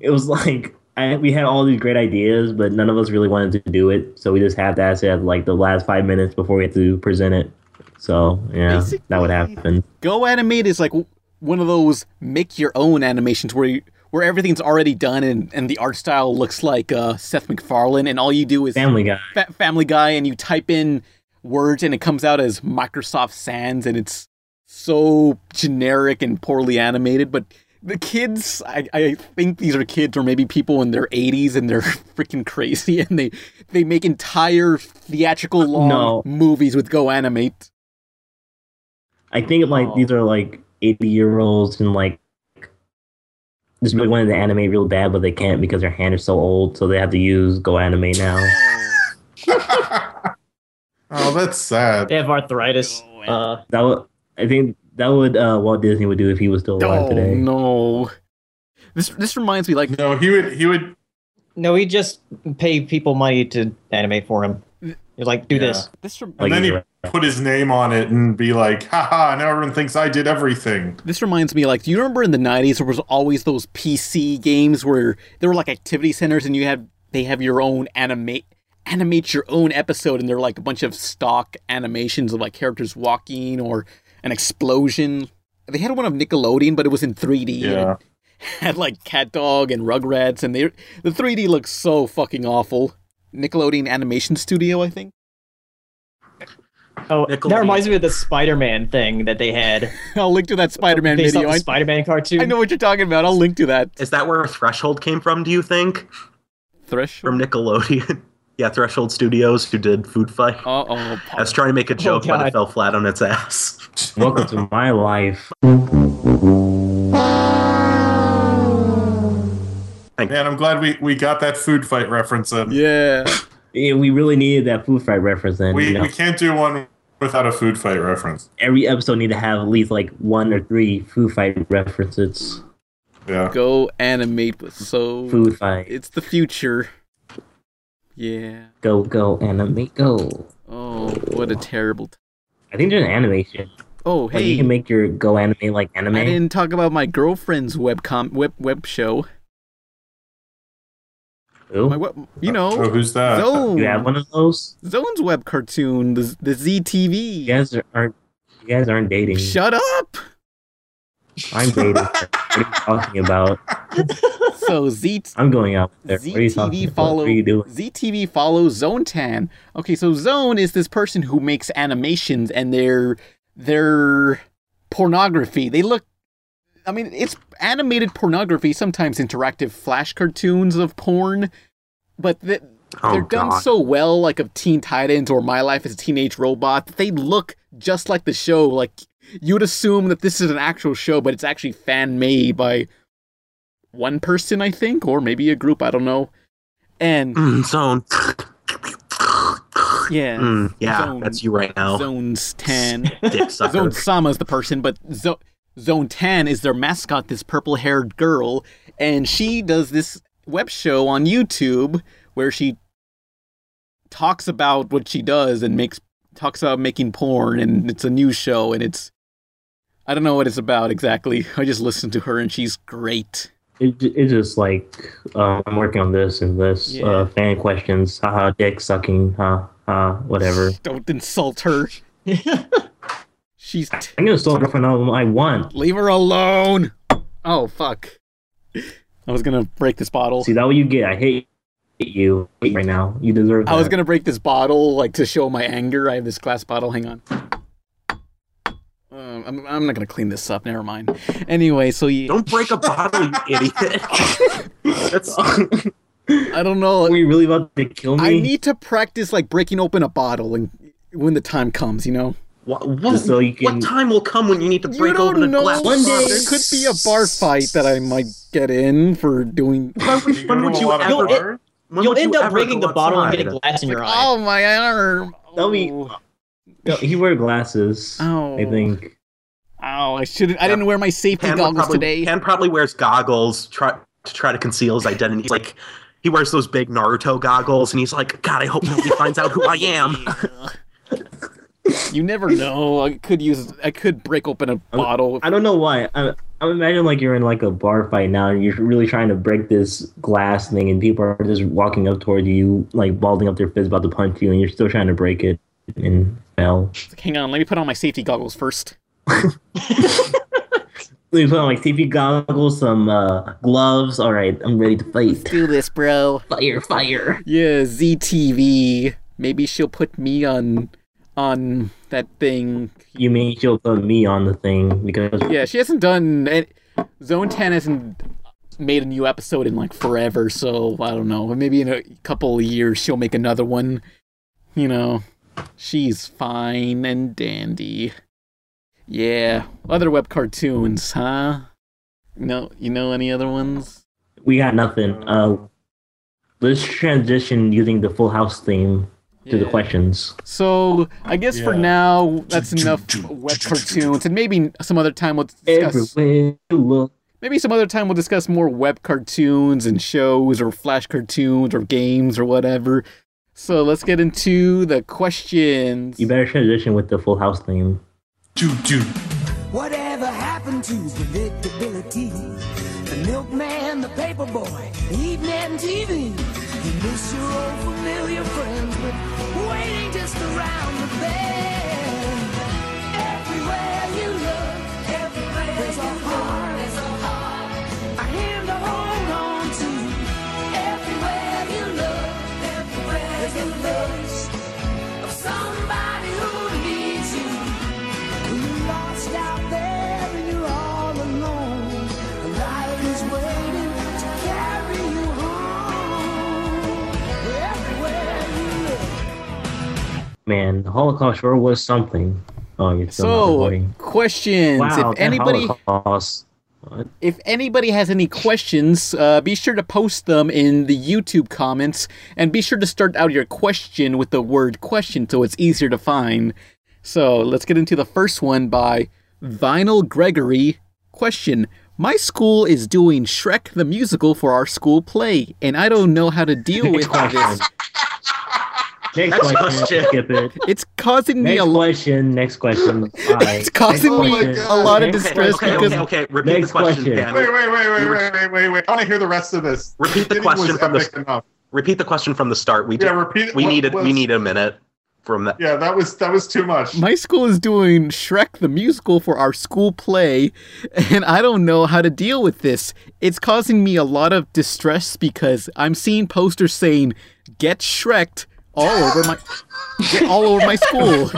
[SPEAKER 4] it was like I, we had all these great ideas, but none of us really wanted to do it. So we just had that at like the last five minutes before we had to present it. So yeah, that would
[SPEAKER 2] Basically-
[SPEAKER 4] happen.
[SPEAKER 2] Go Animate is like w- one of those make your own animations where you, where everything's already done and, and the art style looks like uh, Seth MacFarlane and all you do is
[SPEAKER 4] Family Guy.
[SPEAKER 2] fa- Family Guy and you type in words and it comes out as Microsoft Sans and it's so generic and poorly animated. But the kids, I, I think these are kids or maybe people in their 80s and they're freaking crazy and they they make entire theatrical long
[SPEAKER 4] No.
[SPEAKER 2] movies with Go Animate.
[SPEAKER 4] I think like these are like eighty year olds and like just really wanted to animate real bad, but they can't because their hand is so old, so they have to use Go Animate now.
[SPEAKER 5] Oh, that's sad.
[SPEAKER 6] They have arthritis. Uh,
[SPEAKER 4] That would, I think that would uh, Walt Disney would do if he was still alive
[SPEAKER 2] Oh
[SPEAKER 4] today.
[SPEAKER 2] no. This this reminds me like
[SPEAKER 5] No, he would he would
[SPEAKER 6] No, he just paid people money to animate for him. You're like, do this.
[SPEAKER 2] This rem-
[SPEAKER 5] and then he put his name on it and be like, haha, now everyone thinks I did everything.
[SPEAKER 2] This reminds me, like, do you remember in the '90s there was always those PC games where there were like activity centers, and you had they have your own animate animate your own episode, and they're like a bunch of stock animations of like characters walking or an explosion. They had one of Nickelodeon, but it was in 3D.
[SPEAKER 5] Yeah.
[SPEAKER 2] And it had like Cat Dog and Rugrats, and they the 3D looks so fucking awful. Nickelodeon Animation Studio, I think.
[SPEAKER 6] Oh, that reminds me of the Spider-Man thing that they had.
[SPEAKER 2] I'll link to that Spider-Man
[SPEAKER 6] Based
[SPEAKER 2] video.
[SPEAKER 6] off the
[SPEAKER 2] I-
[SPEAKER 6] Spider-Man cartoon.
[SPEAKER 2] I know what you're talking about. I'll link to that.
[SPEAKER 3] Is that where Threshold came from? Do you think?
[SPEAKER 2] Thresh
[SPEAKER 3] from Nickelodeon. yeah, Threshold Studios, who did Food Fight.
[SPEAKER 2] Uh oh.
[SPEAKER 3] I was trying to make a joke, but it fell flat on its ass.
[SPEAKER 4] Welcome to my life.
[SPEAKER 5] Man, I'm glad we, we got that food fight reference in.
[SPEAKER 2] Yeah.
[SPEAKER 4] Yeah, we really needed that food fight reference then.
[SPEAKER 5] We
[SPEAKER 4] you know.
[SPEAKER 5] we can't do one without a food fight reference.
[SPEAKER 4] Every episode need to have at least like one or three food fight references.
[SPEAKER 5] Yeah.
[SPEAKER 2] Go animate with so
[SPEAKER 4] Food fight.
[SPEAKER 2] It's the future. Yeah.
[SPEAKER 4] Go go anime go.
[SPEAKER 2] Oh, what a terrible. T-
[SPEAKER 4] I think there's an animation.
[SPEAKER 2] Oh,
[SPEAKER 4] Like, you
[SPEAKER 2] hey.
[SPEAKER 4] can make your go anime like anime.
[SPEAKER 2] I didn't talk about my girlfriend's webcom web web show. My web, you know.
[SPEAKER 5] Oh, who's that?
[SPEAKER 2] Zone.
[SPEAKER 4] You have one of those?
[SPEAKER 2] Zone's web cartoon, the the ZTV.
[SPEAKER 4] You guys aren't. You guys aren't dating.
[SPEAKER 2] Shut up.
[SPEAKER 4] I'm dating. her. what are you talking about?
[SPEAKER 2] So Z
[SPEAKER 4] I'm going out there. what are you talking
[SPEAKER 2] ZTV
[SPEAKER 4] about? What
[SPEAKER 2] follow
[SPEAKER 4] are you doing?
[SPEAKER 2] ZTV follows Zone Tan. Okay, so Zone is this person who makes animations and they're they're pornography. They look I mean, it's animated pornography, sometimes interactive flash cartoons of porn, but th-
[SPEAKER 1] Oh,
[SPEAKER 2] they're done
[SPEAKER 1] God.
[SPEAKER 2] so well, like of Teen Titans or My Life as a Teenage Robot, that they look just like the show. Like, you'd assume that this is an actual show, but it's actually fan made by one person, I think, or maybe a group, I don't know. And
[SPEAKER 3] Mm, zone.
[SPEAKER 2] yeah,
[SPEAKER 3] Mm, yeah,
[SPEAKER 2] Zone-
[SPEAKER 3] that's you right now.
[SPEAKER 2] Zones Tan,
[SPEAKER 3] Dick sucker.
[SPEAKER 2] Zone Sama is the person, but Zo- Zone Tan is their mascot, this purple-haired girl, and she does this web show on YouTube where she talks about what she does and makes talks about making porn, and it's a new show, and it's I don't know what it's about exactly. I just listened to her, and she's great.
[SPEAKER 4] It, ju- it's just like uh, I'm working on this and this
[SPEAKER 2] Yeah.
[SPEAKER 4] uh, fan questions. Haha, dick sucking. Ha ha, whatever.
[SPEAKER 2] Don't insult her. she's
[SPEAKER 4] I'm gonna still girlfriend album I want.
[SPEAKER 2] Leave her alone. Oh fuck. I was gonna break this bottle.
[SPEAKER 4] See that what you get. I hate you right now. You deserve. That.
[SPEAKER 2] I was gonna break this bottle like to show my anger. I have this glass bottle. Hang on. Um, I'm, I'm not gonna clean this up. Never mind. Anyway, so you
[SPEAKER 3] don't break a bottle, you idiot. That's
[SPEAKER 2] I don't know.
[SPEAKER 4] Were you really about to kill me?
[SPEAKER 2] I need to practice like breaking open a bottle and when the time comes, you know.
[SPEAKER 3] What? What, what time will come when you need to
[SPEAKER 2] You
[SPEAKER 3] break
[SPEAKER 2] don't
[SPEAKER 3] open a
[SPEAKER 2] know.
[SPEAKER 3] glass?
[SPEAKER 2] One day there could be a bar fight that I might get in for doing.
[SPEAKER 3] When would you
[SPEAKER 6] You'll,
[SPEAKER 3] ever?
[SPEAKER 6] it,
[SPEAKER 3] when
[SPEAKER 6] you'll
[SPEAKER 3] would
[SPEAKER 6] end
[SPEAKER 3] you
[SPEAKER 6] up
[SPEAKER 3] ever
[SPEAKER 6] breaking
[SPEAKER 3] go
[SPEAKER 6] the bottle and
[SPEAKER 3] outside?
[SPEAKER 6] getting glass in your eye.
[SPEAKER 2] Oh my arm!
[SPEAKER 4] That'll be- No, he wear glasses.
[SPEAKER 2] Oh.
[SPEAKER 4] I think.
[SPEAKER 2] Oh, I shouldn't. I didn't wear my safety
[SPEAKER 3] Pan would
[SPEAKER 2] goggles
[SPEAKER 3] probably,
[SPEAKER 2] today.
[SPEAKER 3] Pan probably wears goggles try, to try to conceal his identity. He's like, he wears those big Naruto goggles, and he's like, God, I hope nobody finds out who I am.
[SPEAKER 2] You never know. I could use. I could break open a bottle.
[SPEAKER 4] I don't know why. I, I'm imagining like you're in like a bar fight now, and you're really trying to break this glass thing, and people are just walking up toward you, like balding up their fists, about to punch you, and you're still trying to break it and fell.
[SPEAKER 2] Hang on. Let me put on my safety goggles first.
[SPEAKER 4] They put on like safety goggles, some uh, gloves. All right, I'm ready to fight.
[SPEAKER 2] Do this, bro.
[SPEAKER 4] Fire, fire.
[SPEAKER 2] Yeah, ZTV. Maybe she'll put me on on that thing.
[SPEAKER 4] You mean she'll put me on the thing because
[SPEAKER 2] Yeah, she hasn't done it. Zone Ten hasn't made a new episode in like forever, so I don't know. Maybe in a couple of years she'll make another one. You know, she's fine and dandy. Yeah, other web cartoons, huh? No, you know any other ones?
[SPEAKER 4] we got nothing. Uh, let's transition using the Full House theme to the
[SPEAKER 2] Yeah.
[SPEAKER 4] questions.
[SPEAKER 2] So I guess for
[SPEAKER 4] Yeah.
[SPEAKER 2] now that's enough web cartoons, and maybe some other time we'll discuss.
[SPEAKER 4] Everywhere you look,
[SPEAKER 2] Maybe some other time we'll discuss more web cartoons and shows or flash cartoons or games or whatever. So let's get into the questions.
[SPEAKER 4] You better transition with the Full House theme.
[SPEAKER 1] Whatever happened to predictability? The milkman, the paperboy, the evening TV. You miss your old familiar friends, but waiting just around the bend. Everywhere you look, everywhere there's a heart, there's a heart. A hand to hold on to. Everywhere you look, everywhere there's the thirst of somebody who needs you. You're lost out there and you're all alone. A light is waiting to carry you home. Everywhere you look.
[SPEAKER 4] Man, the Holocaust sure was something. Oh, you're still not
[SPEAKER 2] So,
[SPEAKER 4] recording.
[SPEAKER 2] questions.
[SPEAKER 4] Wow,
[SPEAKER 2] if
[SPEAKER 4] that
[SPEAKER 2] anybody
[SPEAKER 4] Holocaust. What?
[SPEAKER 2] if anybody has any questions, uh, be sure to post them in the YouTube comments and be sure to start out your question with the word question so it's easier to find. So, let's get into the first one by Vinyl Gregory. Question My school is doing Shrek the Musical for our school play, and I don't know how to deal with this.
[SPEAKER 4] Next
[SPEAKER 2] Next
[SPEAKER 4] question.
[SPEAKER 2] question.
[SPEAKER 4] Skip it.
[SPEAKER 2] It's causing
[SPEAKER 4] me a question. Next question. Alright.
[SPEAKER 2] It's causing
[SPEAKER 4] Next
[SPEAKER 2] me
[SPEAKER 4] question.
[SPEAKER 2] a lot of
[SPEAKER 4] Next
[SPEAKER 2] distress
[SPEAKER 4] question.
[SPEAKER 2] because-
[SPEAKER 3] Okay, repeat
[SPEAKER 4] Next
[SPEAKER 3] the question,
[SPEAKER 4] question.
[SPEAKER 3] Dan.
[SPEAKER 5] Wait, wait, wait, wait, wait, wait, wait, wait. I want to hear the rest of this.
[SPEAKER 3] Repeat the
[SPEAKER 5] Beginning
[SPEAKER 3] question
[SPEAKER 5] was
[SPEAKER 3] from
[SPEAKER 5] epic
[SPEAKER 3] the
[SPEAKER 5] enough.
[SPEAKER 3] repeat the question from the start. We did,
[SPEAKER 5] Yeah, repeat-
[SPEAKER 3] we
[SPEAKER 5] what
[SPEAKER 3] needed we
[SPEAKER 5] was-
[SPEAKER 3] need a minute from that.
[SPEAKER 5] Yeah, that was that was too much.
[SPEAKER 2] My school is doing Shrek the Musical for our school play, and I don't know how to deal with this. It's causing me a lot of distress because I'm seeing posters saying "Get Shreked" all over my all over my school.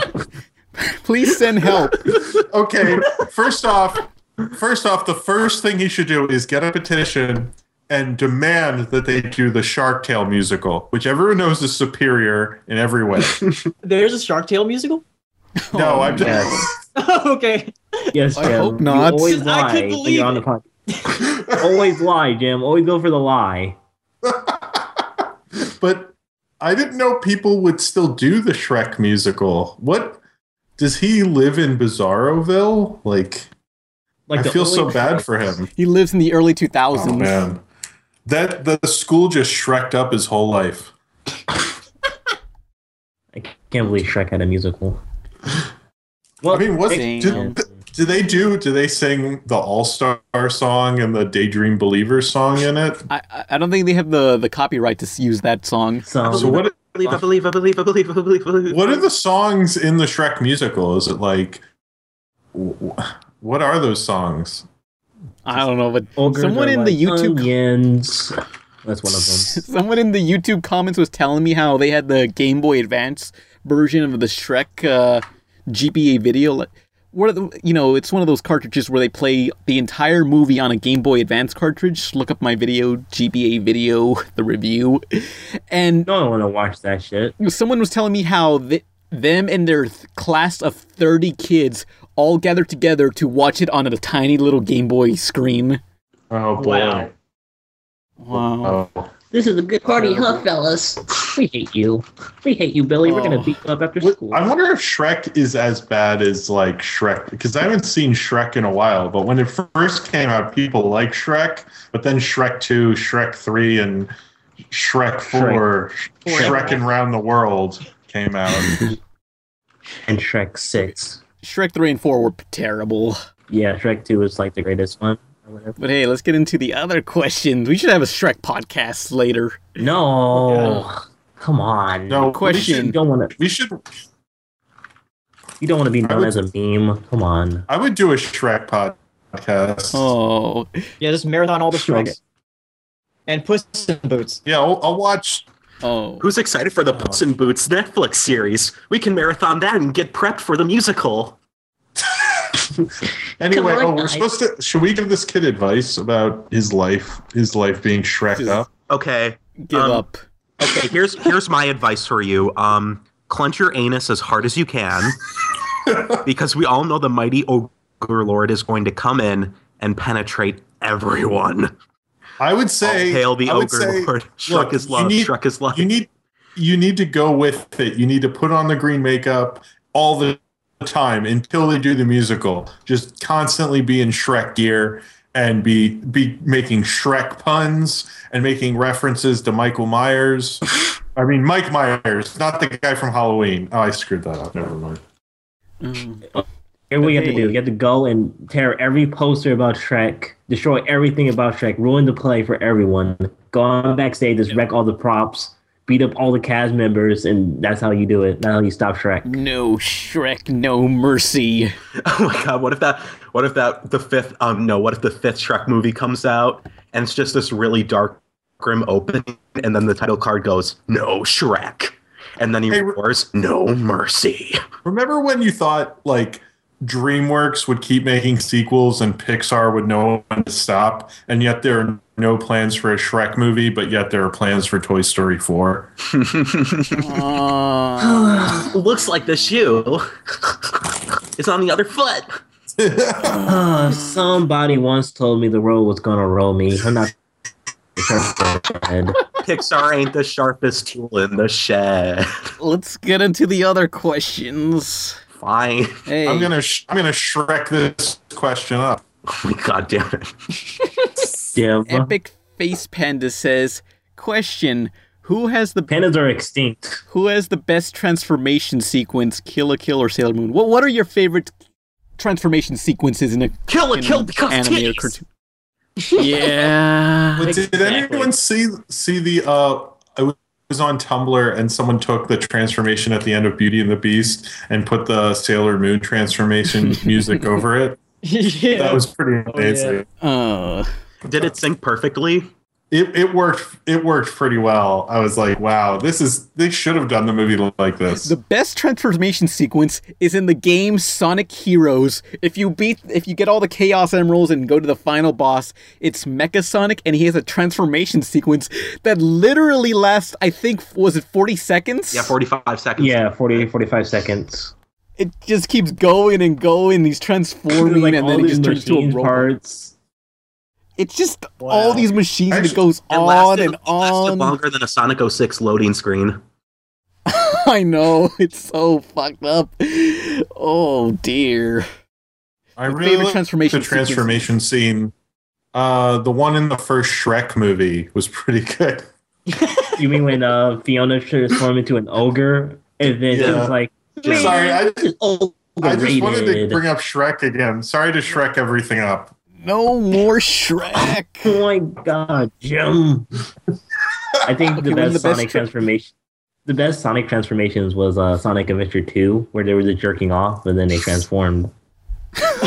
[SPEAKER 2] Please send help.
[SPEAKER 5] okay, first off, first off, the first thing he should do is get a petition and demand that they do the Shark Tale musical, which everyone knows is superior in every way.
[SPEAKER 2] Oh,
[SPEAKER 6] There's a Shark Tale musical.
[SPEAKER 5] no, I'm just
[SPEAKER 6] okay.
[SPEAKER 4] Yes,
[SPEAKER 6] I
[SPEAKER 4] Jim.
[SPEAKER 6] hope
[SPEAKER 4] You
[SPEAKER 6] not.
[SPEAKER 4] always
[SPEAKER 6] Because I
[SPEAKER 4] lie.
[SPEAKER 6] couldn't
[SPEAKER 4] when you're on the podcast. always lie, Jim. Always go for the lie.
[SPEAKER 5] but I didn't know people would still do the Shrek musical. What does he live in Bizarroville? Like,
[SPEAKER 2] Like
[SPEAKER 5] I
[SPEAKER 2] the
[SPEAKER 5] feel so
[SPEAKER 2] only-
[SPEAKER 5] bad for him.
[SPEAKER 2] He lives in the early 2000s.
[SPEAKER 5] Oh man, that the school just shreked up his whole life.
[SPEAKER 4] Can't believe Shrek had a musical.
[SPEAKER 5] I mean, what do, do they do? Do they sing the All Star song and the Daydream Believer song in it?
[SPEAKER 2] I, I- I don't think they have the, the copyright to s- use that song.
[SPEAKER 5] So what?
[SPEAKER 3] Believe, I believe, I believe, I believe, I believe, I believe.
[SPEAKER 5] What are the songs in the Shrek musical? Is it like, wh- wh- what are those songs?
[SPEAKER 2] I don't know, but
[SPEAKER 5] Ogres
[SPEAKER 2] someone
[SPEAKER 5] are
[SPEAKER 2] in the
[SPEAKER 5] like "Oh,
[SPEAKER 2] YouTube
[SPEAKER 4] onions. That's one of them.
[SPEAKER 2] Someone in the YouTube comments was telling me how they had the Game Boy Advance version of the Shrek uh, GBA video. Like, what are the, you know, it's one of those cartridges where they play the entire movie on a Game Boy Advance cartridge. Look up my video, GBA video, the review, and
[SPEAKER 4] no one want to watch that shit.
[SPEAKER 2] Someone was telling me how th- them and their th- class of thirty kids all gathered together to watch it on a tiny little Game Boy screen.
[SPEAKER 5] Oh
[SPEAKER 2] boy. Wow. Wow.
[SPEAKER 15] This is a good party, huh, fellas? We hate you. We hate you, Billy. We're
[SPEAKER 4] Oh.
[SPEAKER 15] gonna beat you up after school.
[SPEAKER 5] I wonder if Shrek is as bad as like Shrek because I haven't seen Shrek in a while. But when it first came out, people liked Shrek, but then Shrek Two, Shrek Three, and Shrek Four,
[SPEAKER 2] Four.
[SPEAKER 5] Shrek and Round the World came out.
[SPEAKER 4] And Shrek Six.
[SPEAKER 2] Shrek three and four were p- terrible.
[SPEAKER 4] Yeah, Shrek Two is like the greatest one.
[SPEAKER 2] But hey, let's get into the other questions. We should have a Shrek podcast later.
[SPEAKER 4] No, come on.
[SPEAKER 2] No, question.
[SPEAKER 4] You don't want to.
[SPEAKER 5] We should.
[SPEAKER 4] You don't want to be known
[SPEAKER 5] would-
[SPEAKER 4] as a meme. Come on.
[SPEAKER 5] I would do a Shrek podcast.
[SPEAKER 2] Oh,
[SPEAKER 6] Yeah, just marathon all the Shreks. And Puss in Boots.
[SPEAKER 5] Yeah, I'll, I'll watch.
[SPEAKER 2] Oh,
[SPEAKER 3] who's excited for the Puss in Boots Netflix series? We can marathon that and get prepped for the musical.
[SPEAKER 5] Anyway,
[SPEAKER 3] Come on,
[SPEAKER 5] oh, we're
[SPEAKER 3] guys.
[SPEAKER 5] supposed to. Should we give this kid advice about his life? His life being Shrek up.
[SPEAKER 3] Okay.
[SPEAKER 2] Give up.
[SPEAKER 3] Okay, here's here's my advice for you. Um, clench your anus as hard as you can, because we all know the mighty ogre lord is going to come in and penetrate everyone.
[SPEAKER 5] I would say
[SPEAKER 3] All hail the
[SPEAKER 5] I would
[SPEAKER 3] ogre
[SPEAKER 5] say,
[SPEAKER 3] lord. Shrek
[SPEAKER 5] look,
[SPEAKER 3] is
[SPEAKER 5] you
[SPEAKER 3] love.
[SPEAKER 5] need-
[SPEAKER 3] Shrek is love.
[SPEAKER 5] You need you need to go with it. You need to put on the green makeup all the time until they do the musical. Just constantly be in Shrek gear and be be making Shrek puns and making references to Michael Myers. I mean, Mike Myers, not the guy from Halloween. Oh, I screwed that up. Never mind.
[SPEAKER 4] Here we have to do. You have to go and tear every poster about Shrek, destroy everything about Shrek, ruin the play for everyone. Go on backstage, just wreck all the props, beat up all the cast members, and that's how you do it. That's how you stop Shrek.
[SPEAKER 2] No Shrek, no mercy.
[SPEAKER 3] Oh my god, what if that what if that the fifth um no, what if the fifth Shrek movie comes out and it's just this really dark grim opening and then the title card goes, No Shrek. And then he roars, No mercy.
[SPEAKER 5] Remember when you thought like DreamWorks would keep making sequels and Pixar would know when to stop, and yet there are no plans for a Shrek movie, but yet there are plans for Toy Story 4.
[SPEAKER 2] Uh,
[SPEAKER 3] Looks like the shoe is on the other foot.
[SPEAKER 4] Uh, somebody once told me the road was gonna roll me. I'm not.
[SPEAKER 3] Pixar ain't the sharpest tool in the shed.
[SPEAKER 2] Let's get into the other questions.
[SPEAKER 3] Fine.
[SPEAKER 2] Hey.
[SPEAKER 5] I'm gonna sh- I'm gonna Shrek this question up.
[SPEAKER 3] Oh God damn it.
[SPEAKER 2] Epic Face Panda says, "Question: Who has the
[SPEAKER 4] pandas are extinct?
[SPEAKER 2] Who has the best transformation sequence? Kill a Kill or Sailor Moon? What What are your favorite transformation sequences in a
[SPEAKER 3] Kill a
[SPEAKER 2] in
[SPEAKER 3] Kill because
[SPEAKER 2] anime or
[SPEAKER 3] titties.
[SPEAKER 2] cartoon? yeah.
[SPEAKER 5] But did anyone see see the uh I was on Tumblr and someone took the transformation at the end of Beauty and the Beast and put the Sailor Moon transformation music over it.
[SPEAKER 6] yeah.
[SPEAKER 5] That was pretty amazing.
[SPEAKER 2] Uh,
[SPEAKER 3] Did it sync perfectly?
[SPEAKER 5] It, it worked it worked pretty well. I was like, wow, this is they should have done the movie like this.
[SPEAKER 2] The best transformation sequence is in the game Sonic Heroes. If you beat, if you get all the Chaos Emeralds and go to the final boss, it's Mecha Sonic, and he has a transformation sequence that literally lasts, I think, was it 40 seconds?
[SPEAKER 3] Yeah, 45 seconds.
[SPEAKER 4] Yeah, 40, 45 seconds.
[SPEAKER 2] It just keeps going and going. He's transforming,
[SPEAKER 4] Like
[SPEAKER 2] and
[SPEAKER 4] all
[SPEAKER 2] then he
[SPEAKER 4] these
[SPEAKER 2] just turns to a
[SPEAKER 4] machine
[SPEAKER 2] robot.
[SPEAKER 4] parts.
[SPEAKER 2] It's just all these machines, and it goes on
[SPEAKER 3] lasted-
[SPEAKER 2] and
[SPEAKER 3] Lasted
[SPEAKER 2] on.
[SPEAKER 3] longer than a Sonic 06 loading screen.
[SPEAKER 2] I know it's so fucked up. Oh dear.
[SPEAKER 5] I
[SPEAKER 2] My
[SPEAKER 5] really
[SPEAKER 2] favorite
[SPEAKER 5] liked
[SPEAKER 2] transformation
[SPEAKER 5] the transformation scene. Uh, the one in the first Shrek movie was pretty good.
[SPEAKER 4] You mean when uh, Fiona transformed into an ogre, and then she
[SPEAKER 5] Yeah.
[SPEAKER 4] was like, "Man,
[SPEAKER 5] Sorry, I
[SPEAKER 4] this is
[SPEAKER 5] I just wanted to
[SPEAKER 4] overrated."
[SPEAKER 5] bring up Shrek again. Sorry to Shrek everything up.
[SPEAKER 2] No more Shrek.
[SPEAKER 4] Oh my god, Jim. I think
[SPEAKER 2] Okay,
[SPEAKER 4] the
[SPEAKER 2] one of
[SPEAKER 4] best
[SPEAKER 2] the best
[SPEAKER 4] Sonic
[SPEAKER 2] tra-
[SPEAKER 4] transformation. The best Sonic transformations was uh, Sonic Adventure 2, where there was a jerking off, and then they transformed.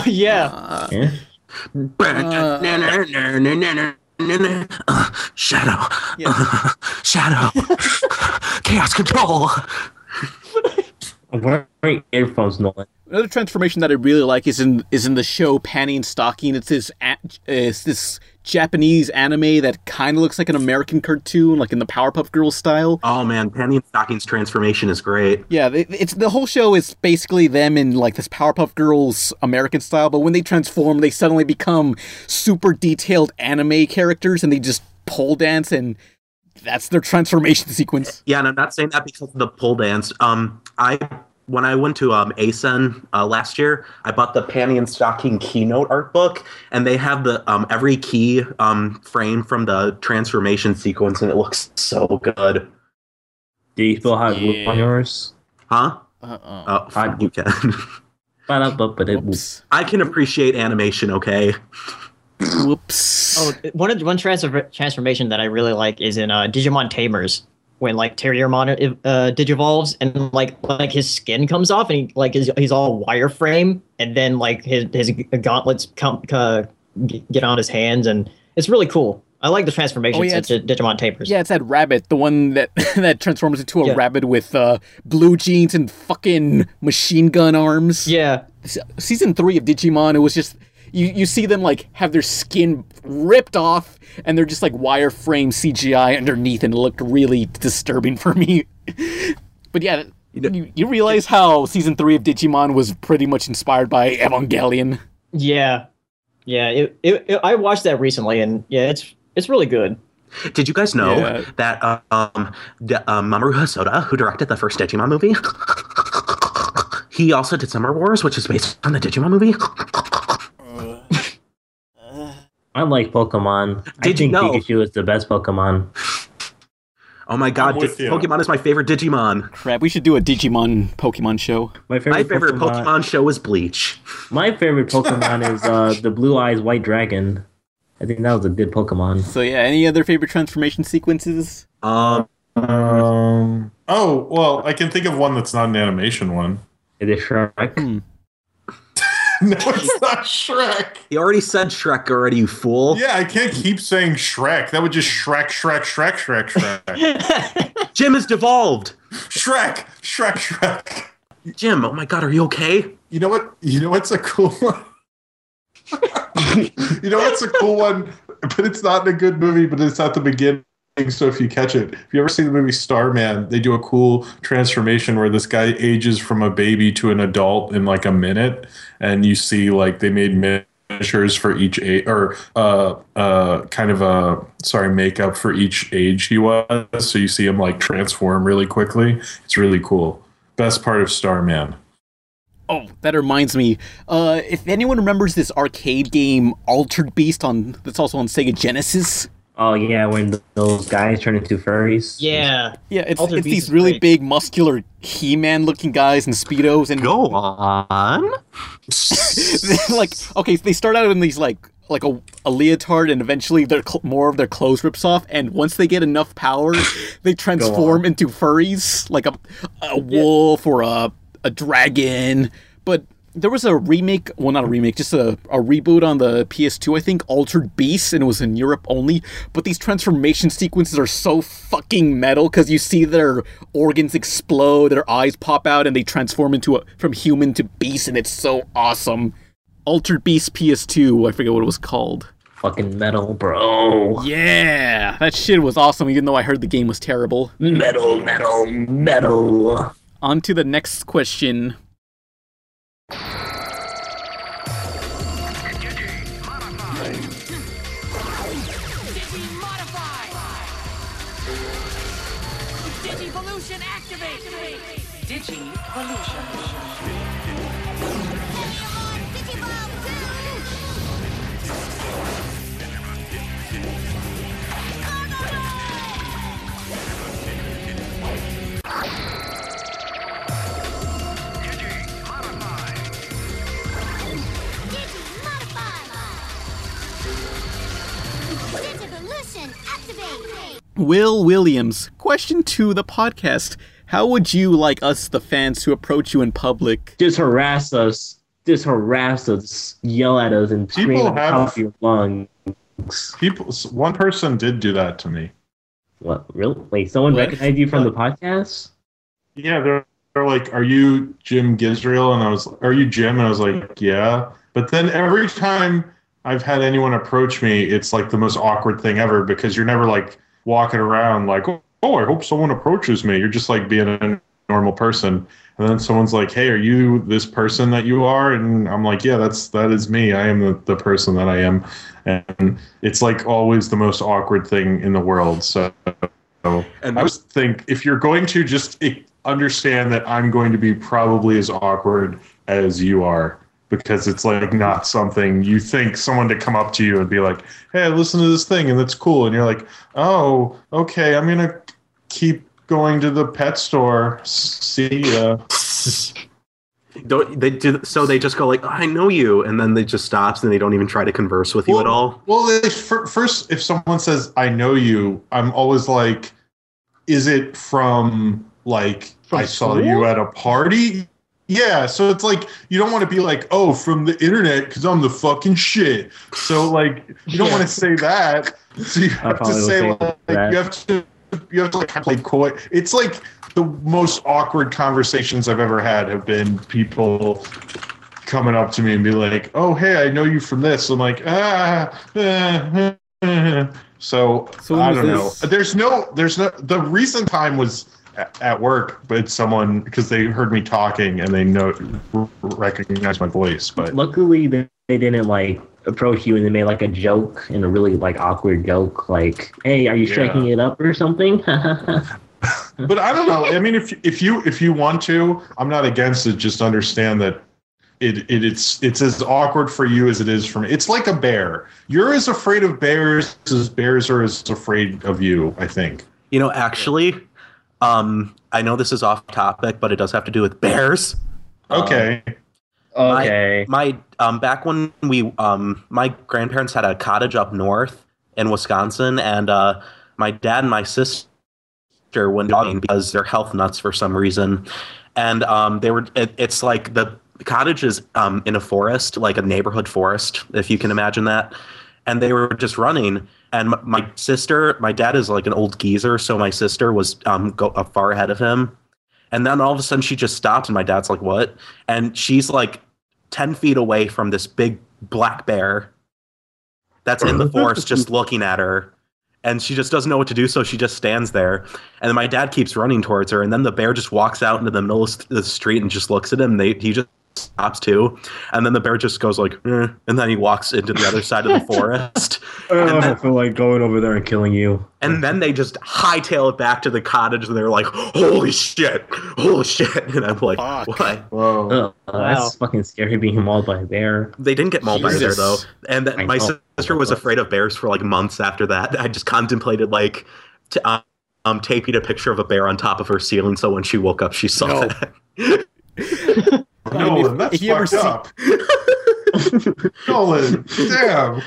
[SPEAKER 6] yeah.
[SPEAKER 4] Yeah.
[SPEAKER 3] Uh, shadow. Uh, shadow. Chaos control.
[SPEAKER 4] I'm wearing earphones, Nolan.
[SPEAKER 2] Another transformation that I really like is in is in the show Panty and Stocking. It's this a- it's this Japanese anime that kind of looks like an American cartoon, like in the Powerpuff Girls style.
[SPEAKER 3] Oh man, Panty and Stocking's transformation is great.
[SPEAKER 2] Yeah, they, it's the whole show is basically them in like this Powerpuff Girls American style, but when they transform, they suddenly become super detailed anime characters, and they just pole dance, and that's their transformation sequence.
[SPEAKER 3] Yeah, and I'm not saying that because of the pole dance. Um, I when I went to um ASEN uh, last year, I bought the Panty and Stocking keynote art book, and they have the um every key um frame from the transformation sequence, and it looks so good.
[SPEAKER 4] Do you still have glue on yours?
[SPEAKER 3] Huh?
[SPEAKER 2] Uh-oh.
[SPEAKER 3] Uh, fine, you can.
[SPEAKER 4] Ba-da-ba-ba-da-boo.
[SPEAKER 3] I can appreciate animation, okay?
[SPEAKER 2] Whoops.
[SPEAKER 6] Oh, one of one transfer, transformation that I really like is in uh, Digimon Tamers when like Terriermon uh, digivolves and like like his skin comes off and he like is he's all wireframe and then like his his gauntlets come uh, g- get on his hands and it's really cool. I like the transformation
[SPEAKER 2] Oh, yeah,
[SPEAKER 6] to Digimon Tamers.
[SPEAKER 2] Yeah, it's that rabbit, the one that that transforms into a rabbit with uh, blue jeans and fucking machine gun arms.
[SPEAKER 6] Yeah.
[SPEAKER 2] season three of Digimon, it was just you you see them like have their skin ripped off, and they're just like wireframe CGI underneath, and it looked really disturbing for me. but yeah. You, you realize how season three of Digimon was pretty much inspired by Evangelion.
[SPEAKER 6] Yeah, yeah. It, it, it- I watched that recently and yeah, it's it's really good.
[SPEAKER 3] Did you guys know
[SPEAKER 6] Yeah.
[SPEAKER 3] that um, d- um, Mamoru Hosoda, who directed the first Digimon movie, he also did Summer Wars, which is based on the Digimon movie?
[SPEAKER 4] I like Pokemon. I
[SPEAKER 3] Did you
[SPEAKER 4] think
[SPEAKER 3] know-
[SPEAKER 4] Pikachu is the best Pokemon.
[SPEAKER 3] Oh my god,
[SPEAKER 4] with
[SPEAKER 3] Di-
[SPEAKER 4] you.
[SPEAKER 3] Pokemon is my favorite Digimon.
[SPEAKER 2] Crap, we should do a Digimon Pokemon show.
[SPEAKER 4] My favorite,
[SPEAKER 3] Pokemon, show is Bleach.
[SPEAKER 4] My favorite Pokemon is uh, the Blue Eyes White Dragon. I think that was a good Pokemon.
[SPEAKER 2] So yeah, any other favorite transformation sequences?
[SPEAKER 3] Um,
[SPEAKER 5] Um, oh, well, I can think of one that's not an animation one.
[SPEAKER 4] It is Shrek.
[SPEAKER 5] no, it's not Shrek.
[SPEAKER 3] You already said Shrek already, you fool.
[SPEAKER 5] Yeah, I can't keep saying Shrek. That would just Shrek, Shrek, Shrek, Shrek, Shrek.
[SPEAKER 3] Jim has devolved.
[SPEAKER 5] Shrek, Shrek, Shrek.
[SPEAKER 3] Jim, oh my god, are you okay?
[SPEAKER 5] You know what? You know what's a cool one? you know what's a cool one? But it's not in a good movie, but it's at the beginning. So if you catch it, if you ever see the movie Starman, they do a cool transformation where this guy ages from a baby to an adult in like a minute, and you see like they made miniatures for each age or uh uh kind of a sorry makeup for each age he was. So you see him like transform really quickly. It's really cool. Best part of Starman.
[SPEAKER 2] Oh, that reminds me. Uh, if anyone remembers this arcade game Altered Beast on that's also on Sega Genesis.
[SPEAKER 4] Oh yeah, when th- those guys turn into furries.
[SPEAKER 6] Yeah.
[SPEAKER 2] Yeah, it's,
[SPEAKER 6] Altered
[SPEAKER 2] it's
[SPEAKER 6] Beast
[SPEAKER 2] these
[SPEAKER 6] is
[SPEAKER 2] really
[SPEAKER 6] great.
[SPEAKER 2] big, muscular He-Man looking guys in speedos and
[SPEAKER 3] go on.
[SPEAKER 2] like okay, so they start out in these like like a, a leotard, and eventually their cl- more of their clothes rips off, and once they get enough power, they transform into furries, like a a wolf or a a dragon. But there was a remake, well, not a remake, just a, a reboot on the PS2, I think, Altered Beast, and it was in Europe only. But these transformation sequences are so fucking metal because you see their organs explode, their eyes pop out, and they transform into a from human to beast, and it's so awesome. Altered Beast PS2, I forget what it was called.
[SPEAKER 4] Fucking metal, bro.
[SPEAKER 2] Yeah, that shit was awesome, even though I heard the game was terrible.
[SPEAKER 4] Metal, metal, metal.
[SPEAKER 2] On to the next question.
[SPEAKER 8] Digivolution activate! Digivolution activate!
[SPEAKER 2] Will Williams, question to the podcast. How would you like us, the fans, to approach you in public?
[SPEAKER 4] Just harass us. Just harass us. Yell at us and scream
[SPEAKER 5] People
[SPEAKER 4] at the top
[SPEAKER 5] have-
[SPEAKER 4] of your lungs.
[SPEAKER 5] People, one person did do that to me.
[SPEAKER 4] What? Really? Wait, someone
[SPEAKER 5] What?
[SPEAKER 4] recognized you from the podcast?
[SPEAKER 5] Yeah, they're, they're like, "Are you Jim Gisrael?" And I was, "Are you Jim?" And I was like, "Yeah." But then every time I've had anyone approach me, it's like the most awkward thing ever because you're never like walking around like, "Oh, I hope someone approaches me." You're just like being a normal person. And then someone's like, "Hey, are you this person that you are?" And I'm like, "Yeah, that's that is me. I am the, the person that I am." And it's like always the most awkward thing in the world. So and I always think if you're going to just i- understand that I'm going to be probably as awkward as you are because it's like not something you think someone to come up to you and be like, "Hey, listen to this thing and that's cool." And you're like, "Oh, okay, I'm going to keep going to the pet store. See ya."
[SPEAKER 3] Don't they do? So they just go like, "I know you," and then they just stops and they don't even try to converse with you at all.
[SPEAKER 5] Well, if, fir- first, if someone says "I know you," I'm always like, "Is it from like I saw you at a party?" Yeah, so it's like you don't want to be like, "Oh, from the internet," because I'm the fucking shit. So like, you don't want to say that. So you have to
[SPEAKER 4] probably would
[SPEAKER 5] say
[SPEAKER 4] say
[SPEAKER 5] like,
[SPEAKER 4] that.
[SPEAKER 5] you have to you have to like play coy. It's like the most awkward conversations I've ever had have been people coming up to me and be like, "Oh, hey, I know you from this." I'm like, ah. eh, eh, eh." So,
[SPEAKER 2] So
[SPEAKER 5] I
[SPEAKER 2] when
[SPEAKER 5] don't
[SPEAKER 2] was
[SPEAKER 5] know.
[SPEAKER 2] this?
[SPEAKER 5] There's no, there's no. The recent time was a- at work, but someone because they heard me talking and they know recognize my voice. But
[SPEAKER 4] Luckily, they, they didn't like approach you and they made like a joke and a really like awkward joke, like, "Hey, are you
[SPEAKER 5] Yeah.
[SPEAKER 4] shaking it up or something?"
[SPEAKER 5] but I don't know. I mean, if if you if you want to, I'm not against it. Just understand that it, it it's it's as awkward for you as it is for me. It's like a bear. You're as afraid of bears as bears are as afraid of you. I think.
[SPEAKER 3] You know, actually, um, I know this is off topic, but it does have to do with bears.
[SPEAKER 5] Okay.
[SPEAKER 3] Um, okay. My, my, um, back when we um, my grandparents had a cottage up north in Wisconsin, and uh, my dad and my sister went jogging because they're health nuts for some reason, and um, they were. It, it's like the cottage is um, in a forest, like a neighborhood forest, if you can imagine that. And they were just running, and m- my sister, my dad is like an old geezer, so my sister was um, go, uh, far ahead of him. And then all of a sudden she just stops and my dad's like, What? And she's like 10 feet away from this big black bear that's in the forest just looking at her. And she just doesn't know what to do, so she just stands there. And then my dad keeps running towards her, and then the bear just walks out into the middle of the street and just looks at him. And they, he just stops too, and then the bear just goes like, "Eh," and then he walks into the other side of the forest.
[SPEAKER 4] I don't feel like going over there and killing you.
[SPEAKER 3] And then they just hightail it back to the cottage, and they're like, "Holy shit! Holy shit!" And I'm like, "What?"
[SPEAKER 4] Whoa, that's fucking scary being mauled by a bear.
[SPEAKER 3] They didn't get mauled by a bear
[SPEAKER 4] Jesus.
[SPEAKER 3] though, and then
[SPEAKER 4] I
[SPEAKER 3] my
[SPEAKER 4] know.
[SPEAKER 3] sister was afraid of bears for like months after that. I just contemplated like, t- um, um, taping a picture of a bear on top of her ceiling, so when she woke up, she saw
[SPEAKER 2] No.
[SPEAKER 3] that.
[SPEAKER 5] Nolan, that's fucked up. Nolan, damn.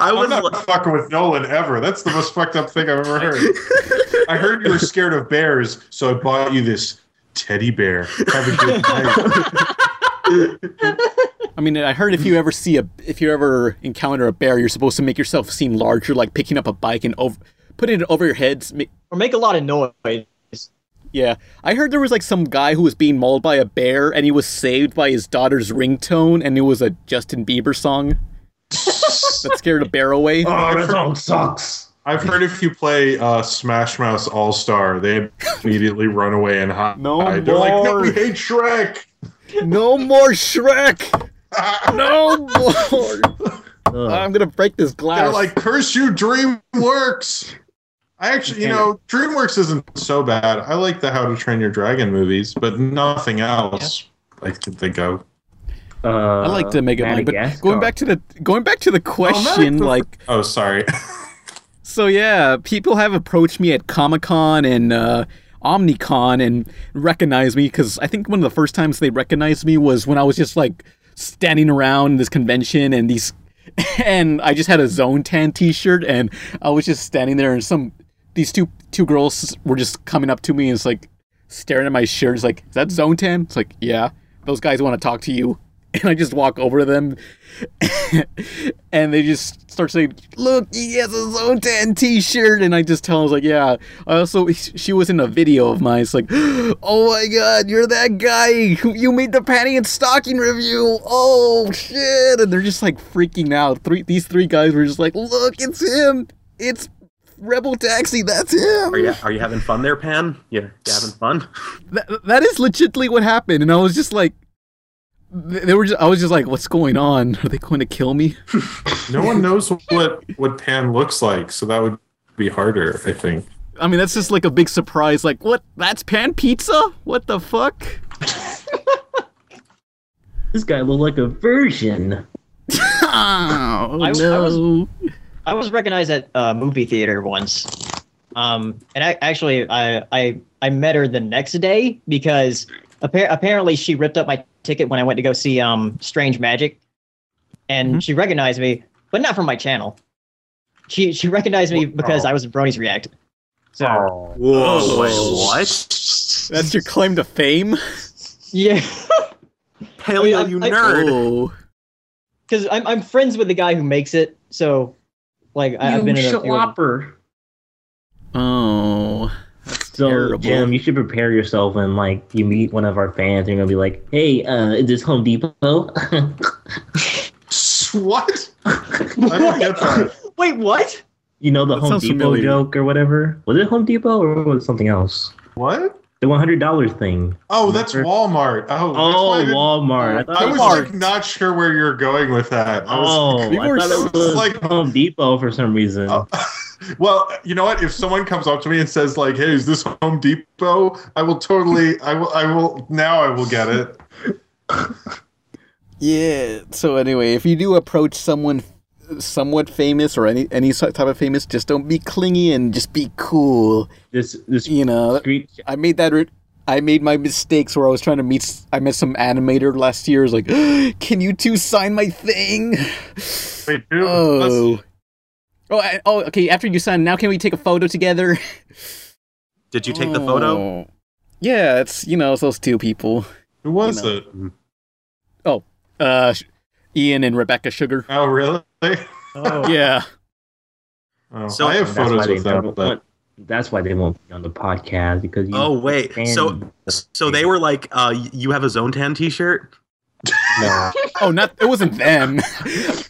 [SPEAKER 3] I
[SPEAKER 5] was am not fucking with Nolan ever. That's the most fucked up thing I've ever heard. I heard you were scared of bears, so I bought you this teddy bear. Have a good night.
[SPEAKER 2] I mean, I heard if you ever see a, if you ever encounter a bear, you're supposed to make yourself seem larger, like picking up a bike and over, putting it over your heads,
[SPEAKER 6] or make a lot of noise.
[SPEAKER 2] Yeah, I heard there was like some guy who was being mauled by a bear, and he was saved by his daughter's ringtone, and it was a Justin Bieber song that scared a bear away.
[SPEAKER 5] Uh, I've heard if you play uh, Smash Mouse All Star, they immediately run away and hide. No, they're like, no, we hate Shrek.
[SPEAKER 2] No more Shrek. No more. I'm gonna break this glass.
[SPEAKER 5] They're like, curse you, DreamWorks. I actually, you know, DreamWorks isn't so bad. I like the How to Train Your Dragon movies, but nothing else I can think of.
[SPEAKER 4] Uh,
[SPEAKER 2] I like to make it mine, but going back to the going back to the question,
[SPEAKER 5] Uh, Oh, Madagascar-
[SPEAKER 2] like
[SPEAKER 5] oh, sorry.
[SPEAKER 2] So yeah, people have approached me at Comic Con and uh, OmniCon and recognized me because I think one of the first times they recognized me was when I was just like standing around this convention and these, and I just had a Zone Tan T-shirt and I was just standing there and some these two two girls were just coming up to me and it's like staring at my shirt. It's like, is that Zone Tan? It's like, yeah. Those guys want to talk to you. And I just walk over to them and they just start saying, "Look, he has a Zone Ten T-shirt," and I just tell him, I was like, "Yeah." I also, she was in a video of mine. It's like, "Oh my God, you're that guy who you made the panty and stocking review." Oh shit! And they're just like freaking out. Three, these three guys were just like, "Look, it's him! It's Rebel Taxi. That's him."
[SPEAKER 3] Are you are you having fun there, Pan? Yeah, you having fun?
[SPEAKER 2] that, that is legitimately what happened and i was just like they were just i was just like what's going on are they going to kill me
[SPEAKER 5] no one knows what what Pan looks like, so that would be harder, I think.
[SPEAKER 2] i mean that's just like a big surprise like what that's pan pizza what the fuck
[SPEAKER 4] This guy looked like a virgin.
[SPEAKER 2] oh
[SPEAKER 6] I,
[SPEAKER 2] no.
[SPEAKER 6] I was I was recognized at a movie theater once, um, and I actually I I I met her the next day because appa- apparently she ripped up my ticket when I went to go see um Strange Magic, and
[SPEAKER 2] Mm-hmm.
[SPEAKER 6] she recognized me, but not from my channel. She she recognized me because I was in Brony's React. So
[SPEAKER 3] Whoa, Oh, wait, what?
[SPEAKER 2] that's your claim to fame
[SPEAKER 6] yeah.
[SPEAKER 3] Paleo, you nerd.
[SPEAKER 2] Oh.
[SPEAKER 6] Because I'm I'm friends with the guy who makes it, so like I,
[SPEAKER 15] you
[SPEAKER 6] have been in a few of-
[SPEAKER 15] schlopper.
[SPEAKER 2] oh
[SPEAKER 4] So,
[SPEAKER 2] Terrible.
[SPEAKER 4] Jim, you should prepare yourself when like you meet one of our fans. You're gonna be like, "Hey, uh, is this Home Depot?"
[SPEAKER 5] What? I don't get that.
[SPEAKER 6] Wait, what?
[SPEAKER 4] you know the
[SPEAKER 6] That
[SPEAKER 4] Home
[SPEAKER 6] sounds
[SPEAKER 4] Depot
[SPEAKER 6] familiar.
[SPEAKER 4] joke or whatever. Was it Home Depot or was it something else?
[SPEAKER 5] What?
[SPEAKER 4] The one hundred dollars thing.
[SPEAKER 5] Oh, that's Walmart. Oh, that's why I
[SPEAKER 4] Oh,
[SPEAKER 5] didn't-
[SPEAKER 4] Walmart. I, thought
[SPEAKER 5] I was
[SPEAKER 4] Walmart.
[SPEAKER 5] like not sure where you're going with that. I was,
[SPEAKER 4] Oh, I thought it was
[SPEAKER 5] like, uh,
[SPEAKER 4] Home Depot for some reason. Oh.
[SPEAKER 5] well, you know what? If someone comes up to me and says like, "Hey, is this Home Depot?" I will totally, I will, I will now, I will get it.
[SPEAKER 2] Yeah. So anyway, if you do approach someone somewhat famous or any any so- type of famous, just don't be clingy and just be cool.
[SPEAKER 4] This this
[SPEAKER 2] you know, I made that. Re- I made my mistakes where I was trying to meet. s- I met some animator last year. I was like, "Can you two sign my thing?" Oh. Oh, I- oh, okay. After you sign, now can we take a photo together?
[SPEAKER 3] Did you take the photo?
[SPEAKER 2] Oh. Yeah, it's you know it's those two people.
[SPEAKER 5] Who was it?
[SPEAKER 2] Oh, uh, Sh- Ian and Rebecca Sugar.
[SPEAKER 5] Oh, really? Oh,
[SPEAKER 4] Oh.
[SPEAKER 2] Yeah.
[SPEAKER 3] So- I have
[SPEAKER 4] That's
[SPEAKER 3] photos
[SPEAKER 4] why they
[SPEAKER 3] with them,
[SPEAKER 4] don't
[SPEAKER 3] but-
[SPEAKER 4] want- that's why they won't be on the podcast because you
[SPEAKER 3] Oh wait, so so they were like, uh, y- "You have a Zone Tan T-shirt."
[SPEAKER 4] No.
[SPEAKER 2] oh, not it wasn't them. it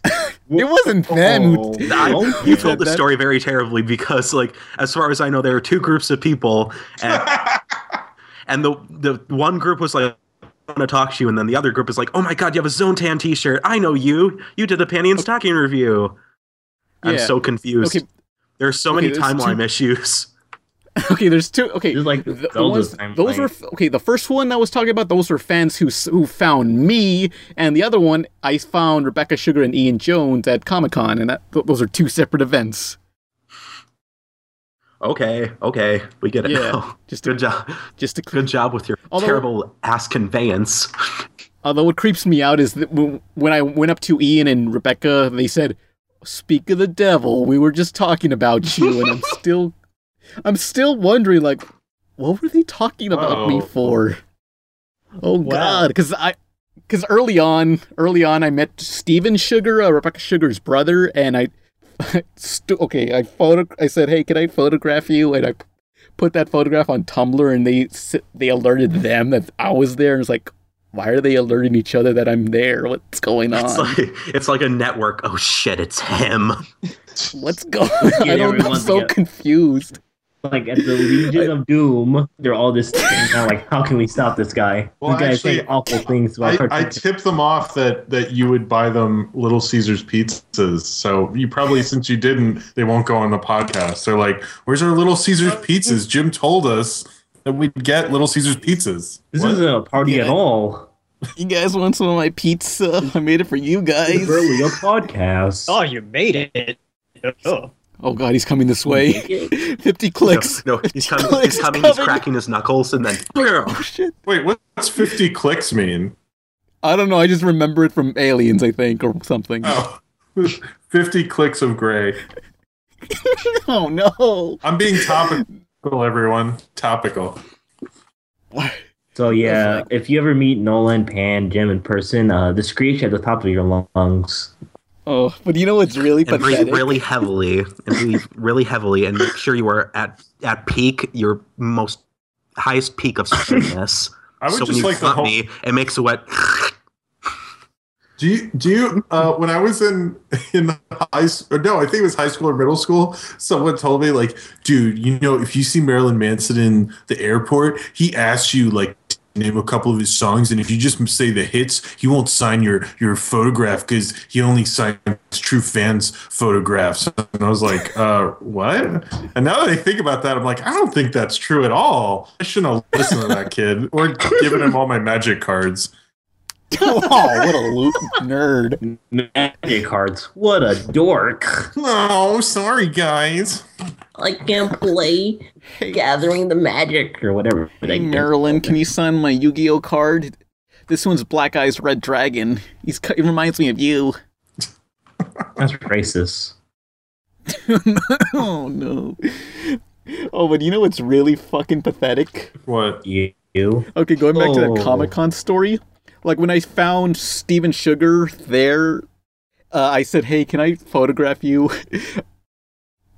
[SPEAKER 2] wasn't them.
[SPEAKER 5] Oh.
[SPEAKER 3] I- you told the story very terribly because, like, as far as I know, there are two groups of people, and, and the the one group was like, "I want to talk to you," and then the other group is like, "Oh my God, you have a Zone Tan T-shirt! I know you. You did the panty and stocking review." I'm
[SPEAKER 2] Yeah.
[SPEAKER 3] so confused.
[SPEAKER 2] Okay.
[SPEAKER 3] There are so
[SPEAKER 2] Okay,
[SPEAKER 3] many
[SPEAKER 2] there's two-
[SPEAKER 3] timeline issues.
[SPEAKER 2] Okay, there's two. Okay, like the,
[SPEAKER 3] Zelda's
[SPEAKER 2] ones,
[SPEAKER 3] timeline.
[SPEAKER 2] those were okay. The first one I was talking about, those were fans who s- who found me, and the other one I found Rebecca Sugar and Ian Jones at Comic Con, and that, th- those are two separate events.
[SPEAKER 3] Okay, okay, we get it
[SPEAKER 2] Yeah,
[SPEAKER 3] now.
[SPEAKER 2] Just
[SPEAKER 3] good job.
[SPEAKER 2] Just a
[SPEAKER 3] good job with your
[SPEAKER 2] Although-
[SPEAKER 3] terrible ass conveyance.
[SPEAKER 2] Although Uh, what creeps me out is that w- when I went up to Ian and Rebecca, they said, "Speak of the devil, we were just talking about you," and I'm still, I'm still wondering, like, what were they talking about me
[SPEAKER 16] Uh-oh.
[SPEAKER 2] for? Oh God, because I, because early on, early on, I met Steven Sugar, uh, Rebecca Sugar's brother, and I, stu- okay, I photo, I said, "Hey, can I photograph you?" And I p- put that photograph on Tumblr, and they s- they alerted them that I was there, and it's like, why are they alerting each other that I'm there? What's going on?
[SPEAKER 3] It's like it's like a network. Oh shit, it's him.
[SPEAKER 2] What's going on? I don't, I'm so confused.
[SPEAKER 4] Like at the Legion of Doom, they're all just sitting down, like, how can we stop this guy?
[SPEAKER 5] Well,
[SPEAKER 4] this guy
[SPEAKER 5] actually,
[SPEAKER 4] is saying awful things about
[SPEAKER 5] I, I
[SPEAKER 4] cartoons.
[SPEAKER 5] tipped them off that that you would buy them Little Caesars pizzas. So you probably, since you didn't, they won't go on the podcast. They're like, "Where's our Little Caesars pizzas?" Jim told us that we'd get Little Caesars pizzas.
[SPEAKER 4] This isn't a party at all.
[SPEAKER 2] You guys want some of my pizza? I made it for you guys.
[SPEAKER 4] Early a podcast.
[SPEAKER 6] Oh, you made it. Oh.
[SPEAKER 2] Oh god, he's coming this way. Fifty clicks.
[SPEAKER 3] No, he's coming.
[SPEAKER 2] clicks
[SPEAKER 3] he's coming. He's
[SPEAKER 2] coming.
[SPEAKER 3] cracking his knuckles, and then
[SPEAKER 5] Wait, what's fifty clicks mean?
[SPEAKER 2] I don't know. I just remember it from Aliens, I think, or something.
[SPEAKER 5] Oh, 50 clicks of gray.
[SPEAKER 2] oh no.
[SPEAKER 5] I'm being topical, everyone. Topical.
[SPEAKER 4] So yeah, if you ever meet Nolan, Pan, Jim in person, uh, the screech at the top of your lungs.
[SPEAKER 2] Oh, but you know what's really
[SPEAKER 3] and breathe
[SPEAKER 2] pathetic?
[SPEAKER 3] really heavily, and breathe really heavily, and make sure you are at at peak, your most highest peak of stress.
[SPEAKER 5] I would
[SPEAKER 3] so when
[SPEAKER 5] just
[SPEAKER 3] you
[SPEAKER 5] like the
[SPEAKER 3] bump
[SPEAKER 5] whole-
[SPEAKER 3] me, it makes a wet.
[SPEAKER 5] Do you do you uh, when I was in in high s- or no I think it was high school or middle school someone told me like dude you know if you see Marilyn Manson in the airport he asks you like to name a couple of his songs and if you just say the hits he won't sign your your photograph because he only signs true fans photographs and I was like uh what and now that I think about that I'm like I don't think that's true at all I shouldn't have listened to that kid or given him all my magic cards.
[SPEAKER 2] oh, what a lo- nerd.
[SPEAKER 4] Magic cards. What a dork.
[SPEAKER 5] Oh, sorry, guys.
[SPEAKER 15] I can't play Gathering the Magic
[SPEAKER 4] or whatever.
[SPEAKER 2] Hey, Marilyn, can you sign my Yu-Gi-Oh card? This one's Black Eyes Red Dragon. He's cu- he reminds me of you.
[SPEAKER 4] That's racist.
[SPEAKER 2] oh no. Oh, but you know what's really fucking pathetic?
[SPEAKER 5] What
[SPEAKER 4] you?
[SPEAKER 2] Okay, going back to that
[SPEAKER 4] Oh.
[SPEAKER 2] Comic Con story, like when I found Steven Sugar there, uh, I said, "Hey, can I photograph you?"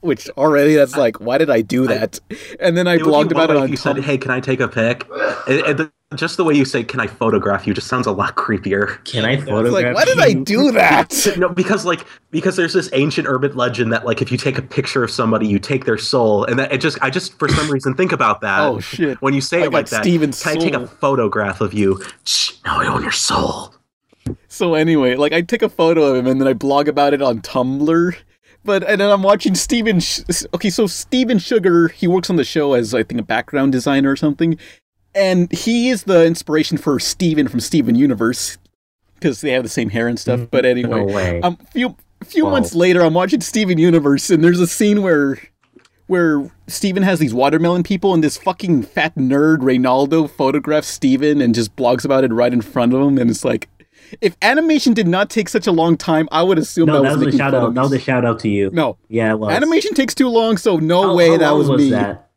[SPEAKER 2] Which already that's like, why did I do that? and then I
[SPEAKER 3] It would be
[SPEAKER 2] blogged
[SPEAKER 3] one
[SPEAKER 2] about
[SPEAKER 3] way
[SPEAKER 2] it
[SPEAKER 3] if
[SPEAKER 2] on
[SPEAKER 3] You said,
[SPEAKER 2] Tumblr.
[SPEAKER 3] "Hey, can I take a pic?" It- it- just the way you say, "Can I photograph you?" just sounds a lot creepier.
[SPEAKER 4] Can I
[SPEAKER 2] It's like, why did I do that?
[SPEAKER 3] no, because like because there's this ancient urban legend that like if you take a picture of somebody, you take their soul, and that it just I just for some reason think about that.
[SPEAKER 2] Oh, shit.
[SPEAKER 3] When you
[SPEAKER 2] I
[SPEAKER 3] say it like
[SPEAKER 2] got
[SPEAKER 3] that,
[SPEAKER 2] Steven's
[SPEAKER 3] can I take
[SPEAKER 2] soul."
[SPEAKER 3] a photograph of you? Shh, now I own your soul.
[SPEAKER 2] So anyway, like I take a photo of him and then I blog about it on Tumblr. But and then I'm watching Steven. Sh- okay, so Steven Sugar, he works on the show as I think a background designer or something, and he is the inspiration for Steven from Steven Universe. because they have the same hair and stuff. But anyway,
[SPEAKER 4] way.
[SPEAKER 2] um, few few
[SPEAKER 4] Whoa.
[SPEAKER 2] months later, I'm watching Steven Universe, and there's a scene where where Steven has these watermelon people, and this fucking fat nerd Reynaldo photographs Steven and just blogs about it right in front of him, and it's like. If animation did not take such a long time, I would assume that,
[SPEAKER 4] No, that was, a
[SPEAKER 2] making
[SPEAKER 4] shout
[SPEAKER 2] fun of
[SPEAKER 4] out. That was a shout out to you.
[SPEAKER 2] No.
[SPEAKER 4] Yeah, it was.
[SPEAKER 2] Animation takes too long, so no
[SPEAKER 4] How-
[SPEAKER 2] way
[SPEAKER 4] how
[SPEAKER 2] that
[SPEAKER 4] long
[SPEAKER 2] was,
[SPEAKER 4] was
[SPEAKER 2] me.
[SPEAKER 4] that?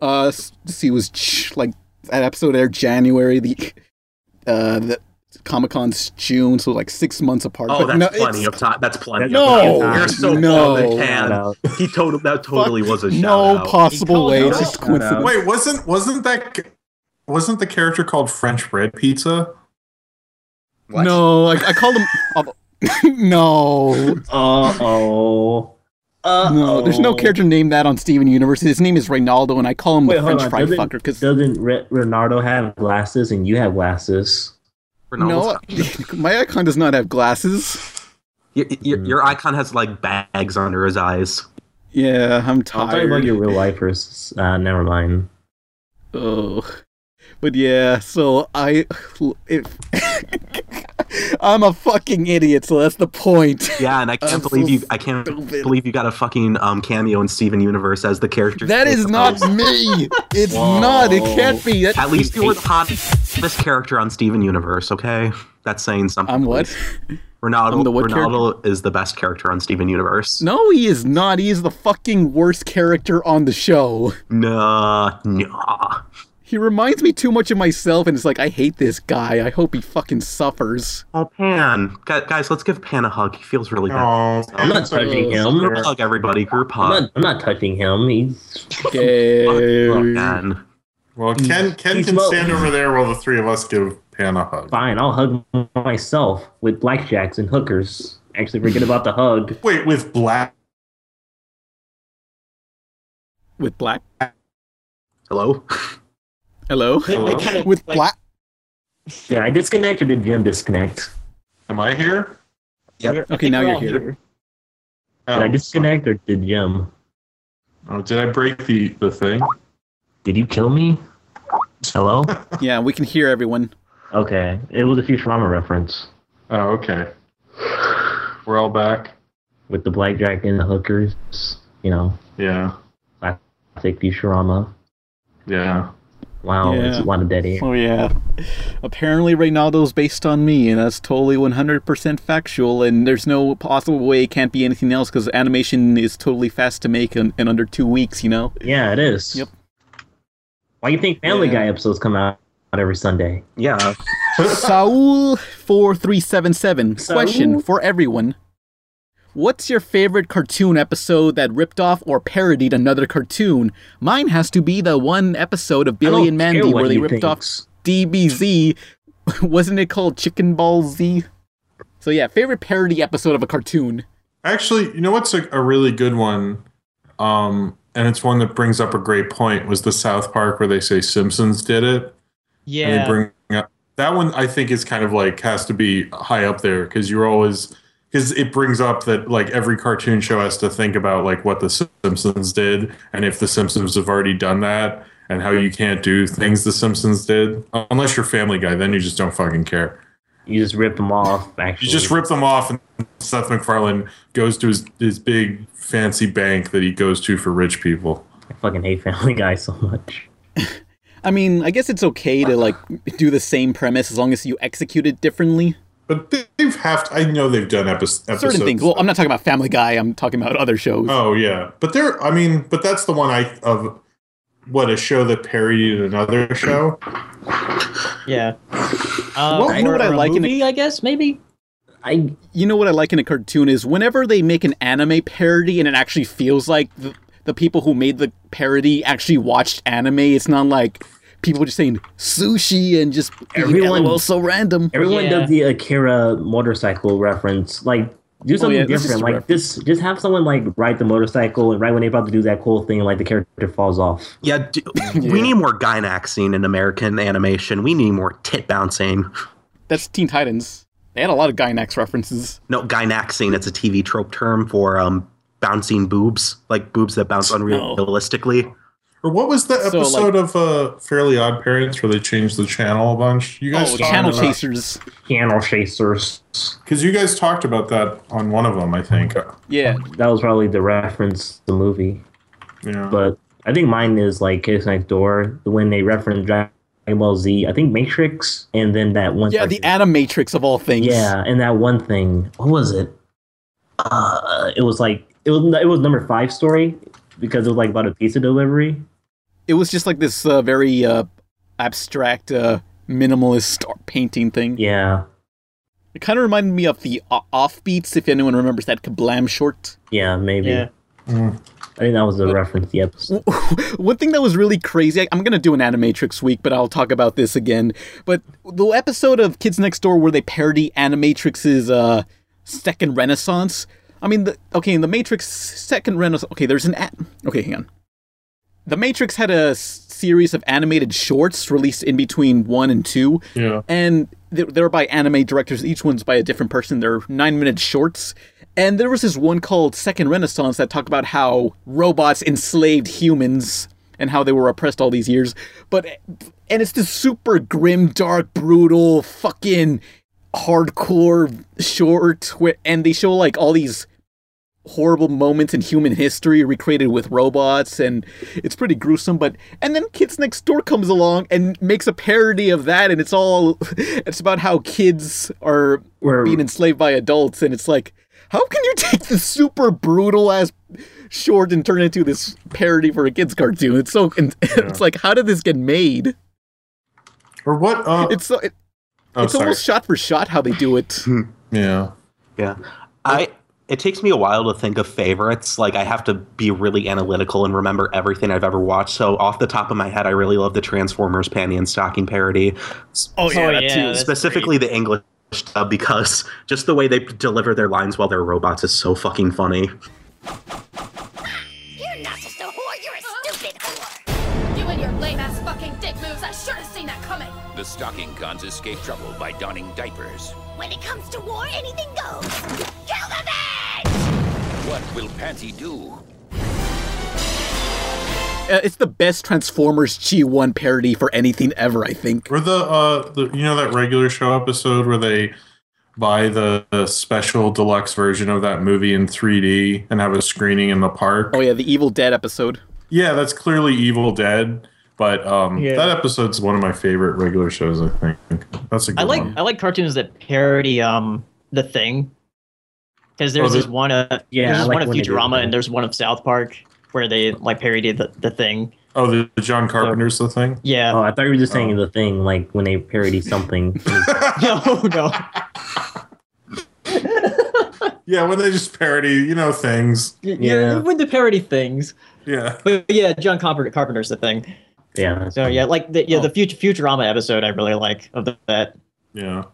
[SPEAKER 2] Uh, s- see, it was ch- like that episode aired January. The uh, the Comic Con's June, so like six months apart.
[SPEAKER 3] Oh,
[SPEAKER 2] But
[SPEAKER 3] that's
[SPEAKER 2] no,
[SPEAKER 3] plenty
[SPEAKER 2] it's-
[SPEAKER 3] of time. That's plenty.
[SPEAKER 2] No,
[SPEAKER 3] of time. you're so
[SPEAKER 2] no.
[SPEAKER 3] full of can. He total that totally was a shout
[SPEAKER 2] no
[SPEAKER 3] out.
[SPEAKER 2] possible way. It's just coincidence.
[SPEAKER 5] Wait, wasn't wasn't that c- wasn't the character called French bread pizza?
[SPEAKER 2] No, I, I called him. no.
[SPEAKER 4] Uh oh.
[SPEAKER 2] No, there's no character named that on Steven Universe. His name is Reynaldo, and I call him
[SPEAKER 4] Wait,
[SPEAKER 2] the
[SPEAKER 4] hold
[SPEAKER 2] French
[SPEAKER 4] on.
[SPEAKER 2] fry
[SPEAKER 4] Doesn't,
[SPEAKER 2] fucker.
[SPEAKER 4] doesn't Re- Renardo have glasses and you have glasses?
[SPEAKER 2] No, my icon does not have glasses.
[SPEAKER 3] Your, your,
[SPEAKER 2] Mm.
[SPEAKER 3] your icon has like bags under his eyes.
[SPEAKER 2] Yeah, I'm
[SPEAKER 4] I'm talking about
[SPEAKER 2] tired.
[SPEAKER 4] your real lifers. Uh, never mind.
[SPEAKER 2] Oh, but yeah. So I, if I'm a fucking idiot, so that's the point.
[SPEAKER 3] Yeah, and I can't
[SPEAKER 2] I'm
[SPEAKER 3] believe
[SPEAKER 2] so
[SPEAKER 3] you. I can't
[SPEAKER 2] stupid.
[SPEAKER 3] believe you got a fucking um, cameo in Steven Universe as the character.
[SPEAKER 2] That is not me. It's not. It can't be. That,
[SPEAKER 3] At least you were the hottest character on Steven Universe. Okay, that's saying something.
[SPEAKER 2] I'm what?
[SPEAKER 3] Ronaldo.
[SPEAKER 2] I'm the what
[SPEAKER 3] Ronaldo is the best character on Steven Universe.
[SPEAKER 2] No, he is not. He is the fucking worst character on the show.
[SPEAKER 3] Nah, nah.
[SPEAKER 2] He reminds me too much of myself, and it's like I hate this guy. I hope he fucking suffers.
[SPEAKER 3] Oh, Pan, Gu- guys, let's give Pan a hug. He feels really bad.
[SPEAKER 5] Oh,
[SPEAKER 4] I'm not touching him.
[SPEAKER 3] Group hug, everybody. Group
[SPEAKER 4] I'm
[SPEAKER 3] hug.
[SPEAKER 4] not, I'm not touching him. He's
[SPEAKER 3] Pan.
[SPEAKER 5] Well, Ken Ken
[SPEAKER 4] Mm. He's
[SPEAKER 5] can
[SPEAKER 4] low.
[SPEAKER 5] stand over there while the three of us give Pan a hug.
[SPEAKER 4] fine. I'll hug myself with blackjacks and hookers. Actually, forget about the hug.
[SPEAKER 5] Wait, with black?
[SPEAKER 2] With black.
[SPEAKER 3] Hello.
[SPEAKER 2] Hello.
[SPEAKER 5] Hello?
[SPEAKER 2] With black.
[SPEAKER 4] Yeah, I disconnected. Did Jim disconnect?
[SPEAKER 5] Am I here?
[SPEAKER 2] Yep. Okay, now you're here.
[SPEAKER 4] Did I
[SPEAKER 5] Oh,
[SPEAKER 4] disconnect or did Jim?
[SPEAKER 5] oh, did I break the the thing?
[SPEAKER 4] Did you kill me? Hello?
[SPEAKER 2] Yeah, we can hear everyone.
[SPEAKER 4] okay. It was a Futurama reference
[SPEAKER 5] Oh, okay. We're all back.
[SPEAKER 4] with the blackjack and the hookers. You know,
[SPEAKER 5] Yeah,
[SPEAKER 4] classic Futurama.
[SPEAKER 5] yeah.
[SPEAKER 4] Wow, it's
[SPEAKER 2] Yeah.
[SPEAKER 4] a lot of dead air.
[SPEAKER 2] Oh yeah. Apparently Reynaldo's based on me, and that's totally 100% factual. And there's no possible way it can't be anything else because animation is totally fast to make in, in under two weeks. You know.
[SPEAKER 4] Yeah, it is.
[SPEAKER 2] Yep.
[SPEAKER 4] Why you think Family
[SPEAKER 2] Yeah.
[SPEAKER 4] Guy episodes come out, out every Sunday?
[SPEAKER 3] Yeah.
[SPEAKER 2] Saul four three seven seven. Question
[SPEAKER 4] Saul?
[SPEAKER 2] for everyone: What's your favorite cartoon episode that ripped off or parodied another cartoon? Mine has to be the one episode of Billy and
[SPEAKER 4] don't care
[SPEAKER 2] Mandy
[SPEAKER 4] what
[SPEAKER 2] where they
[SPEAKER 4] he
[SPEAKER 2] ripped off
[SPEAKER 4] thinks.
[SPEAKER 2] DBZ. Wasn't it called Chicken Ball Z? So yeah, favorite parody episode of a cartoon.
[SPEAKER 5] Actually, you know what's a, a really good one? Um, and it's one that brings up a great point was the South Park where they say Simpsons did it. And they
[SPEAKER 6] Yeah.
[SPEAKER 5] bring up that one I think is kind of like has to be high up there because you're always because it brings up that like every cartoon show has to think about like what the Simpsons did and if the Simpsons have already done that and how you can't do things the Simpsons did unless you're Family Guy then you just don't fucking care.
[SPEAKER 4] You just rip them off, actually.
[SPEAKER 5] You just rip them off, and Seth MacFarlane goes to his, his big fancy bank that he goes to for rich people.
[SPEAKER 4] I fucking hate Family Guy so much.
[SPEAKER 2] I mean, I guess it's okay to like do the same premise as long as you execute it differently.
[SPEAKER 5] But they- they've have to, I know they've done epi- episodes.
[SPEAKER 2] Certain things. Well, I'm not talking about Family Guy. I'm talking about other shows.
[SPEAKER 5] oh yeah, but they're. I mean, but that's the one I of what a show that parodied another show.
[SPEAKER 6] Yeah. Um,
[SPEAKER 2] Well, you know
[SPEAKER 6] or-
[SPEAKER 2] what I
[SPEAKER 6] or a
[SPEAKER 2] like in a-
[SPEAKER 6] movie, I guess maybe.
[SPEAKER 4] I
[SPEAKER 2] you know what I like in a cartoon is whenever they make an anime parody and it actually feels like the, the people who made the parody actually watched anime. It's not like people just saying sushi and just everyone
[SPEAKER 4] Everyone-
[SPEAKER 2] LOL so random.
[SPEAKER 4] Everyone
[SPEAKER 6] Yeah.
[SPEAKER 4] does the Akira motorcycle reference. Like, do something
[SPEAKER 2] Oh, yeah, this is
[SPEAKER 4] different.
[SPEAKER 2] a
[SPEAKER 4] Like, just just have someone like ride the motorcycle, and right when they're about to do that cool thing, like the character falls off.
[SPEAKER 3] Yeah, d we need more gynaxing in American animation. We need more tit bouncing.
[SPEAKER 2] That's Teen Titans. They had a lot of Gainax references.
[SPEAKER 3] No, gynaxing. It's a TV trope term for um, bouncing boobs, like boobs that bounce unrealistically.
[SPEAKER 5] Or what was the
[SPEAKER 2] So,
[SPEAKER 5] episode of uh, Fairly Odd Parents where they changed the channel a bunch? You guys
[SPEAKER 2] Oh,
[SPEAKER 5] talked
[SPEAKER 2] Channel
[SPEAKER 5] about-
[SPEAKER 2] Chasers.
[SPEAKER 4] Channel Chasers.
[SPEAKER 5] Because you guys talked about that on one of them, I think. uh,
[SPEAKER 2] Yeah.
[SPEAKER 4] That was probably the reference to the movie.
[SPEAKER 5] Yeah.
[SPEAKER 4] But I think mine is like Kids Next Door when they reference Dragon Ball Z. I think Matrix, and then that one.
[SPEAKER 2] Yeah, the Animatrix of all things.
[SPEAKER 4] Yeah, and that one thing. What was it? Uh, it was like it was it was number five story because it was like about a pizza delivery.
[SPEAKER 2] It was just like this uh, very uh, abstract, uh, minimalist art painting thing.
[SPEAKER 4] Yeah.
[SPEAKER 2] It kind of reminded me of the o- Offbeats, if anyone remembers that Kablam short.
[SPEAKER 4] Yeah, maybe.
[SPEAKER 2] Yeah.
[SPEAKER 4] Mm. I think that was the reference to the episode.
[SPEAKER 2] One thing that was really crazy, I- I'm going to do an Animatrix week, but I'll talk about this again. But the episode of Kids Next Door where they parody Animatrix's uh, second renaissance. I mean, the, okay, in the Matrix second renaissance, okay, there's an at. Okay, hang on. The Matrix had a s- series of animated shorts released in between one and two.
[SPEAKER 5] Yeah.
[SPEAKER 2] And they're, they're by anime directors. Each one's by a different person. They're nine minute shorts. And there was this one called Second Renaissance that talked about how robots enslaved humans and how they were oppressed all these years. But, and it's this super grim, dark, brutal, fucking hardcore short. Where, and they show like all these horrible moments in human history recreated with robots and it's pretty gruesome but and then kids next door comes along and makes a parody of that and it's all it's about how kids are being enslaved by adults and it's like how can you take this super brutal ass short and turn it into this parody for a kids cartoon it's so and it's like how did this get made
[SPEAKER 5] or what uh,
[SPEAKER 2] it's so it,
[SPEAKER 5] Oh,
[SPEAKER 2] it's
[SPEAKER 5] sorry.
[SPEAKER 2] almost shot for shot how they do it
[SPEAKER 5] Yeah.
[SPEAKER 3] Yeah. I it takes me a while to think of favorites. Like I have to be really analytical and remember everything I've ever watched. So off the top of my head, I really love the Transformers panty and stocking parody. uh,
[SPEAKER 2] Oh, yeah, Oh, that yeah, too. that's
[SPEAKER 3] Specifically the English dub because just the way they deliver their lines while they're robots is so fucking funny.
[SPEAKER 16] You're not just a whore, you're a stupid whore! You and your lame ass fucking dick moves, I should have seen that coming!
[SPEAKER 17] The stocking cons escape trouble by donning diapers.
[SPEAKER 16] When it comes to war, anything goes! Kill the
[SPEAKER 17] What will Panty do?
[SPEAKER 2] Uh, it's the best transformers g1 parody for anything ever i think
[SPEAKER 5] Or the uh, the you know that regular show episode where they buy the, the special deluxe version of that movie in 3D and have a screening in the park.
[SPEAKER 2] Oh yeah, the Evil Dead episode.
[SPEAKER 5] Yeah, that's clearly Evil Dead, but um,
[SPEAKER 6] Yeah.
[SPEAKER 5] that episode's one of my favorite regular shows. I think that's a good
[SPEAKER 6] I like
[SPEAKER 5] one.
[SPEAKER 6] I like cartoons that parody um the thing because there's
[SPEAKER 5] Oh,
[SPEAKER 6] this
[SPEAKER 5] the-
[SPEAKER 6] one uh
[SPEAKER 5] Yeah, I
[SPEAKER 6] there's this
[SPEAKER 5] like
[SPEAKER 6] one of
[SPEAKER 5] when they do
[SPEAKER 6] Futurama
[SPEAKER 5] that.
[SPEAKER 6] and there's one of South Park where they like parodied the, the thing.
[SPEAKER 5] Oh, the, the John Carpenter's the thing.
[SPEAKER 6] Yeah.
[SPEAKER 4] Oh, I thought you were just saying the thing, like when they parody something.
[SPEAKER 6] no, no.
[SPEAKER 5] Yeah, when they just parody, you know, things.
[SPEAKER 6] Yeah, when the parody things.
[SPEAKER 5] Yeah.
[SPEAKER 6] But yeah, John Carpenter, Carpenter's the thing.
[SPEAKER 4] Yeah.
[SPEAKER 6] So yeah, like the
[SPEAKER 2] Oh.
[SPEAKER 6] yeah the future Futurama episode I really like of the, that.
[SPEAKER 5] Yeah.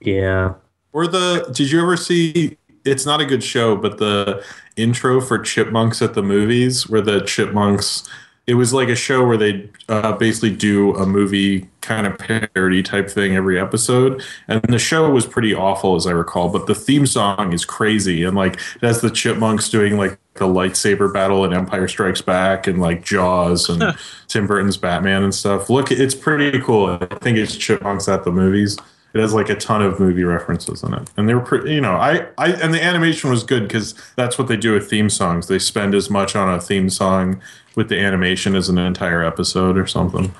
[SPEAKER 4] Yeah.
[SPEAKER 5] Or the did you ever see it's not a good show, but the intro for Chipmunks at the movies where the Chipmunks it was like a show where they uh, basically do a movie kind of parody type thing every episode and the show was pretty awful as i recall but the theme song is crazy and like it has the chipmunks doing like the lightsaber battle and empire strikes back and like jaws and tim burton's batman and stuff look it's pretty cool i think it's chipmunks at the movies it has like a ton of movie references in it and they were pretty you know i i and the animation was good because that's what they do with theme songs they spend as much on a theme song with the animation as an entire episode or something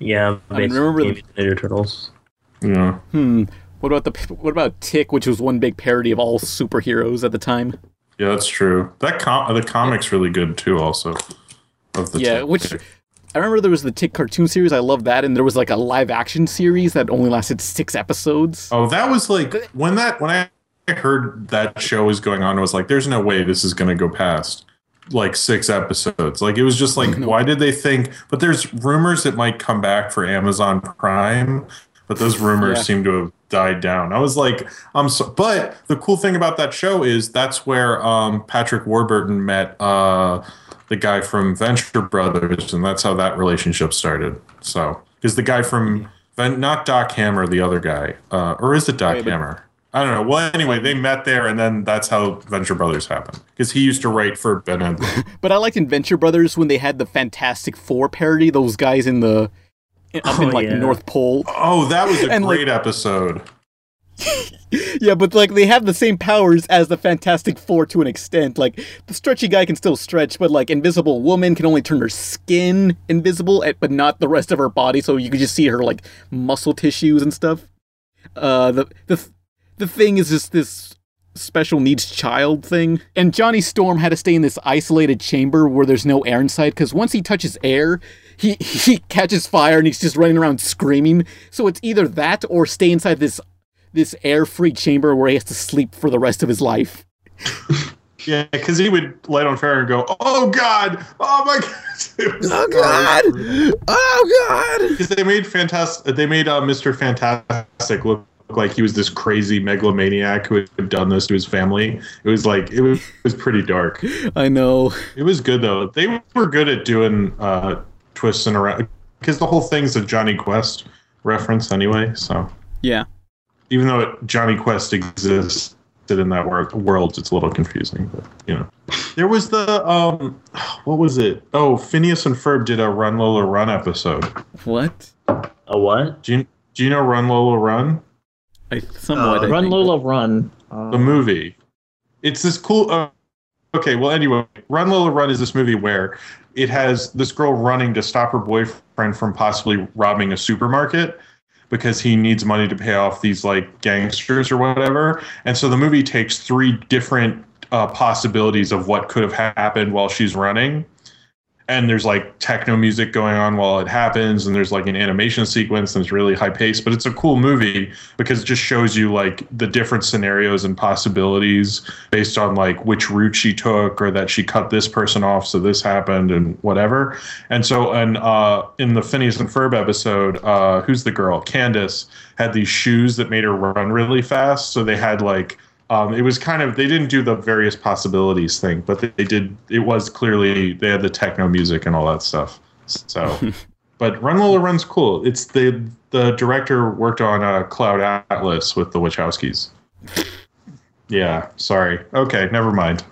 [SPEAKER 4] Yeah.
[SPEAKER 2] I mean, remember the-
[SPEAKER 4] basically, Ninja Turtles.
[SPEAKER 5] yeah
[SPEAKER 2] Hmm. What about the what about Tick, which was one big parody of all superheroes at the time?
[SPEAKER 5] yeah that's true that com- the comics really good too also of the
[SPEAKER 2] yeah,
[SPEAKER 5] two.
[SPEAKER 2] which I remember there was the Tick cartoon series. I loved that, and there was like a live action series that only lasted six episodes.
[SPEAKER 5] Oh, that was like when that when I heard that show was going on, I was like, "There's no way this is going to go past like six episodes." Like it was just like, why did they think? But there's rumors it might come back for Amazon Prime, but those rumors
[SPEAKER 18] Yeah.
[SPEAKER 5] seem to have died down. I was like, "I'm so." But the cool thing about that show is that's where um, Patrick Warburton met uh, the guy from Venture Brothers, and that's how that relationship started. So, is the guy from Ven- not Doc Hammer, the other guy, uh, or is it Doc Hammer? I I don't know. Well, anyway, they met there, and then that's how Venture Brothers happened because he used to write for Ben. and
[SPEAKER 2] But I liked Adventure Brothers when they had the Fantastic Four parody. Those guys in the up in
[SPEAKER 5] Oh,
[SPEAKER 2] like the
[SPEAKER 5] yeah.
[SPEAKER 2] North Pole.
[SPEAKER 5] Oh, that was a
[SPEAKER 2] And, like,
[SPEAKER 5] great episode.
[SPEAKER 2] yeah, but like they have the same powers as the Fantastic Four to an extent. Like the stretchy guy can still stretch, but like Invisible Woman can only turn her skin invisible, at, but not the rest of her body. So you can just see her like muscle tissues and stuff. Uh, the the the thing is just this special needs child thing. And Johnny Storm had to stay in this isolated chamber where there's no air inside because once he touches air, he he catches fire and he's just running around screaming. So it's either that or stay inside this this air-free chamber where he has to sleep for the rest of his life.
[SPEAKER 5] Yeah, because he would light on fire and go, "Oh God! Oh my God! oh
[SPEAKER 1] God!
[SPEAKER 5] Oh God!" Because they made fantastic. They made uh, Mister Fantastic look like he was this crazy megalomaniac who had done this to his family. It was like it was, it was pretty dark.
[SPEAKER 2] I know.
[SPEAKER 5] It was good though. They were good at doing uh, twists and around because the whole thing's a Johnny Quest reference anyway. So
[SPEAKER 2] Yeah.
[SPEAKER 5] even though it, Johnny Quest existed in that wor- world, it's a little confusing. But you know, there was the um, what was it? Oh, Phineas and Ferb did a Run Lola Run episode.
[SPEAKER 2] What?
[SPEAKER 5] A what? Do you, do you know Run Lola Run?
[SPEAKER 2] I
[SPEAKER 6] Uh, I Run, Uh, think.
[SPEAKER 5] Lola Run. the movie. It's this cool. Uh, okay, well, anyway, Run Lola Run is this movie where it has this girl running to stop her boyfriend from possibly robbing a supermarket because he needs money to pay off these like gangsters or whatever. And so the movie takes three different uh, possibilities of what could have happened while she's running. And there's like techno music going on while it happens, and there's like an animation sequence, and it's really high paced. But it's a cool movie because it just shows you like the different scenarios and possibilities based on like which route she took, or that she cut this person off, so this happened, and whatever. And so, and uh, in the Phineas and Ferb episode, uh, who's the girl? Candace had these shoes that made her run really fast. So they had like um, it was kind of they didn't do the various possibilities thing, but they, they did. It was clearly they had the techno music and all that stuff. So, but Run Lola Run's cool. It's the the director worked on uh, Cloud Atlas with the Wachowskis. Yeah, sorry. Okay, never mind.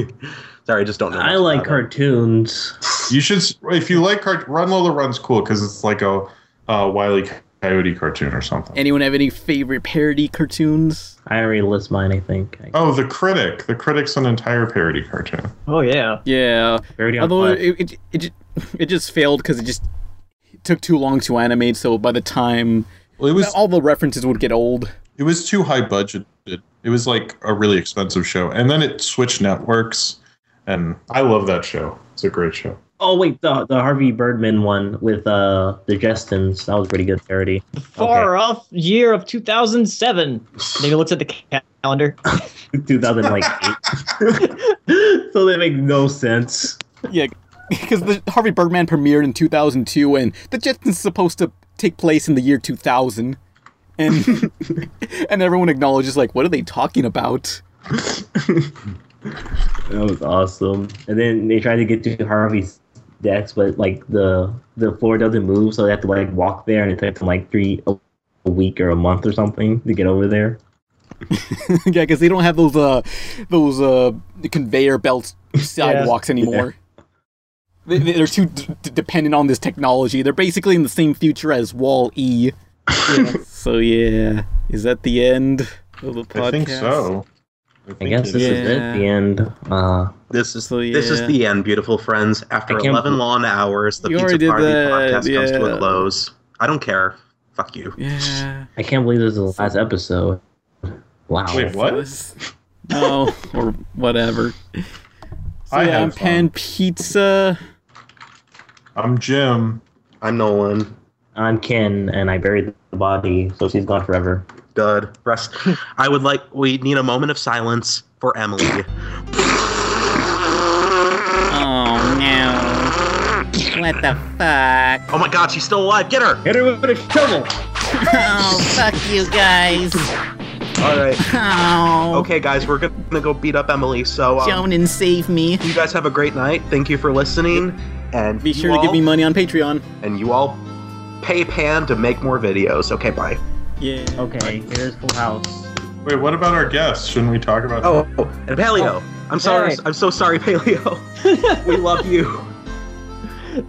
[SPEAKER 3] sorry, I just don't know.
[SPEAKER 5] I like cartoons. You should, s- if you like cart, Run Lola Run's cool because it's like a uh, Wiley Coyote cartoon or something.
[SPEAKER 2] Anyone have any favorite parody cartoons?
[SPEAKER 5] I already list mine, I think. Oh, The Critic. The Critic's an entire parody cartoon.
[SPEAKER 6] Oh yeah.
[SPEAKER 2] Yeah.
[SPEAKER 6] on
[SPEAKER 2] Although
[SPEAKER 6] Fire.
[SPEAKER 2] it, it, it ju- it just failed because it just took too long to animate. So by the time
[SPEAKER 5] it was
[SPEAKER 2] all the references would get old.
[SPEAKER 5] It was too high budgeted. It was like a really expensive show. And then it switched networks. And I love that show. It's a great show.
[SPEAKER 4] Oh wait, the the Harvey Birdman one with uh the Justins. That was a pretty good parody.
[SPEAKER 6] Far off year of 2007. Maybe looks at the ca- calendar.
[SPEAKER 4] 2000 like so they make no sense.
[SPEAKER 2] Yeah, because the Harvey Birdman premiered in 2002, and the Jetsons is supposed to take place in the year 2000, and and everyone acknowledges like, what are they talking about?
[SPEAKER 4] That was awesome. And then they tried to get to Harvey's decks, but like the the floor doesn't move, so they have to like walk there, and it took them like three a, a week or a month or something to get over there.
[SPEAKER 2] yeah, because they don't have those uh those uh conveyor belt sidewalks anymore. They, they- they're too d- d- dependent on this technology. They're basically in the same future as Wall E. so yeah, is that the end of the podcast?
[SPEAKER 4] I think so.
[SPEAKER 5] I,
[SPEAKER 4] guess this is it. The end. Uh,
[SPEAKER 3] This is this
[SPEAKER 2] yeah.
[SPEAKER 3] is the end, beautiful friends. After
[SPEAKER 4] I can't
[SPEAKER 3] eleven
[SPEAKER 4] bel-
[SPEAKER 3] long hours, the
[SPEAKER 4] You
[SPEAKER 3] Pizza
[SPEAKER 4] already did
[SPEAKER 3] Party
[SPEAKER 4] that,
[SPEAKER 3] podcast comes to
[SPEAKER 4] yeah.
[SPEAKER 3] a close. I don't care. Fuck you.
[SPEAKER 2] Yeah.
[SPEAKER 4] I can't believe this is the last episode. Wow.
[SPEAKER 3] Wait, what?
[SPEAKER 2] no, or whatever. So,
[SPEAKER 4] I
[SPEAKER 2] yeah,
[SPEAKER 4] had
[SPEAKER 2] I'm
[SPEAKER 4] fun.
[SPEAKER 2] Pan Pizza.
[SPEAKER 5] I'm Jim.
[SPEAKER 3] I'm Nolan.
[SPEAKER 4] I'm Ken, and I buried the body, so she's gone forever.
[SPEAKER 3] Dud. Rest. I would like. We need a moment of silence for Emily.
[SPEAKER 2] Oh no! What the fuck?
[SPEAKER 3] Oh my God, she's still alive. Get her.
[SPEAKER 4] Hit her with a shovel.
[SPEAKER 2] Oh fuck you guys!
[SPEAKER 3] All right.
[SPEAKER 2] Oh.
[SPEAKER 3] Okay, guys, we're gonna go beat up Emily. So, um,
[SPEAKER 2] Jonan, save me.
[SPEAKER 3] You guys have a great night. Thank you for listening, and
[SPEAKER 2] Be
[SPEAKER 3] you
[SPEAKER 2] sure to give
[SPEAKER 3] all-
[SPEAKER 2] me money on Patreon.
[SPEAKER 3] And you all pay Pan to make more videos. Okay, bye.
[SPEAKER 2] Yeah.
[SPEAKER 4] Okay, here's Full House.
[SPEAKER 5] Wait, what about our guests? Shouldn't we talk about?
[SPEAKER 3] Oh, oh, and Paleo. I'm sorry.
[SPEAKER 5] hey.
[SPEAKER 3] I'm so sorry, Paleo. we love you.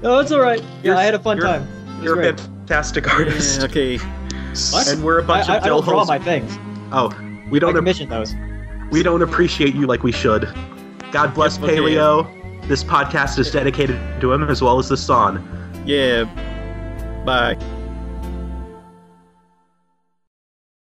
[SPEAKER 6] No, Oh, it's all right. Yeah, I had a fun
[SPEAKER 3] you're-
[SPEAKER 6] time.
[SPEAKER 3] You're a fantastic artist.
[SPEAKER 2] okay.
[SPEAKER 6] What?
[SPEAKER 3] And we're a bunch
[SPEAKER 6] I- I-
[SPEAKER 3] of
[SPEAKER 6] I don't draw
[SPEAKER 3] dillholes.
[SPEAKER 6] my things.
[SPEAKER 3] Oh, we don't
[SPEAKER 6] commission those.
[SPEAKER 3] We don't appreciate you like we should. God bless
[SPEAKER 2] okay.
[SPEAKER 3] Paleo. This podcast is dedicated to him as well as this song.
[SPEAKER 2] Yeah. Bye.